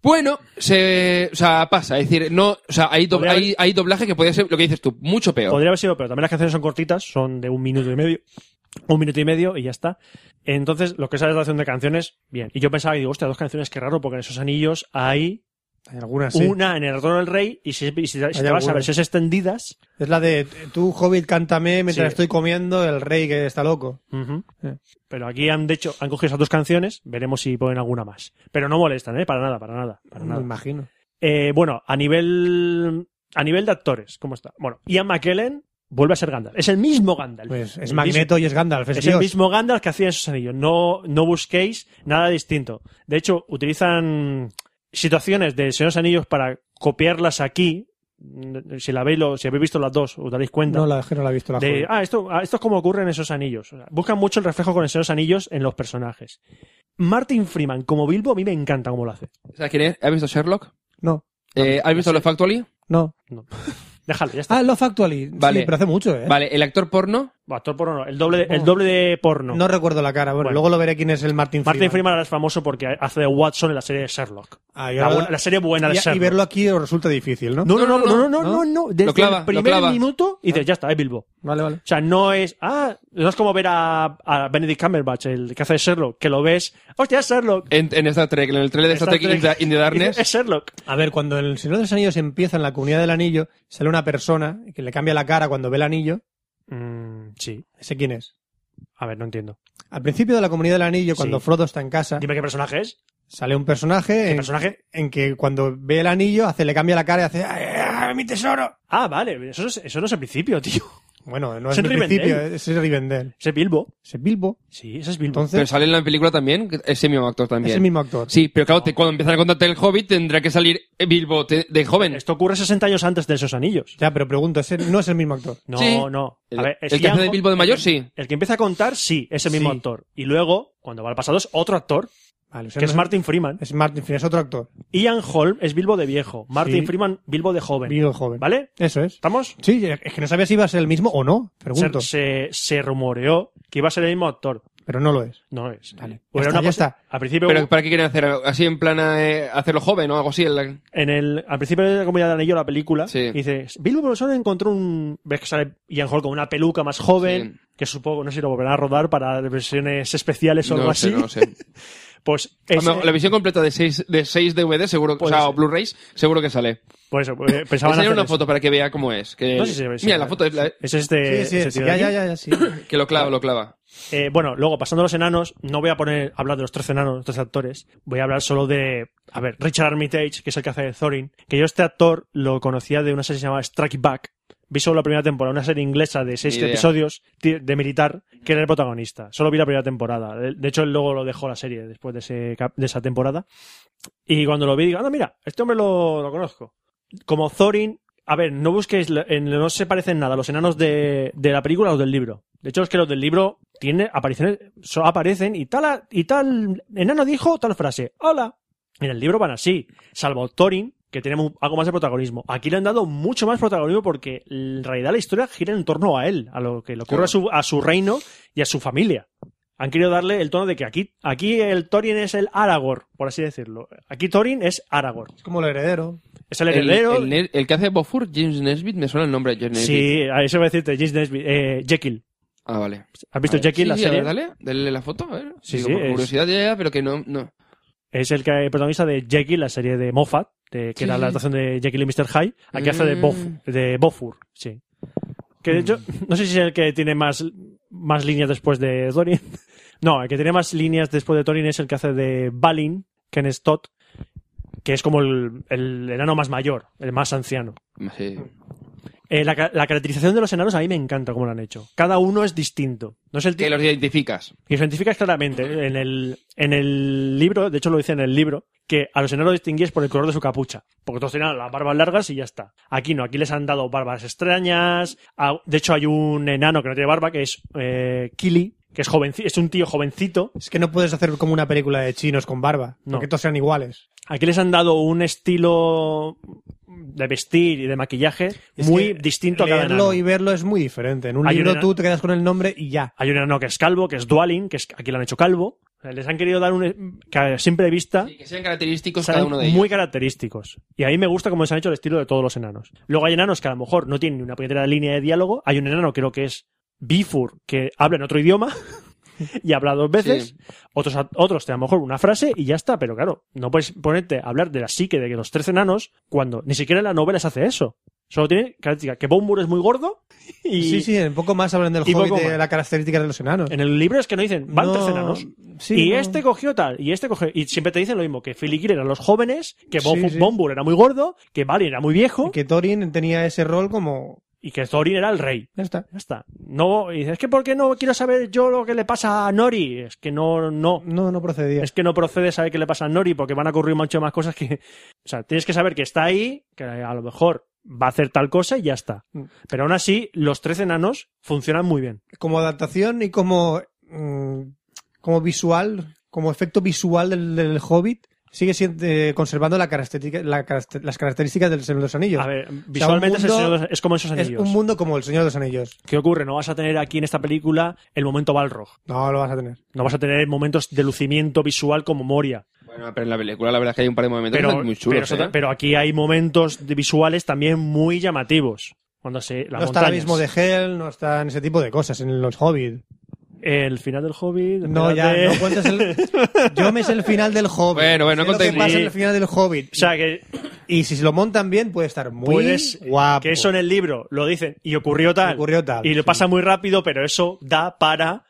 Bueno, se, o sea, pasa. Es decir, no, o sea, hay, do-
Podría haber-
hay, hay doblaje que podría ser lo que dices tú, mucho peor.
Podría haber sido, pero también las canciones son cortitas, son de un minuto y medio. Un minuto y medio y ya está. Entonces, lo que es la relación de canciones, bien. Y yo pensaba y digo, hostia, dos canciones, qué raro, porque en esos anillos hay
Hay algunas, Ah, sí.
una en el retorno del rey y si, y si- si te vas a
algunas.
versiones extendidas,
Es la de tú, Hobbit, cántame mientras
Sí.
estoy comiendo el rey que está loco.
ujú.
Eh.
pero aquí han de hecho, han cogido esas dos canciones, veremos si ponen alguna más. Pero no molestan, ¿eh? Para nada, para nada, para
Me
nada.
imagino.
Eh, bueno, a nivel a nivel de actores, ¿cómo está? Bueno, Ian McKellen vuelve a ser Gandalf. Es el mismo Gandalf.
Pues es
El
Magneto y es Gandalf. Es,
Es el
Dios.
mismo Gandalf que hacía en esos anillos. No, no busquéis nada distinto. De hecho, utilizan situaciones de Señor de los Anillos para copiarlas aquí. Si la veis, lo- si habéis visto las dos, os daréis cuenta.
No, la eh. que no la he visto la
de,
joven.
ah, esto, ah, esto es como ocurre en esos anillos. O sea, buscan mucho el reflejo con el Señor de los Anillos en los personajes. Martin Freeman, como Bilbo, a mí me encanta cómo lo hace.
¿Sabes quién es? ¿Has visto Sherlock?
No,
Eh, ¿Has visto Los Factually?
no.
Déjalo, ya está.
Ah, Love Actually.
Vale.
Sí, pero hace mucho, ¿eh?
Vale, el actor porno.
Actor porno, no, el doble, de- el doble de porno.
No recuerdo la cara. Bueno,
Bueno.
luego lo veré quién es el Martin Freeman.
Martin Freeman ahora es famoso porque hace de Watson en la serie de Sherlock.
Ah, yo
La,
la-
buena- la serie buena de
Y,
Sherlock.
y verlo aquí os resulta difícil, ¿no?
No, no, no, no, no, no, no,
¿No?
no. Desde
Lo clava,
el
lo
primer
clava.
minuto y dices, ya está, es Bilbo.
Vale, vale.
O sea, no es, ah, no es como ver a, a Benedict Cumberbatch, el que hace de Sherlock, que lo ves, hostia, es Sherlock.
En, en Star Trek, en el trailer de Star, Trek, In the- In
*laughs*
the Darkness.
Es Sherlock.
A ver, cuando el Señor de los Anillos empieza en la comunidad del anillo, sale una persona que le cambia la cara cuando ve el anillo.
Mm, sí.
¿Ese quién es?
A ver, no entiendo.
Al principio de la comunidad del anillo, cuando
Sí.
Frodo está en casa,
Dime qué personaje es.
sale un personaje,
¿Qué
Eh.
en,
personaje?
en que cuando ve el anillo, hace, le cambia la cara y hace.
Dame mi tesoro.
Ah, vale, eso, es- eso no es el principio, *laughs* tío.
Bueno, no
Es
es el
el Rivendell.
principio, es el Rivendell.
Ese es Bilbo.
Ese Bilbo.
Sí, ese es Bilbo.
Entonces,
Pero sale en la película también, que ese mismo actor también.
es el mismo actor.
Sí, pero claro, te- cuando empiezan a contarte el hobbit tendrá que salir Bilbo te- de joven.
Esto ocurre 60 años antes de esos anillos.
Ya, pero pregunto, ese no es el mismo actor.
No,
Sí.
no.
El,
A ver,
el
si
que hace
han-
de Bilbo de mayor, sí.
El que empieza a contar, sí, es el mismo
Sí.
actor. Y luego, cuando va al pasado, es otro actor,
Vale, o sea,
que
no
es Martin Freeman.
Es Martin Freeman, es otro actor.
Ian Holm es Bilbo de viejo. Martin
Sí.
Freeman, Bilbo de joven.
Bilbo joven.
¿Vale?
Eso es.
¿Estamos?
Sí, es que no sabía si iba a ser el mismo o no, pregunto.
Se, se, se rumoreó que iba a ser el mismo actor.
Pero no lo es.
No es.
Vale.
Hubo una
Ya está, ya
posi-
está.
Al principio,
Pero ¿para qué quieren hacer? ¿Así en plan eh, hacerlo joven o algo así? en la-
en el, al principio de la Comunidad del Anillo, la película,
Sí.
dice, Bilbo Bolsón encontró un... Ves que sale Ian Holm con una peluca más joven, que supongo, no sé si lo volverá a rodar para versiones especiales o algo
No sé,
así.
no sé.
Pues
A lo
ese-
mejor La visión completa de 6 de seis DVD, seguro, o
Puede
sea,
ser.
o Blu-rays, seguro que sale.
Por eso, eh, pensaban
Enseñar
hacer
una
eso.
foto para que vea cómo es. Que...
No sé si se ve, ¿eh? sí,
Mira, la
vale.
foto es la-
Es este...
Sí, sí,
este
sí,
tío de
ya,
aquí.
ya, ya, ya, sí.
que lo clava, lo clava.
Eh, bueno, luego pasando a los enanos, no voy a poner hablar de los tres enanos, los tres actores. Voy a hablar solo de, a ver, Richard Armitage, que es el que hace de Thorin. Que yo este actor lo conocía de una serie que se llamaba Strike Back. Vi solo la primera temporada, una serie inglesa de seis
Ni idea.
episodios ti- de militar, que era el protagonista. Solo vi la primera temporada. De de hecho, él luego lo dejó la serie después de, ese cap- de esa temporada. Y cuando lo vi, digo, anda, mira, este hombre lo, lo conozco. Como Thorin, a ver, no busquéis, la- en- no se parecen nada los enanos de, de la película a los del libro. De hecho, es que los del libro tiene, apariciones, so- aparecen y tal, y tal enano dijo tal frase. ¡Hola! En el libro van así, salvo Thorin, que tiene mu- algo más de protagonismo. Aquí le han dado mucho más protagonismo porque en realidad la historia gira en torno a él, a lo que le ocurre a, su, a su reino y a su familia. Han querido darle el tono de que aquí, aquí el Thorin es el Aragorn, por así decirlo. Aquí Thorin es Aragorn.
Es como el heredero.
Es el heredero.
El, el- el que hace Bofur, James Nesbitt, me suena el nombre de James Nesbitt.
Sí, a eso voy a decirte, James Nesbitt, eh, Jekyll.
Ah, vale.
¿Has visto
A ver.
Jekyll,
Sí,
la
sí, a
serie?
ver, dale, dale la foto, a ver.
Sí,
Digo,
sí,
por
es-
curiosidad ya, ya, pero que no, no.
Es el que protagonista de Jekyll, la serie de Moffat, de- que
Sí,
era
sí,
la
sí.
adaptación de Jekyll y Mr. Hyde. Aquí hace de,
Mm.
Bof- de Bofur, sí. Que de hecho, no sé si es el que tiene más, más líneas después de Thorin. *laughs* No, el que tiene más líneas después de Thorin es el que hace de Balin, Ken Stott, que es como el, el enano más mayor, el más anciano.
Sí.
Eh, la, ca- la caracterización de los enanos a mí me encanta cómo lo han hecho. Cada uno es distinto. No es el
Que
ti-
los identificas.
y los identificas claramente en el, en el libro, de hecho lo dice en el libro, que a los enanos los distinguías por el color de su capucha. Porque todos tenían las barbas largas y ya está. Aquí no, aquí les han dado barbas extrañas. a- de hecho hay un enano que no tiene barba, que es eh, Kili, que es, jovenci- es un tío jovencito.
Es que no puedes hacer como una película de chinos con barba,
No.
porque todos sean iguales.
Aquí les han dado un estilo de vestir y de maquillaje
Es
muy
que
distinto a cada
Leerlo
enano.
y verlo es muy diferente. En un
Hay un
libro
ena-
tú te quedas con el nombre y ya.
Hay un enano que es calvo, que es Dualin, que es, aquí lo han hecho calvo. O sea, Les han querido dar un... que a simple vista...
Y que sean característicos
Son
cada uno de ellos.
Muy característicos. Y a mí me gusta cómo se han hecho el estilo de todos los enanos. Luego hay enanos que a lo mejor no tienen ni una puñetera línea de diálogo. Hay un enano, creo que es Bifur, que habla en otro idioma *laughs* y habla dos veces.
Sí.
Otros, otros te dan a lo mejor una frase y ya está. Pero claro, no puedes ponerte a hablar de la psique de que los tres enanos cuando ni siquiera en la novela se hace eso. Solo tiene característica que Bombur es muy gordo y
Sí, sí, un poco más hablan del
y
hobbit
poco
de
más.
las características de los enanos.
en el libro es que no dicen, van
No,
tres enanos.
sí,
y
no.
este cogió tal, y este cogió. Y siempre te dicen lo mismo: que Filikir eran los jóvenes, que
Sí,
Bof-
sí.
Bombur era muy gordo, que Balin era muy viejo,
Y que Thorin tenía ese rol como...
y que Thorin era el rey.
Ya está.
Ya está. No, y dices, es que ¿por qué no quiero saber yo lo que le pasa a Nori? Es que no, no.
No, no procedía.
Es que no procede saber qué le pasa a Nori porque van a ocurrir mucho más cosas que. O sea, tienes que saber que está ahí, que a lo mejor va a hacer tal cosa y ya está.
Mm.
Pero aún así, los tres enanos funcionan muy bien.
Como adaptación y como... mm, como visual, como efecto visual del, del hobbit, sigue siendo- eh, conservando la característica, la caracter- las características del Señor de los Anillos.
A ver, visualmente es el
mundo-
Señor de los- es como esos
es
anillos.
un mundo como el Señor de los Anillos.
¿Qué ocurre? No vas a tener aquí en esta película el momento Balrog.
No lo vas a tener.
No vas a tener momentos de lucimiento visual como Moria.
Bueno, pero en la película la verdad es que hay un par de momentos
Pero,
muy chulos.
pero eso ta-
¿eh?
pero aquí hay momentos de visuales también muy llamativos. Cuando se. Las
no está el
montañas.
mismo de Hell, no está en ese tipo de cosas, en los Hobbit.
El final del Hobbit. *laughs* el
No,
final
ya,
de-
no cuentes el... Yo me sé el final del Hobbit.
Bueno, bueno,
sé lo que
contáis-
pasa
Sí.
en el final del Hobbit.
O sea, que
y si se lo montan bien, puede estar muy
puedes.
guapo.
Que eso en el libro lo dicen y ocurrió tal.
Ocurrió tal,
Y lo
sí.
pasa muy rápido, pero eso da para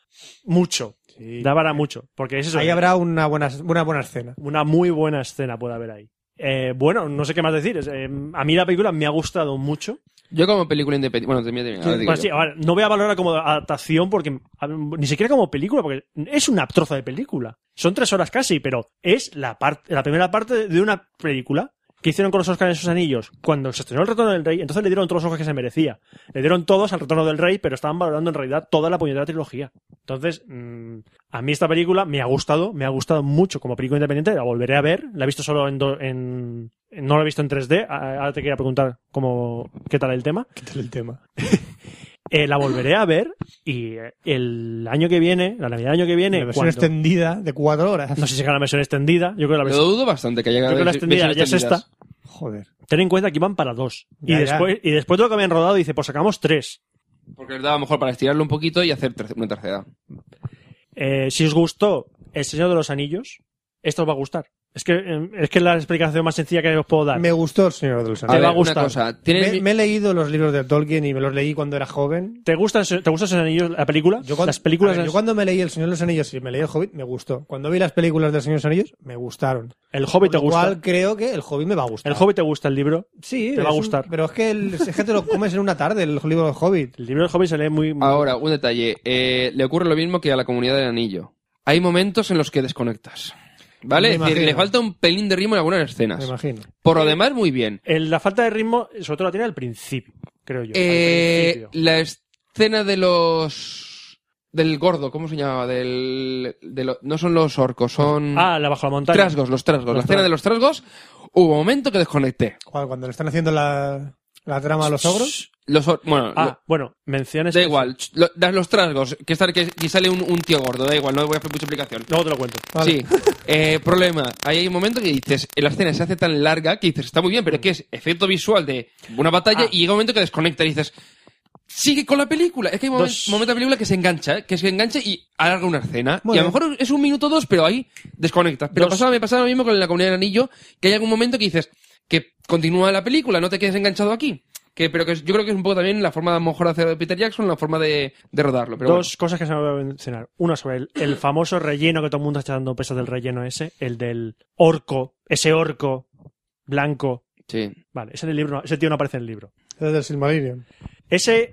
mucho. Da para mucho. Porque es eso.
Ahí habrá una buena, una buena escena.
Una muy buena escena puede haber ahí. Eh, bueno, no sé qué más decir. Es, eh, a mí la película me ha gustado mucho.
Yo como película independiente... Bueno, termina, termina. ahora digo
Bueno,
yo.
sí, a ver, no voy a valorar como adaptación porque a ver, ni siquiera como película, porque es una troza de película. Son tres horas casi, pero es la, parte la primera parte de una película que hicieron con los Oscars en sus anillos. Cuando se estrenó el Retorno del Rey, entonces le dieron todos los Oscars que se merecía. Le dieron todos al Retorno del Rey, pero estaban valorando en realidad toda la puñetera trilogía. Entonces, mm, a mí esta película me ha gustado, me ha gustado mucho como película independiente, la volveré a ver, la he visto solo en... do- en- en- no la he visto en 3D, A- ahora te quería preguntar cómo, qué tal el tema.
el tema.
*laughs* Eh, la volveré a ver y eh, el año que viene, la Navidad del año que
La
viene,
versión
cuando-
extendida de cuatro horas.
no sé si será la versión extendida, yo creo que la
Lo
versión...
dudo bastante que haya
creo que la
versiones
extendida ya es
extendidas.
esta.
Joder.
Ten en cuenta que iban para dos. Y,
Ya, ya.
después, y después de lo que habían rodado, dice, pues sacamos tres.
Porque les daba mejor para estirarlo un poquito y hacer ter- una tercera.
Eh, si os gustó El Señor de los Anillos, esto os va a gustar. Es que eh, es que es la explicación más sencilla que os puedo dar.
Me gustó el Señor de los
Te
ver,
Anillos.
va a gustar.
Una cosa, Ah, tiene el
Me,
mi-
me he leído los libros de Tolkien y me los leí cuando era joven.
¿Te gusta, el se- ¿Te gusta el Señor de los Anillos, la película?
Yo cuando,
Las películas...
a ver, yo cuando me leí El Señor de los Anillos y me leí El Hobbit, me gustó. Cuando vi las películas del Señor de los Anillos, me gustaron.
El Hobbit te
Con lo
gusta.
cual, creo que El Hobbit me va a gustar.
El Hobbit te gusta el libro.
Sí,
Te va a
es un-
gustar.
pero es que el, es que te lo comes en una tarde, el libro del Hobbit.
El libro del Hobbit se lee muy... muy-
Ahora, un detalle. Eh, le ocurre lo mismo que a la comunidad del anillo. Hay momentos en los que desconectas. ¿Vale?
Me
Es decir,
imagino.
le falta un pelín de ritmo en algunas
Me
escenas.
imagino.
Por lo demás, muy bien.
El- la falta de ritmo, sobre todo la tiene al principio, creo yo. al
Eh,
principio.
la escena de los. del gordo, ¿cómo se llamaba? Del, de lo- no son los orcos, son.
Ah, la bajo la montaña.
trasgos, los trasgos. la escena de los trasgos. Hubo un momento que desconecté.
¿Cuál? Cuando le están haciendo la, la trama a los ogros.
Los, or- bueno,
Ah,
lo-
bueno, menciones.
da igual. ch- lo- das los trasgos. Que, está- que, que sale un, un tío gordo, da igual, no voy a hacer mucha explicación.
Luego te lo cuento.
Vale.
Sí. Eh, problema. Ahí hay un momento que dices, la escena se hace tan larga que dices, está muy bien, pero que es efecto visual de una batalla
Ah.
y llega un momento que desconecta y dices, sigue con la película. Es que hay momen-
Dos.
momentos de película que se engancha, que se engancha y alarga una escena.
Muy
y a lo
bien.
mejor es un minuto o dos, pero ahí desconectas. Pero
Dos.
pasaba, me pasaba lo mismo con la comunidad del anillo, que hay algún momento que dices, que continúa la película, no te quedes enganchado aquí. Que, pero que es- yo creo que es un poco también la forma de a lo mejor de hacer Peter Jackson, la forma de, de rodarlo. Pero
Dos cosas que se me voy a mencionar. Una sobre el, el famoso relleno que todo el mundo está dando pesas del relleno ese, el del orco, ese orco blanco.
bueno. Sí.
Vale, ese, en el libro no- ese tío no aparece en el libro.
Es del Silmarillion.
Ese,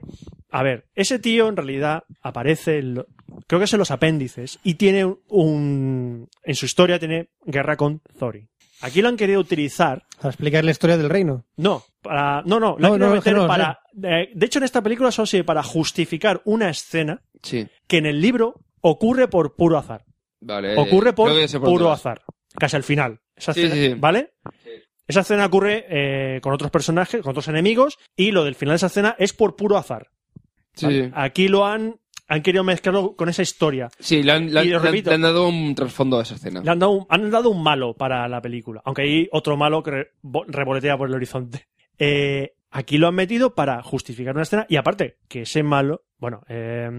a ver, ese tío en realidad aparece, en lo- creo que es en los apéndices, y tiene un, en su historia tiene guerra con Thorin. Aquí lo han querido utilizar
Para explicar la historia del reino.
No, para, no, no,
No,
la han querido
no,
meter
no, no,
para. eh, de hecho, en esta película solo sirve para justificar una escena
Sí.
que en el libro ocurre por puro azar.
Vale.
Ocurre por,
Eh, creo que sé dónde
puro
vas.
azar. Casi al final. Esa
Sí,
escena-
sí, sí.
¿Vale? Esa escena ocurre eh, con otros personajes, con otros enemigos, y lo del final de esa escena es por puro azar.
Sí,
¿vale?
sí.
Aquí lo han, han querido mezclarlo con esa historia.
Sí, le han, le han-
Y lo
le han-
repito.
le han dado un trasfondo a esa escena.
Le han dado un, han dado un malo para la película, aunque hay otro malo que re- bo- revolotea por el horizonte. *laughs* Eh, aquí lo han metido para justificar una escena y aparte que ese malo, bueno, eh,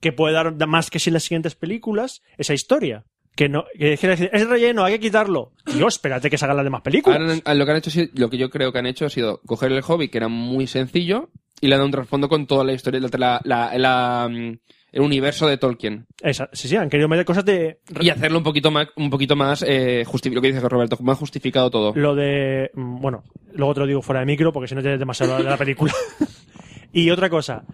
que puede dar más que si en las siguientes películas esa historia. Que no, que es que decir, es relleno, hay que quitarlo. Tío, espérate que salgan las demás películas.
Ahora han- lo que han hecho, ha sido- lo que yo creo que han hecho ha sido coger el hobby, que era muy sencillo, y le han dado un trasfondo con toda la historia, la, la- la, mm, el universo de Tolkien.
Esa- sí, sí, han querido meter cosas de.
Y hacerlo un poquito más, un poquito más eh, justi- lo que dice Roberto, más justificado todo.
Lo de. mm, Bueno, luego te lo digo fuera de micro porque si no tienes demasiado de la película. y otra cosa,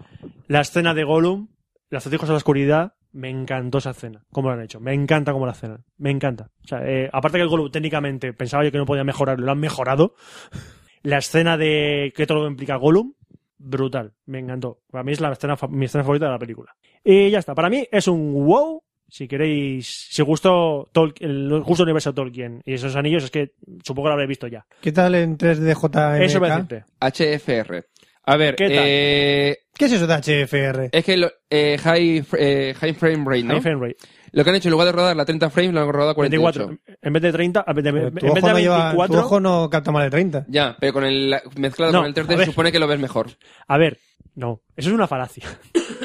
la escena de Gollum, las hijos a la oscuridad, me encantó esa escena. ¿Cómo lo han hecho? Me encanta cómo la escena. Me encanta. O sea, eh, aparte que el Gollum técnicamente pensaba yo que no podía mejorarlo, lo han mejorado. *laughs* La escena de que todo lo implica Gollum, brutal. Me encantó. Para mí es la escena, fa- mi escena favorita de la película. Y ya está. Para mí es un wow. Si queréis, si os gustó Tol- el os gusta el universo Tolkien y esos anillos, es que supongo que lo habréis visto ya.
¿Qué tal en 3DJMK?
Eso voy a decirte.
HFR. A ver,
¿Qué tal?
eh,
¿Qué es eso de HFR?
es que lo- eh, high, fr- eh, high frame rate, ¿no? Pues
High frame rate.
Lo que han hecho, en lugar de rodar la 30 frames, lo han rodado a 48.
24. En vez de 30, en vez de, en vez
Pero tu
de
ojo no lleva- tu
24.
ojo no capta más de 30.
Ya, pero con el mezclado
No,
con el
a
3D se
ver.
supone que lo ves mejor.
A ver, no. Eso es una falacia. *laughs*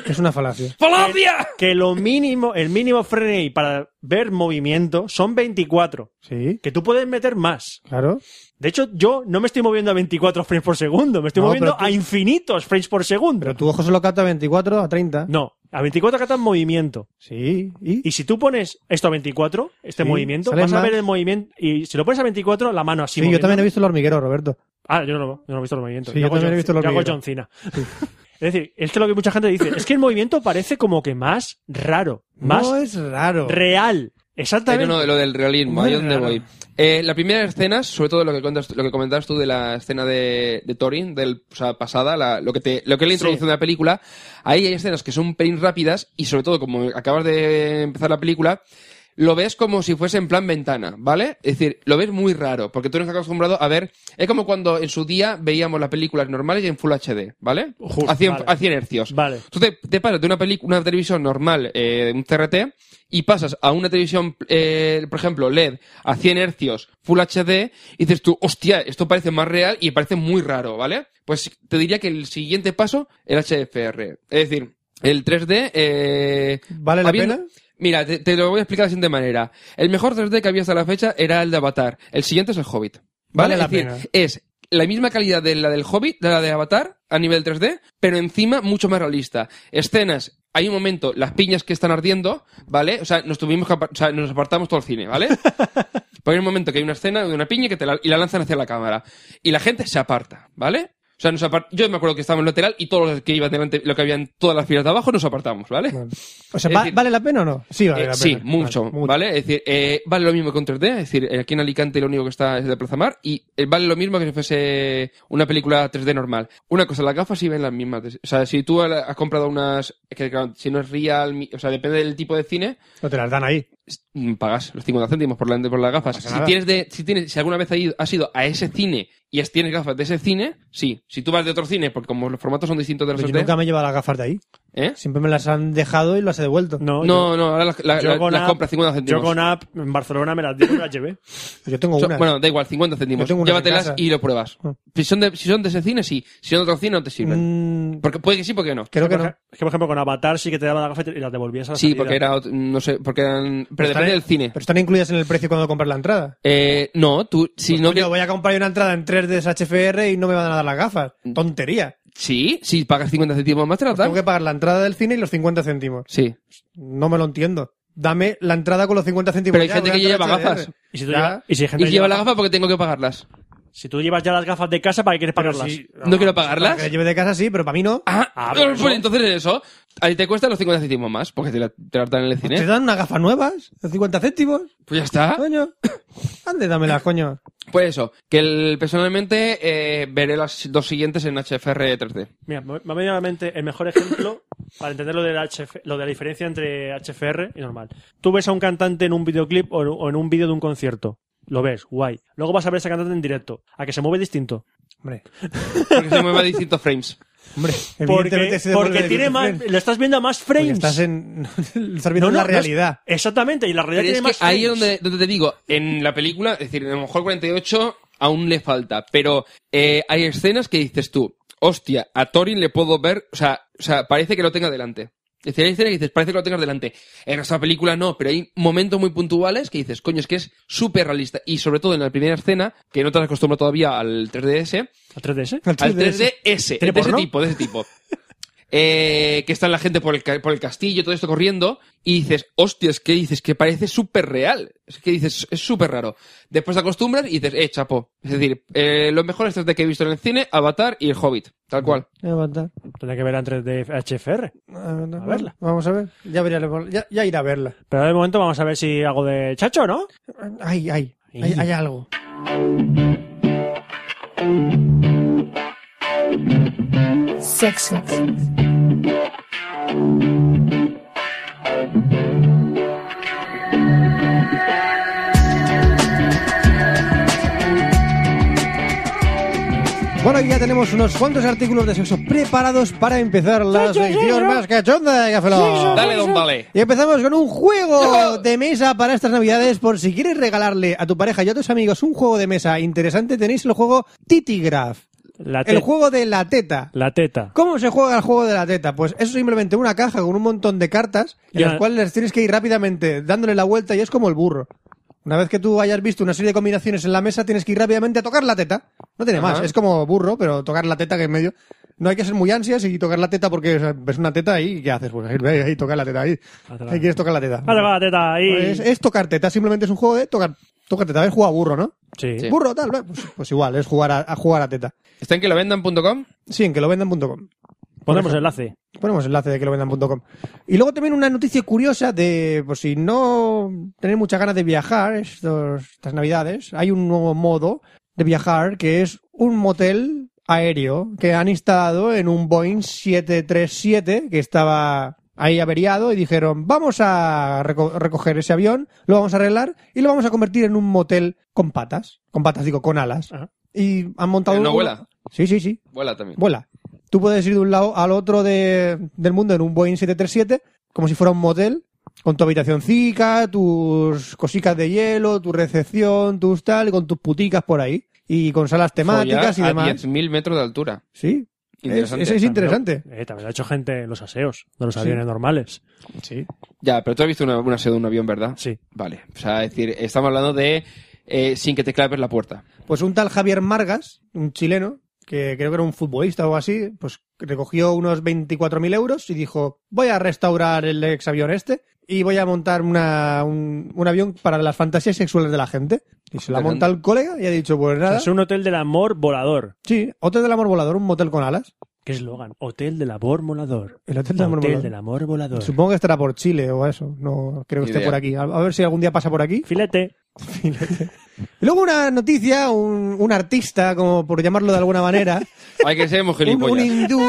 Es una falacia.
¡Falacia!
que lo mínimo, el mínimo frame rate para ver movimiento son 24.
Sí,
Que tú puedes meter más.
claro.
De hecho, yo no me estoy moviendo a 24 frames por segundo, me estoy
No,
moviendo
pero tú-
a infinitos frames por segundo.
Pero tu ojo solo capta 24 a 30.
No, A 24 K está en movimiento.
Sí, y...
Y si tú pones esto a 24, este
Sí,
movimiento,
sale
vas a
más.
ver el movimiento. Y si lo pones a 24, la mano así.
Sí, yo
moviendo.
también he visto el hormiguero, Roberto.
Ah, yo no, lo- yo no he visto los movimientos.
Sí, yo
hago
también he
John-
visto los
yo hago
movimientos.
John Cena. Es decir, es que lo que mucha gente dice, es que el movimiento parece como que más raro, más
No es raro.
real.
Eh,
Exactamente.
no, no, lo del realismo,
Muy
ahí es donde
raro.
voy. Eh, la primera escena, sobre todo lo que, cuentas, lo que comentabas tú de la escena de, de Thorin, del, o sea, pasada, la- lo, que te- lo que es la
Sí.
introducción de la película, ahí hay escenas que son un pelín rápidas y sobre todo como acabas de empezar la película, lo ves como si fuese en plan ventana, ¿vale? Es decir, lo ves muy raro, porque tú no estás acostumbrado a ver... Es como cuando en su día veíamos las películas normales y en Full HD, ¿vale?
Justo,
a, 100,
vale.
a 100 hercios.
Vale.
Tú te, te paras de una película, una televisión normal, eh, un CRT, y pasas a una televisión, eh, por ejemplo, LED, a 100 hercios, Full HD, y dices tú, hostia, esto parece más real y parece muy raro, ¿vale? Pues te diría que el siguiente paso, el HFR. Es decir, el 3D... Eh,
¿Vale la
habiendo-
pena?
Mira, te, te lo voy a explicar de la siguiente manera. El mejor 3D que había hasta la fecha era el de Avatar. El siguiente es el Hobbit.
Vale
¿Vale?
la
es decir,
pena.
es la misma calidad de la del Hobbit, de la de Avatar, a nivel 3D, pero encima mucho más realista. Escenas, hay un momento, las piñas que están ardiendo, ¿vale? O sea, nos tuvimos que apar- o sea, nos apartamos todo el cine, ¿vale? Porque hay un momento que hay una escena de una piña que te la, y la lanzan hacia la cámara. Y la gente se aparta, ¿vale? O sea, nos apar- yo me acuerdo que estábamos en el lateral y todos los que iban delante, lo que habían todas las filas de abajo, nos apartamos, ¿vale?
O sea,
Es
¿va-
eh,
decir-
¿vale la pena o no? Sí, vale
Eh,
la pena.
sí, mucho,
Vale,
vale, Es decir, eh, vale lo mismo que un 3D, es decir, eh, aquí en Alicante lo único que está es de Plaza Mar y eh, vale lo mismo que si fuese una película 3D normal. Una cosa, las gafas sí ven las mismas. O sea, si tú has has comprado unas, es que claro, si no es real, mi- o sea, depende del tipo de cine,
No te las dan ahí.
mm, pagas los 50 céntimos por, la, por las gafas.
pasa
si
nada.
tienes de, si tienes, si alguna vez has ido, has ido a ese cine y has- tienes gafas de ese cine, sí. Si tú vas de otro cine, porque como los formatos son distintos de los
Pero yo
3D,
nunca me he llevado las gafas de ahí.
¿eh?
Siempre me las han dejado y las he devuelto.
No, yo-
No, no, ahora las, la-
yo
la-
con
las
app-
compras 50
Yo
céntimos.
con app en Barcelona me las di y las llevé.
Pues Yo tengo
So-
una.
bueno, da igual, 50
Yo
céntimos.
tengo unas en
Llévatelas
casa.
y lo pruebas.
Ah.
Si son, de, si son de ese cine, sí. Si son de otro cine, no te sirven.
Mm,
Porque puede que sí, porque no.
creo que
Por
no.
ej- Es que, por ejemplo, con Avatar sí que te daban la gafa y te- y las devolvías a la
Sí,
salida.
porque era, ot- no sé, porque eran, pero
están
depende
en-
del cine.
Pero están incluidas en el precio cuando compras la entrada.
Eh, no, tú, si
Pues,
no,
coño,
que-
voy a comprar yo una entrada en 3D HFR y no me van a dar las gafas.
Mm.
Tontería.
sí, si pagas 50 céntimos más te la
Pues Tengo
dan.
que pagar la entrada del cine y los 50 céntimos.
Sí.
No me lo entiendo. Dame la entrada con los 50 céntimos.
Pero hay
ya,
gente
una
que lleva
entrada
gafas.
HDR.
Y si, tú
Ya.
llevas- y si hay gente
Y
que
lleva la
lleva-
gafa porque tengo que pagarlas.
Si tú llevas ya las gafas de casa, ¿para qué quieres
Pero
pagarlas?
sí,
¿No quiero pagarlas?
para Que la lleve de casa sí, pero para mí no.
Ah,
Ah, por
*laughs* pues
eso.
entonces en eso. Ahí te cuesta los 50 céntimos más, porque te la, te la dan en el
Pues Te
cine.
dan unas gafas nuevas de 50 céntimos.
Pues ya está.
Coño. Ande, dámelas, coño.
Pues eso, que el- personalmente eh, veré las dos siguientes en HFR 3D.
Mira, me me ha venido a la mente el mejor ejemplo *coughs* para entender lo, del HF lo de la diferencia entre HFR y normal. Tú ves a un cantante en un videoclip o en- o en un vídeo de un concierto. Lo ves, guay. Luego vas a ver a ese cantante en directo. A que se mueve distinto.
Hombre,
Porque se mueve a distintos *laughs* frames.
hombre.
Porque,
evidentemente se devuelve
porque
de
tiene más,
50
lo estás viendo a más
Porque
frames.
Estás, en, *laughs* estás viendo la
es-
realidad.
exactamente, y la realidad
Pero
tiene
es que
más
ahí es
frames.
donde, donde te digo, en la película, es decir, a lo mejor 48 aún le falta, pero eh, hay escenas que dices tú, hostia, a Thorin le puedo ver, o sea, o sea, parece que lo tenga delante. Es decir, hay escenas que dices, parece que lo tengas delante. En esta película no, pero hay momentos muy puntuales que dices, coño, es que es súper realista. Y sobre todo en la primera escena, que no te has acostumbrado todavía al 3DS,
¿A 3DS?
Al
al
3DS.
3DS, de ese
porno?
tipo, de ese tipo. Eh, que está la gente por el, ca- por el castillo, todo esto corriendo, y dices, hostias, ¿qué dices? Que parece súper real. Es que dices, es súper raro. Después te acostumbras y dices, eh, chapo. Es decir, eh, los mejores 3D que he visto en el cine, Avatar y El Hobbit, tal cual.
Avatar.
Tendrá que ver en 3D HFR.
Avatar.
A verla.
Vamos a ver. Ya, veré- ya, ya iré a verla.
Pero de momento vamos a ver si hago de chacho, ¿no?
Ay, ay. Hay, hay algo.
Sexo.
Bueno, y ya tenemos unos cuantos artículos de sexo preparados para empezar la sección más cachonda de Café Lock.
Dale, don Vale.
Y empezamos con un juego de mesa para estas navidades. Por si quieres regalarle a tu pareja y a tus amigos un juego de mesa interesante, tenéis el juego Titigraph.
La
El
teta.
juego de la teta.
La teta.
¿Cómo se juega el juego de la teta? Pues es simplemente una caja con un montón de cartas en
Y
las
a-
cuales les tienes que ir rápidamente dándole la vuelta y es como el burro. Una vez que tú hayas visto una serie de combinaciones en la mesa, tienes que ir rápidamente a tocar la teta. No tiene más,
Ajá.
es como burro, pero tocar la teta que en medio. No hay que ser muy ansias y tocar la teta porque o sea, ves una teta y ¿qué haces? Pues ahí, ve, ahí, tocar la teta ahí.
Atrás.
Ahí quieres tocar la teta.
Vale, va, teta, ahí.
Pues es tocar teta, simplemente es un juego de tocar, tocar teta. Habéis jugado a burro, ¿no?
Sí.
Sí.
Burro, tal, pues, pues igual, es jugar a, a jugar a teta.
¿Está en que lo vendan.com?
Sí, en que lo vendan.com.
Ponemos enlace.
Ponemos pues enlace de que lo vendan.com. Y luego también una noticia curiosa de, pues si no tenéis muchas ganas de viajar estos- estas navidades, hay un nuevo modo de viajar que es un motel aéreo que han instalado en un Boeing 737 que estaba ahí averiado y dijeron vamos a reco- recoger ese avión, lo vamos a arreglar y lo vamos a convertir en un motel con patas, con patas digo, con alas.
Ajá.
Y han montado...
Eh, no
un-
vuela.
Sí, sí, sí
Vuela también.
vuela. Tú puedes ir de un lado al otro de- del mundo en un Boeing 737, como si fuera un motel, con tu habitacioncica, tus cositas de hielo, tu recepción, tus tal, con tus puticas por ahí. Y con salas temáticas
Follar
ah,
y demás.
a 10.000 metros de altura.
Sí, es,
Interesante.
es- es interesante.
También, lo- eh, también lo ha hecho gente en los aseos, de los aviones normales.
Ya, pero tú has visto una, una sede de un avión, ¿verdad?
Sí.
Vale. O sea, es decir, estamos hablando de eh, sin que te claves la puerta.
Pues un tal Javier Margas, un chileno, que creo que era un futbolista o así, pues recogió unos 24.000 euros y dijo, voy a restaurar el ex avión este y voy a montar una- un, un avión para las fantasías sexuales de la gente. Y se la
Interesante.
monta el colega y ha dicho, pues
O sea,
nada.
es un hotel del amor volador.
Sí, hotel del amor volador, un motel con alas.
¿Qué eslogan? Hotel del amor volador.
El hotel del amor volador.
del amor volador.
Supongo que estará por Chile o eso. No creo que
Ni
esté
idea.
por aquí. A, a ver si algún día pasa por aquí.
Filete.
Y luego una noticia, un, un artista, como por llamarlo de alguna
*laughs*
manera.
Hay que ser mujer
*laughs* un, un hindú,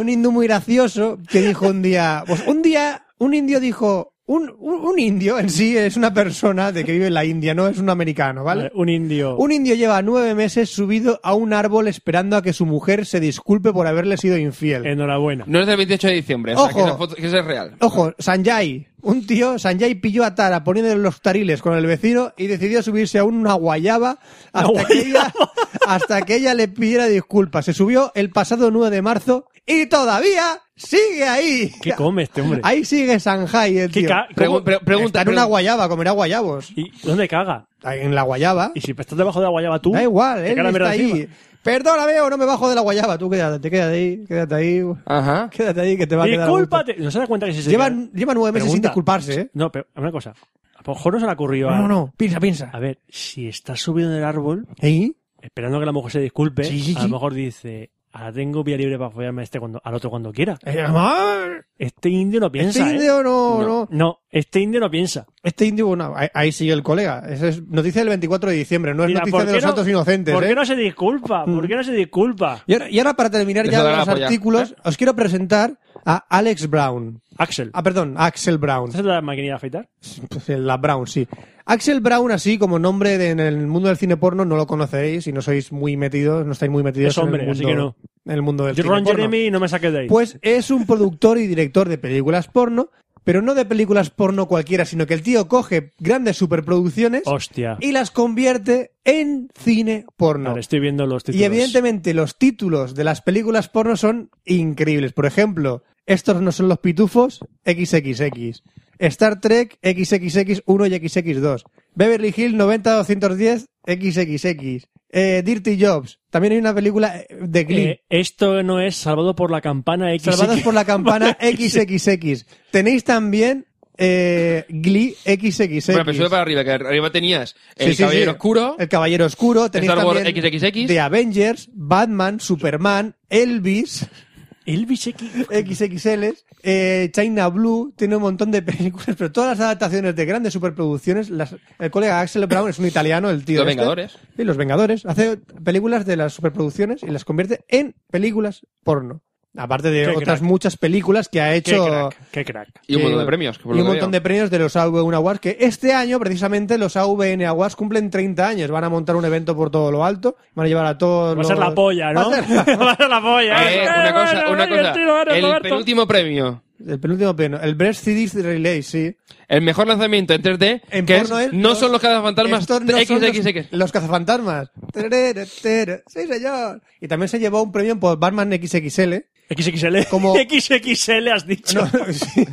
un hindú muy gracioso que dijo un día, pues un día un indio dijo, un, un- un indio en sí es una persona de que vive en la India, no es un americano, ¿vale?
Eh, Un indio.
Un indio lleva nueve meses subido a un árbol esperando a que su mujer se disculpe por haberle sido infiel.
Enhorabuena.
No es del 28 de diciembre, o sea,
Ojo.
que esa, foto- que esa es real.
Ojo, Sanjay, un tío, Sanjay pilló a Tara poniéndole los tariles con el vecino y decidió subirse a una guayaba hasta, Que, ella, *laughs* hasta que ella le pidiera disculpas. Se subió el pasado 9 de marzo y todavía sigue ahí.
¿Qué come este hombre?
Ahí sigue Sanjay, el
¿Qué
tío.
ca-
Pregu-
cómo-
pre- pregunta,
Está en una
pregunta.
guayaba, comerá guayabos.
¿Y dónde caga?
Ahí En la guayaba.
Y si estás debajo de la guayaba tú.
Da igual,
te
él
cae la
está
mierda
ahí.
encima.
Perdóname o no me bajo de la guayaba. Tú quédate, quédate ahí, quédate ahí,
Ajá.
quédate ahí que te va a quedar a gusto.
Discúlpate. ¿No se da cuenta que si se
Llevan- lleva nueve meses sin disculparse, ¿eh?
No, pero una cosa. A lo mejor no se le ocurrió a-
No, no, no, piensa, piensa.
A ver, si estás subido en el árbol,
¿Eh?
esperando que la mujer se disculpe,
Sí, sí,
a lo
sí.
mejor dice, ahora tengo vía libre para follarme a este cuando, al otro cuando quiera.
Eh, amor.
Este indio no
Este
piensa. ¿eh?
indio no, no,
No, este indio no piensa.
Este indio, bueno, ahí, ahí sigue el colega. Esa es noticia del 24 de diciembre, no es
Mira,
noticia
¿por
de
qué
los
no-
santos inocentes.
¿Por
¿eh?
qué no se
*laughs*
disculpa? ¿Por qué no se disculpa?
y, ahora, y ahora, para terminar
Les
ya
dará
los
la polla.
artículos,
¿Eh?
os quiero presentar a Alex Brown.
Axel.
Ah, perdón, a Axel Brown.
¿Esta es la maquinilla de afeitar?
Pues, eh, La Brown, sí. Axel Brown, así como nombre de- en el mundo del cine porno, no lo conocéis y no sois muy metidos, no estáis muy metidos
Es
en,
hombre,
el mundo,
así que no.
en Pues el mundo del
Yo,
cine
Ron
porno.
Jeremy, no me saques de ahí.
Pues es un productor y director de películas porno, pero no de películas porno cualquiera, sino que el tío coge grandes superproducciones
Hostia.
y las convierte en cine porno.
Vale, estoy viendo los títulos.
Y evidentemente los títulos de las películas porno son increíbles. Por ejemplo, estos no son los pitufos, XXX. Star Trek, XXX1 y XX2. Beverly Hills 90210, XXX. Eh, Dirty Jobs. También hay una película eh, de Glee.
Eh, esto no es salvado por la campana X.
Salvados por
*laughs*
la campana XXX. Tenéis también eh, Glee XXX.
Bueno, pero sube para arriba, que arriba tenías el
Sí, sí,
caballero
sí.
oscuro,
El Caballero Oscuro. Tenéis
Star Wars
también
XXX.
The Avengers, Batman, Superman, Elvis, *laughs*
Elvis X.
XXL, eh, China Blue. Tiene un montón de películas, pero todas las adaptaciones de grandes superproducciones. las- el colega Axel Brown es un italiano, el tío.
Los
este.
Vengadores.
Sí, Los Vengadores. Hace películas de las superproducciones y las convierte en películas porno. Aparte de
Qué
otras
crack.
muchas películas que ha
Qué
hecho
crack. Qué crack.
y un
que-
montón de premios. que
Eh, y
por lo
un
que
montón
veo.
de premios de los AVN Awards, que este año, precisamente, los AVN Awards cumplen 30 años. Van a montar un evento por todo lo alto, van a llevar a todos
Va a
los-
ser la polla, ¿no?
*laughs* Va a ser la-
Va a ser la polla.
Eh,
Eh,
una cosa,
bueno,
una
qué divertido,
cosa.
bueno,
El
Roberto.
penúltimo premio.
El penúltimo premio. El Breast CDs Relay, sí.
El mejor lanzamiento en 3D,
En
que es-
porno es-
no son los cazafantasmas
Estos no son
XXX.
Los, los cazafantasmas. Terere, tere. Sí, señor. Y también se llevó un premio por Batman XXL.
XXL.
Como-
*laughs* XXL has dicho.
No, *laughs* sí.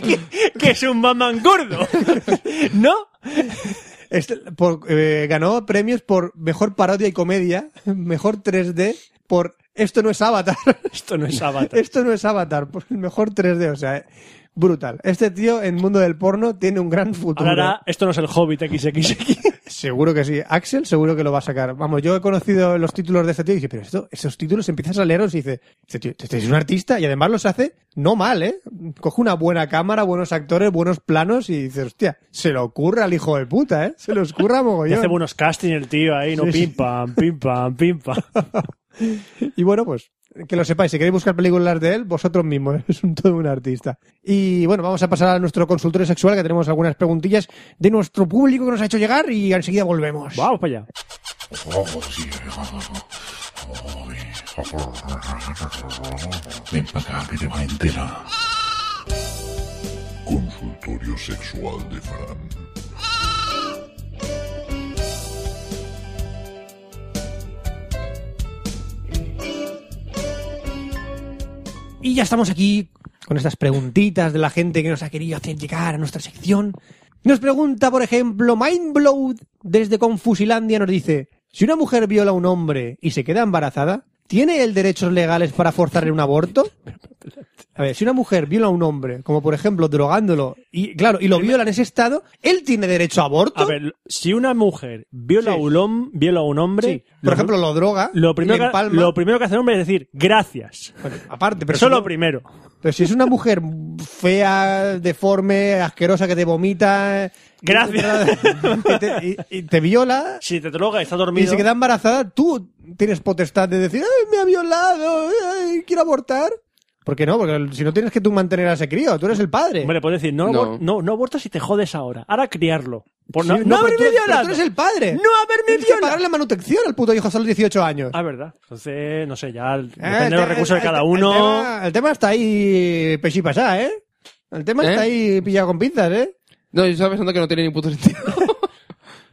*laughs* que, que es un Batman gordo.
*laughs*
¿No?
Este- *laughs* por- eh, ganó premios por mejor parodia y comedia, mejor 3D, por Esto no es Avatar. *laughs*
Esto no es Avatar.
Esto no es Avatar. Pues el mejor 3D, o sea, eh, brutal. Este tío en mundo del porno tiene un gran futuro.
Ahora, hará, esto no es el Hobbit
*laughs*
XXX.
Seguro que sí. Axel seguro que lo va a sacar. Vamos, yo he conocido los títulos de este tío y dice, pero esto, estos títulos empiezas a leerlos y dice, este tío, este es un artista y además los hace no mal, ¿eh? Coge una buena cámara, buenos actores, buenos planos y dice, hostia, se lo ocurra al hijo de puta, ¿eh? Se lo
*laughs*
ocurra
Y
mogollón.
hace buenos castings el tío ahí, no
Sí, sí.
pim pam, pim pam, pim
*laughs*
pam.
Y bueno, pues que lo sepáis, si queréis buscar películas de él, vosotros mismos, *laughs* es un todo un artista. Y bueno, vamos a pasar a nuestro consultorio sexual, que tenemos algunas preguntillas de nuestro público que nos ha hecho llegar y enseguida volvemos.
Vamos para allá.
Ven para acá, que te va a enterar. Consultorio sexual de Fran.
Y ya estamos aquí con estas preguntitas de la gente que nos ha querido hacer llegar a nuestra sección. Nos pregunta, por ejemplo, Mindblow desde Confusilandia nos dice, si una mujer viola a un hombre y se queda embarazada, ¿tiene él derechos legales para forzarle un aborto? A ver, si una mujer viola a un hombre, como por ejemplo drogándolo, y claro, y lo viola en ese estado, ¿él tiene derecho a aborto?
A ver, si una mujer viola, a,
Sí.
un hom- viola a un hombre,
Sí. Por ejemplo, lo droga,
lo
le
primero, que,
empalma.
lo primero que hace el hombre es decir gracias.
Bueno, aparte, pero
Eso es
si no-
lo primero.
Pero si es una mujer fea, deforme, asquerosa, que te vomita...
Gracias.
que te- y, y te viola
Si te droga y está
y
dormido.
se queda embarazada, tú tienes potestad de decir, "Ay, me ha violado, ay, quiero abortar. ¿Por qué no? Porque si no tienes que tú mantener a ese crío, tú eres el padre.
Hombre, puedes decir, no,
No.
abor- no. no, abortas si te jodes ahora. Ahora criarlo. Por pues no,
Sí,
no
pero pues tú-
haberme
pero
violado.
Tú eres el padre.
No haberme
Tienes que
violado.
pagarle manutención al puto hijo hasta los 18 años.
Ah, verdad. Entonces, no sé, ya el-
Eh,
depende de
el
los
te-
recursos de
el-
cada
el-
uno.
El tema, el tema está ahí pechi pasá, ¿eh? El tema
¿Eh?
está ahí pillado con pinzas, ¿eh?
No, yo estaba pensando que no tiene ni puto
*laughs*
sentido.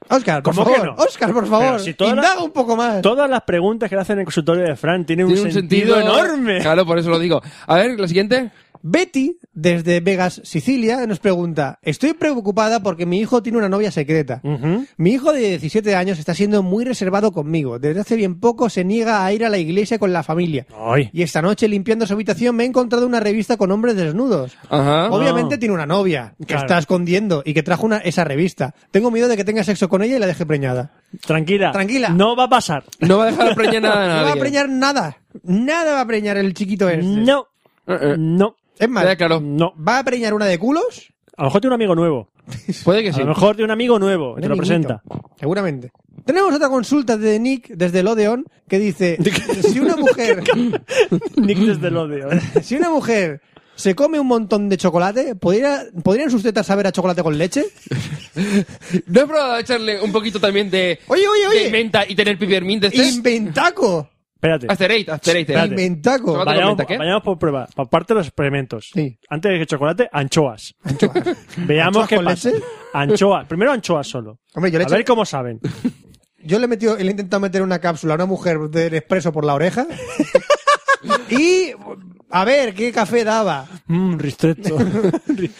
Oscar, por
¿Cómo que
favor.
no?
Oscar, por favor.
Pero si todas
indaga
las-
un poco más.
Todas las preguntas que le hacen en el consultorio de Fran tienen
tiene
un, sentido, enorme.
Claro, por eso lo digo. A ver, la siguiente.
Betty, desde Vegas, Sicilia, nos pregunta, estoy preocupada porque mi hijo tiene una novia secreta.
Ujú.
Mi hijo de 17 años está siendo muy reservado conmigo. Desde hace bien poco se niega a ir a la iglesia con la familia.
Ay.
Y esta noche, limpiando su habitación, me he encontrado una revista con hombres desnudos.
Ajá.
Obviamente tiene una novia que
Ah. Claro.
está escondiendo y que trajo una, esa revista. Tengo miedo de que tenga sexo con ella y la deje preñada.
Tranquila.
Tranquila.
No va a pasar.
No va a dejar
*laughs*
preñar
Ah,
nada a
No va a
nadie.
preñar nada. Nada va a preñar el chiquito este.
No.
Eh, eh.
No.
Es más,
Queda claro.
No.
¿va a preñar una de culos?
A lo mejor tiene un amigo nuevo.
Puede que
A
sí.
lo mejor tiene un amigo nuevo. y Te lo
Un amiguito,
presenta.
Seguramente. Tenemos otra consulta de Nick desde el Odeon
*laughs*
que dice, si una mujer,
Nick desde el odio. ¿eh?
*laughs* si una mujer se come un montón de chocolate, ¿podría- ¿podrían sus tetas saber a chocolate
*laughs*
con leche?
No he probado a echarle un poquito también de,
Oye, oye,
de
oye.
menta y tener pimienta. Este es
Inventaco.
Espérate.
Asterate, asterate.
Espérate.
Inventaco.
Chocolate.
Vayamos,
comenta, ¿qué?
vayamos por prueba. Por parte de los experimentos.
Sí.
Antes que chocolate, anchoas. *laughs* Veamos
¿Anchoas
qué
con
pasa.
leche?
Anchoas. Primero anchoas solo.
Hombre, yo le,
A
he
ver
hecho-
cómo saben.
yo le he metido, le he intentado meter una cápsula a una mujer de Nespresso por
*laughs*
la oreja. y a ver qué café daba.
Mmm, ristretto.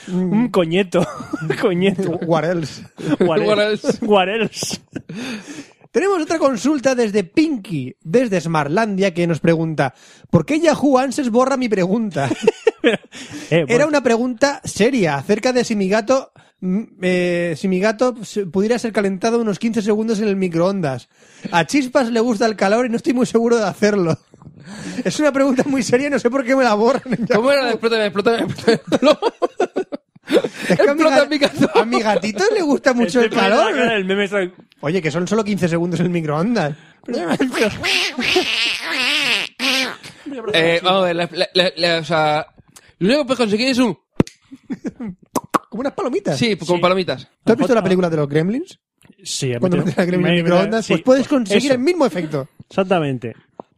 Mmm, coñeto. coñeto.
What else?
Guarels.
Guarels.
Guarels.
Tenemos otra consulta desde Pinky, desde Smartlandia, que nos pregunta ¿Por qué Yahoo Answers borra mi pregunta?
Eh,
Era
bueno,
una pregunta seria acerca de si mi gato mm, eh, si mi gato se- pudiera ser calentado unos 15 segundos en el microondas. A Chispas le gusta el calor y no estoy muy seguro de hacerlo. Es una pregunta muy seria, no sé por qué me la borran.
¿Cómo era? Explótame, explótame, explótame.
*laughs* Es que a, mi
Explota
ga-
mi gato.
a mi gatito le gusta mucho
estoy
el
poniendo Este la cara
calor.
del meme está-
Oye, que son solo 15 segundos en el microondas.
Eh, vamos a ver, la, la- la- la- o sea, lo único que puedes conseguir es un...
*laughs* Como unas palomitas.
Sí, con palomitas.
¿Tú has visto la película de los Gremlins?
Sí, he
cuando
metido-
metes la crema en
me-
el microondas,
sí,
pues puedes conseguir
eso,
el mismo efecto.
Exactamente.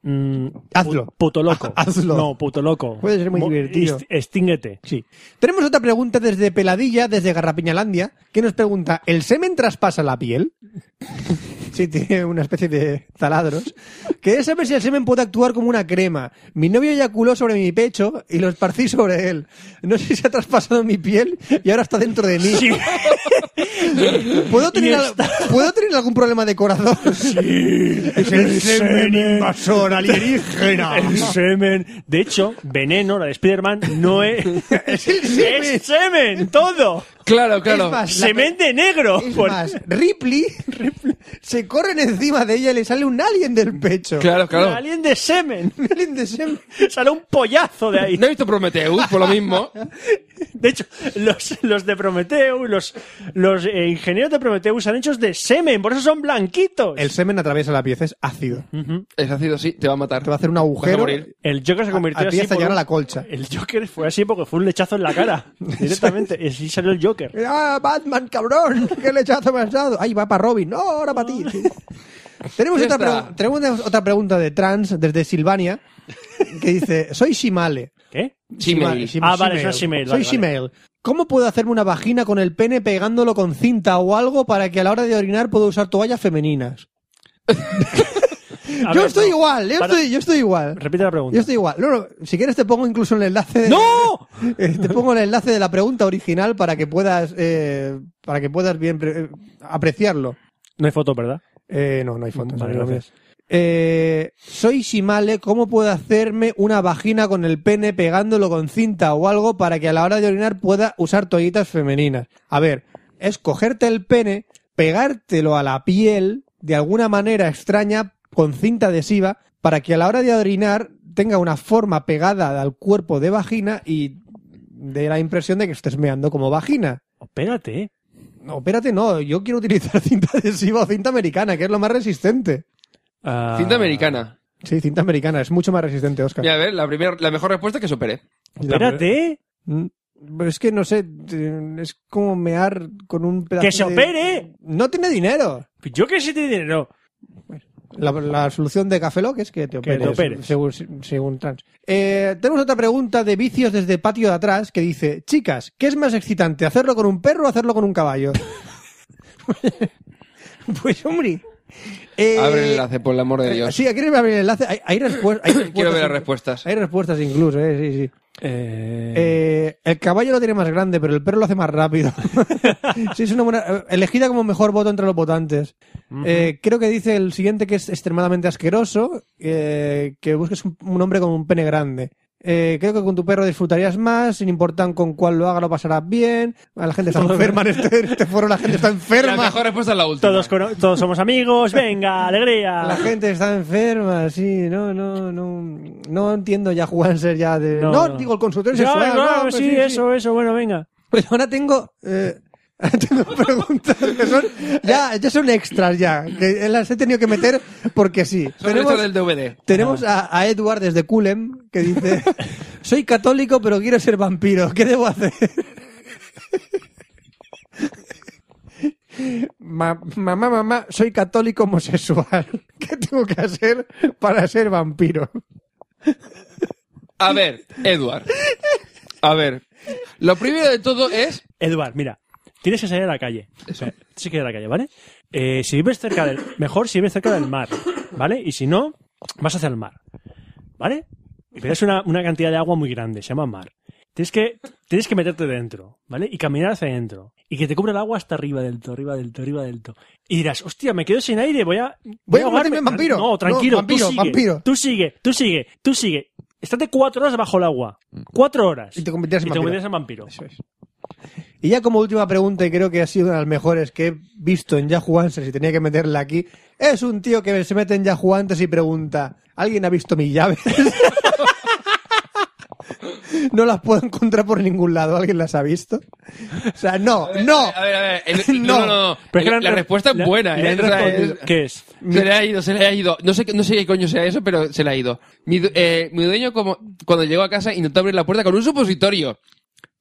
Mm,
Hazlo.
pu- Puto loco.
*laughs* Hazlo.
No, puto loco.
Puede ser muy
Mo-
divertido.
est- Extínguete.
Sí. Tenemos otra pregunta desde Peladilla, desde Garrapiñalandia, que nos pregunta, *laughs* ¿el semen traspasa la piel? Sí, tiene una especie de taladros. Quería saber si el semen puede actuar como una crema. Mi novio eyaculó sobre mi pecho y lo esparcí sobre él. No sé si se ha traspasado mi piel y ahora está dentro de mí. *laughs* ¿Puedo, tener al- ¿Puedo tener algún problema de corazón? *laughs*
Es
el semen invasor alienígena. *laughs*
El semen. De hecho, Veneno, la de Spider-Man, no es.
*laughs* Es el semen.
Es semen, todo.
Claro, claro.
Es más, la-
Semen de negro.
Es
Por-
más, Ripley, se corren encima de ella y le sale un alien del pecho.
Claro,
Un
claro.
alien de semen.
*laughs*
*laughs*
Un alien de semen.
Sale un pollazo de ahí.
No he visto Prometheus, por
*laughs*
lo mismo.
De hecho, los, los de Prometeu, los, los eh, ingenieros de Prometeu han hechos de semen, por eso son blanquitos.
El semen atraviesa la pieza, es ácido.
Es ácido, sí, te va a matar.
Te va a hacer un
Vas a
agujero.
morir.
El Joker se convirtió
a- a ti
así.
hasta
por
llegar
un-
a la colcha.
El Joker fue así porque fue un lechazo en la cara.
*laughs*
directamente. Y así salió el Joker.
¡Ah, Batman, cabrón! *laughs* ¡Qué lechazo me has dado! ¡Ay, va para Robin! ¡No, ahora para ti! *laughs* Tenemos
Ya
otra,
está.
pregu- tenemos otra pregunta de trans desde Silvania que dice: Soy Shimale.
¿Qué?
Gmail.
Shima-
Ah, vale, es una Gmail,
Soy
vale, vale.
Gmail. ¿Cómo puedo hacerme una vagina con el pene pegándolo con cinta o algo para que a la hora de orinar pueda usar toallas femeninas?
A
yo
ver,
estoy
no.
igual, yo,
Para-
estoy, yo estoy igual.
Repite la pregunta.
Yo estoy igual. No, no, si quieres te pongo incluso el enlace de,
¡No!
Eh, te pongo el enlace de la pregunta original para que puedas eh, para que puedas bien pre- eh, apreciarlo.
No hay foto, ¿verdad?
Eh, no, no hay fotos.
Vale,
amigo mío.
gracias.
Eh, soy Shimale, ¿cómo puedo hacerme una vagina con el pene pegándolo con cinta o algo para que a la hora de orinar pueda usar toallitas femeninas? A ver, es cogerte el pene, pegártelo a la piel de alguna manera extraña con cinta adhesiva para que a la hora de orinar tenga una forma pegada al cuerpo de vagina y dé la impresión de que estés meando como vagina.
Espérate, ¿eh?
No, espérate, no, yo quiero utilizar *laughs* cinta adhesiva o cinta americana, que es lo más resistente.
Ah.
Cinta americana.
Sí, cinta americana, es mucho más resistente, Oscar.
Mira, a ver, la, primera la mejor respuesta es que supere.
Espérate, ¿eh?
Mm, pero es que no sé, te- es como mear con un pedazo
¡Que se
de-
opere!
No tiene dinero.
Yo que sí tiene dinero.
La, la solución de Café Lock es que te operes.
te operes.
Según, según trans. Eh, tenemos otra pregunta de vicios desde el patio de atrás que dice, chicas, ¿qué es más excitante, hacerlo con un perro o hacerlo con
*laughs*
un caballo? pues hombre... eh,
Abre el enlace, por el amor de
eh,
Dios.
Sí, aquí me abre el enlace. Hay, hay respu- hay respuestas.
*coughs* Quiero ver las
inclu-
respuestas.
Hay respuestas incluso, eh, sí, sí. Eh, el caballo lo tiene más grande, pero el perro lo hace más *laughs* rápido. sí, es una buena. eh, Elegida como mejor voto entre los votantes. Eh, creo que dice el siguiente que es extremadamente asqueroso: eh, que busques un, un hombre con un pene grande. Eh, creo que con tu perro disfrutarías más, sin importar con cuál lo haga, lo pasarás bien. Ah, La gente *laughs* está enferma en este, en este foro, *laughs* la gente está
La
enferma.
mejor respuesta es la última.
Todos, cono- todos somos amigos, venga, alegría.
La gente está enferma, sí, no, no, no, no entiendo ya Juanser ya de... No, digo, el consultorio
Ya,
sexual.
claro,
no, pues
sí,
sí, sí.
eso, eso, bueno, venga.
Pero Pues ahora tengo. eh,
*laughs*
tengo preguntas que son. Ya, ya son extras, ya. Que las he tenido que meter porque sí.
Son
Tenemos,
estas del DVD.
tenemos a, a Edward desde Culem que
*laughs*
dice: Soy católico, pero quiero ser vampiro. ¿Qué debo hacer? *laughs* Ma- mamá, mamá, soy católico homosexual. *laughs* ¿Qué tengo que hacer para ser vampiro?
A ver, Edward. A ver. Lo primero de todo es.
Eduard, mira, tienes que salir a la calle. Eso. Sí que a la calle, ¿vale? Eh, si vives cerca del... Mejor si vives cerca del mar, ¿vale? Y si no, vas hacia el mar, ¿vale? Y pero es una, una cantidad de agua muy grande, se llama mar. Tienes que, tienes que meterte dentro, ¿vale? Y caminar hacia adentro. Y que te cubra el agua hasta arriba del todo, arriba del todo, arriba del todo. Y dirás, hostia, me quedo sin aire, voy a...
Voy a
ahogarme".
convertirme en vampiro.
No, tranquilo,
No,
tú
vampiro,
sigue,
vampiro.
tú sigue, tú sigue, tú sigue. Estate cuatro horas bajo el agua. Cuatro horas.
Y te convertirás en
Y
vampiro.
convertirás en vampiro.
Eso es. Y ya como última pregunta, y creo que ha sido una de las mejores que he visto en Yahoo Answers y tenía que meterla aquí, es un tío que se mete en Yahoo Answers y pregunta, ¿alguien ha visto mis llaves? *laughs* no las puedo encontrar por ningún lado, ¿alguien las ha visto? O sea, no, no.
A ver, a ver.
*laughs*
el-
No.
no, no, no.
Pero es que
la,
le han
la
re-
respuesta
le-
es buena,
le
¿eh?
han
O sea,
respondido-
es-
¿Qué es?
Se le ha ido, se le ha ido. No sé, qué- no sé qué coño sea eso, pero se le ha ido. Mi, du- eh, mi dueño, como, cuando llegó a casa, intentó abrir la puerta con un supositorio.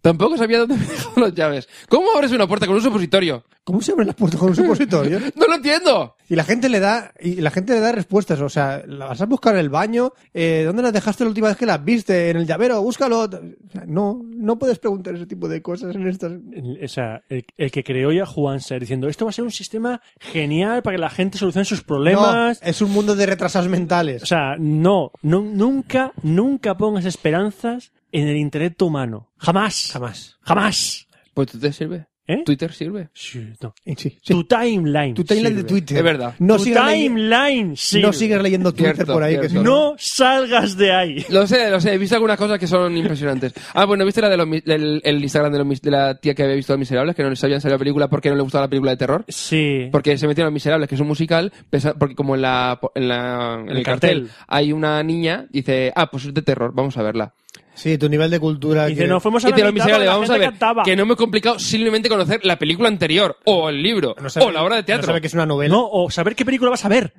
Tampoco sabía dónde *laughs* me dejaban las llaves. ¿Cómo abres una puerta con un supositorio?
¿Cómo se abren las puertas con un supositorio?
¡No lo entiendo!
Y la gente le da, y la gente le da respuestas, o sea, la vas a buscar en el baño, eh, ¿dónde las dejaste la última vez que las viste? En el llavero, búscalo. O sea, No, no puedes preguntar ese tipo de cosas en estas.
El- O sea, el, el que creó ya Juanser diciendo esto va a ser un sistema genial para que la gente solucione sus
No,
problemas.
es un mundo de retrasados
O
mentales.
sea, no, no, nunca, nunca pongas esperanzas en el intelecto humano. Jamás. Jamás. Jamás.
Pues Twitter sirve.
¿Eh?
Twitter sirve.
Sí, no.
Sí, sí.
Tu timeline.
Tu timeline de
sirve.
Twitter.
Es verdad.
No,
tu
sigas, leye-
timeline sí.
no sigas leyendo Twitter
Cierto,
por ahí. Que
cierto.
si
No salgas de ahí.
Lo sé, lo sé. He visto algunas cosas que son impresionantes. Ah, bueno, ¿viste la de los mis- del- el Instagram de, los mis- de la tía que había visto a Miserables? Que no les habían salido la película porque no le gustaba la película de terror.
Sí.
Porque se metieron a Miserables, que es un musical, pesa- porque como en, la, en, la- en
El
el cartel
cartel.
hay una niña, dice, ah, pues es de terror, vamos a verla.
Sí, tu nivel de cultura.
Dice,
que-
no fuimos a
Y
la
te lo
mitad
miserable,
cuando la
vamos a
gente
ver.
cantaba.
Que no me he complicado simplemente conocer la película anterior, o el libro,
no sabe-
o la obra de
No
teatro.
sabe que es una novela.
No, o saber qué película vas a ver.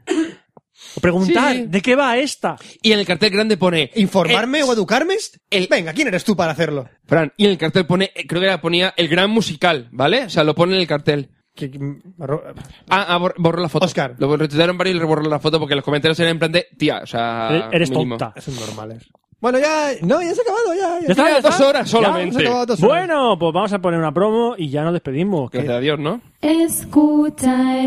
O preguntar,
Sí, sí.
¿de qué va esta?
Y en el cartel grande pone.
¿Informarme
eh,
o educarme?
el-
Venga, ¿quién eres tú para hacerlo?
Fran, y en el cartel pone, eh, creo que era, ponía el gran musical, ¿vale? O sea, lo pone en el cartel.
Que- que- ro-
Ah, ah, bor- borró la foto.
Oscar.
Lo retuitearon varios y le borró la foto porque los comentarios eran en plan de, tía, o sea.
Eh, Eres
Ah, mínimo.
tonta.
Son
¿eh?
normales. Bueno, ya. No, ya se ha acabado. Ya, ya.
Ya está,
Mira,
ya está.
dos horas
Ya,
solamente.
se ha acabado dos horas.
Bueno, pues vamos a poner una promo y ya nos despedimos. que-
Gracias a Dios, ¿no?
Escucha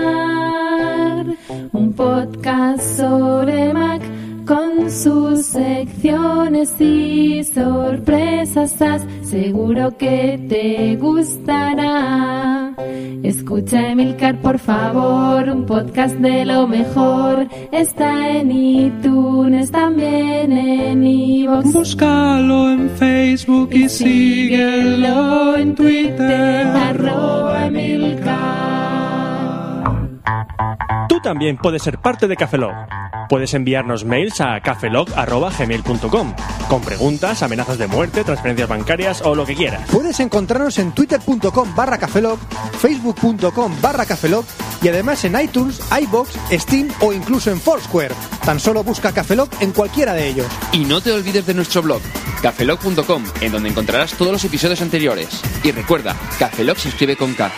Emilcar, un podcast sobre Mac con sus secciones y sorpresas. Estás seguro que te gustará. Escucha Emilcar, por favor, un podcast de lo mejor. Está en iTunes, también en iVoox.
Búscalo en Facebook y
síguelo en Twitter, arroba Emilcar.
Tú también puedes ser parte de Cafelog. Puedes enviarnos mails a cafelog.gmail.com con preguntas, amenazas de muerte, transferencias bancarias o lo que quieras.
Puedes encontrarnos en twitter.com barra cafelog, facebook.com barra cafelog y además en iTunes, iBox, Steam o incluso en Foursquare. Tan solo busca cafelog en cualquiera de ellos.
Y no te olvides de nuestro blog, cafelog.com, en donde encontrarás todos los episodios anteriores. Y recuerda, Cafelog se escribe con K.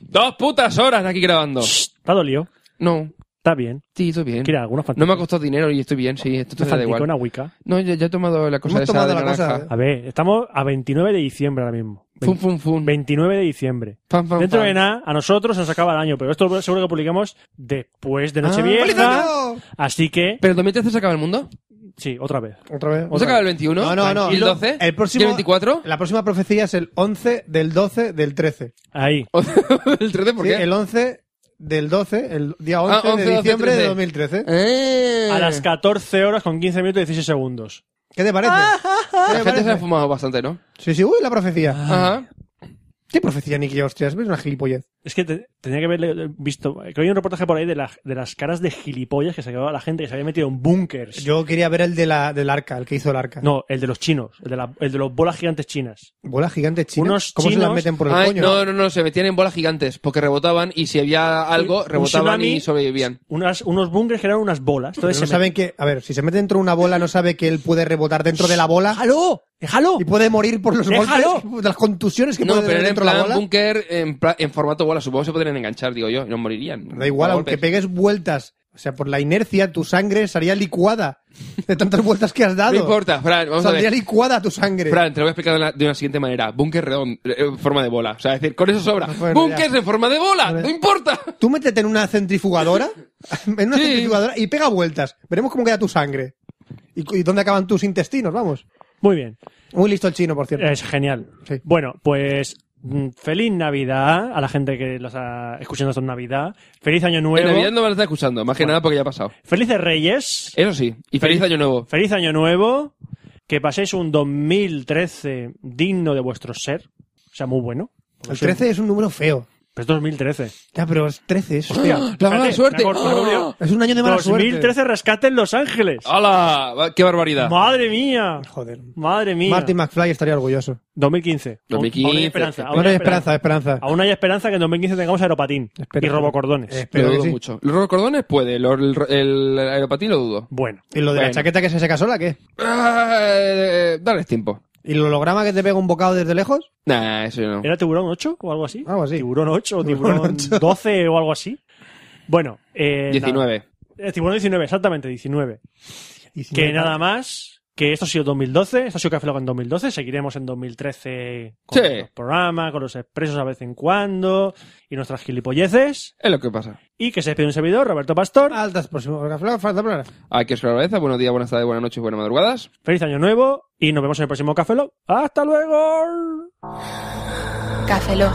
Dos putas horas aquí grabando.
¿Está dolido?
No,
Está bien.
sí, estoy bien.
Tira algunos
No me ha
fantasmas.
costado dinero y estoy bien, sí, esto te da igual.
una Wicca.
No, ya, ya he tomado la cosa
Hemos
esa
tomado
de
la cosa.
naranja.
A ver, estamos a 29 de diciembre ahora mismo.
Fum, fum, fum.
29 de diciembre.
Fan, fan,
Dentro
fan.
de nada, a nosotros se nos acaba el año, pero esto seguro que lo publicamos después de
Ah,
¡Feliz
Nochevieja.
año!
así que,
¿Pero en 2013 se acaba el mundo?
sí, otra vez.
Otra vez.
¿No se acaba el 21?
No, no, no.
¿Y el 12?
El
¿Y
próximo,
el 24?
La próxima profecía es el 11 del 12 del 13.
Ahí.
*laughs* ¿El 13 por
Sí,
qué?
El 11 del 12, el día 11,
Ah, 11,
de
12,
diciembre
13.
de 2013.
Eh.
A las 14 horas con 15 minutos y 16 segundos.
¿Qué te parece? ¿Qué
La
te
gente se ha
parece?
fumado bastante, ¿no?
Sí, sí, uy, la profecía.
Ajá.
¿Qué profecía, Nicky? Hostias, ves una gilipollez.
Es que te- tenía que haber visto. Creo que hay un reportaje por ahí de, la- de las caras de gilipollas que se quedaba la gente que se había metido en bunkers.
Yo quería ver el de la, del arca, el que hizo el arca.
No, el de los chinos. El de, la- el de los bolas gigantes chinas.
Bolas gigantes chinas.
Unos
¿Cómo se las
chinos-
meten por el
Ay,
coño?
no, no, no, se metían en bolas gigantes porque rebotaban y si había algo,
Un
rebotaban
tsunami,
y sobrevivían.
Unas, unos bunkers que eran unas bolas.
Pero
Entonces
no
se
saben que, a ver, si se mete dentro de una bola, no sabe que él puede rebotar dentro de la bola. ¡Déjalo!
¡Déjalo!
Y puede morir por los
¡Déjalo!
golpes, de las contusiones que
No,
puede
pero
tener
era en
dentro de la
plan
bola.
búnker en, pla- en formato bola. Supongo que se podrían enganchar, digo yo, y no morirían.
Da igual,
Por
aunque
golpes.
pegues vueltas. O sea, por la inercia, tu sangre estaría licuada *laughs* de tantas vueltas que has dado.
No importa, Fran, vamos a
Saldría
ver.
licuada tu sangre.
Fran, te lo voy a explicar de la- de una siguiente manera. Búnker redondo, eh, en forma de bola. O sea, es decir, con eso sobra.
Bueno,
Búnkers
ya.
en forma de bola,
Vale.
no importa.
Tú métete en una
*laughs*
centrifugadora, en una
Sí.
centrifugadora y pega vueltas. Veremos cómo queda tu sangre. Y, cu- y dónde acaban tus intestinos, vamos.
Muy bien.
Muy listo el chino, por cierto.
Es genial.
Sí.
Bueno, pues mm, feliz Navidad a la gente que los está escuchando esto en Navidad. Feliz Año
En Navidad
Nuevo.
no me lo está escuchando, más que nada porque ya ha pasado.
Felices Reyes.
Eso sí, y feliz,
Feliz-
año nuevo.
Feliz Año Nuevo. Que paséis un 2013 digno de vuestro ser. O sea, muy bueno.
el 13 es un número feo.
Pero es 2013.
Ya, pero es 13 eso.
Hostia,
*gasps* ¡La mala
espérate,
suerte! ¡Oh!
me acuerdo, me acuerdo.
Es un año de mala suerte.
2013 rescate en Los Ángeles.
Ah. ¡Hala! Va- ¡Qué barbaridad!
Madre mía.
Joder.
Madre mía.
Martin McFly estaría orgulloso.
2015.
2015.
Aún hay esperanza.
No
Aún
hay
hay
esperanza, esperanza.
Aún hay esperanza que en 2015 tengamos aeropatín
Espera.
y robocordones.
Espero
Lo
que
dudo
sí.
mucho. ¿Los robocordones? cordones? Puede. Lo- el, el aeropatín lo dudo.
Bueno.
¿Y lo de la
Bueno.
chaqueta que se seca sola, qué?
Eh, dales tiempo.
¿Y el holograma que te pega un bocado desde lejos?
Nah, eso yo no.
¿Era tiburón 8 o algo así?
Algo así.
Tiburón 8 o
Tiburón
tiburón,
8.
12 o algo así. Bueno. Eh,
19.
nada. Eh, tiburón 19, exactamente, 19. que nada más. Que esto ha sido 2012, esto ha sido Café Lock en 2012, seguiremos en 2013 con
Sí.
los programas, con los expresos a vez en cuando y nuestras gilipolleces.
Es lo que pasa.
Y que se despide un servidor, Roberto Pastor.
Altas próximo. Falta hablar.
Aquí es Cabeza. Buenos días, buenas tardes, buenas noches, buenas madrugadas.
Feliz año nuevo y nos vemos en el próximo Café Lock. ¡Hasta luego!
Café Lock.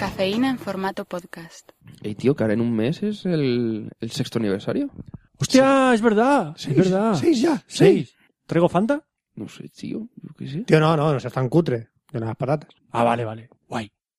Cafeína en formato podcast.
Ey, tío, que ahora en un mes es el, el sexto aniversario.
¡Hostia! Es verdad. es verdad.
Seis ya.
Seis. ¿Traigo Fanta?
No sé, tío. Yo qué sé.
Tío, no, no, no seas tan cutre. De unas patatas.
Ah, vale, vale. Guay.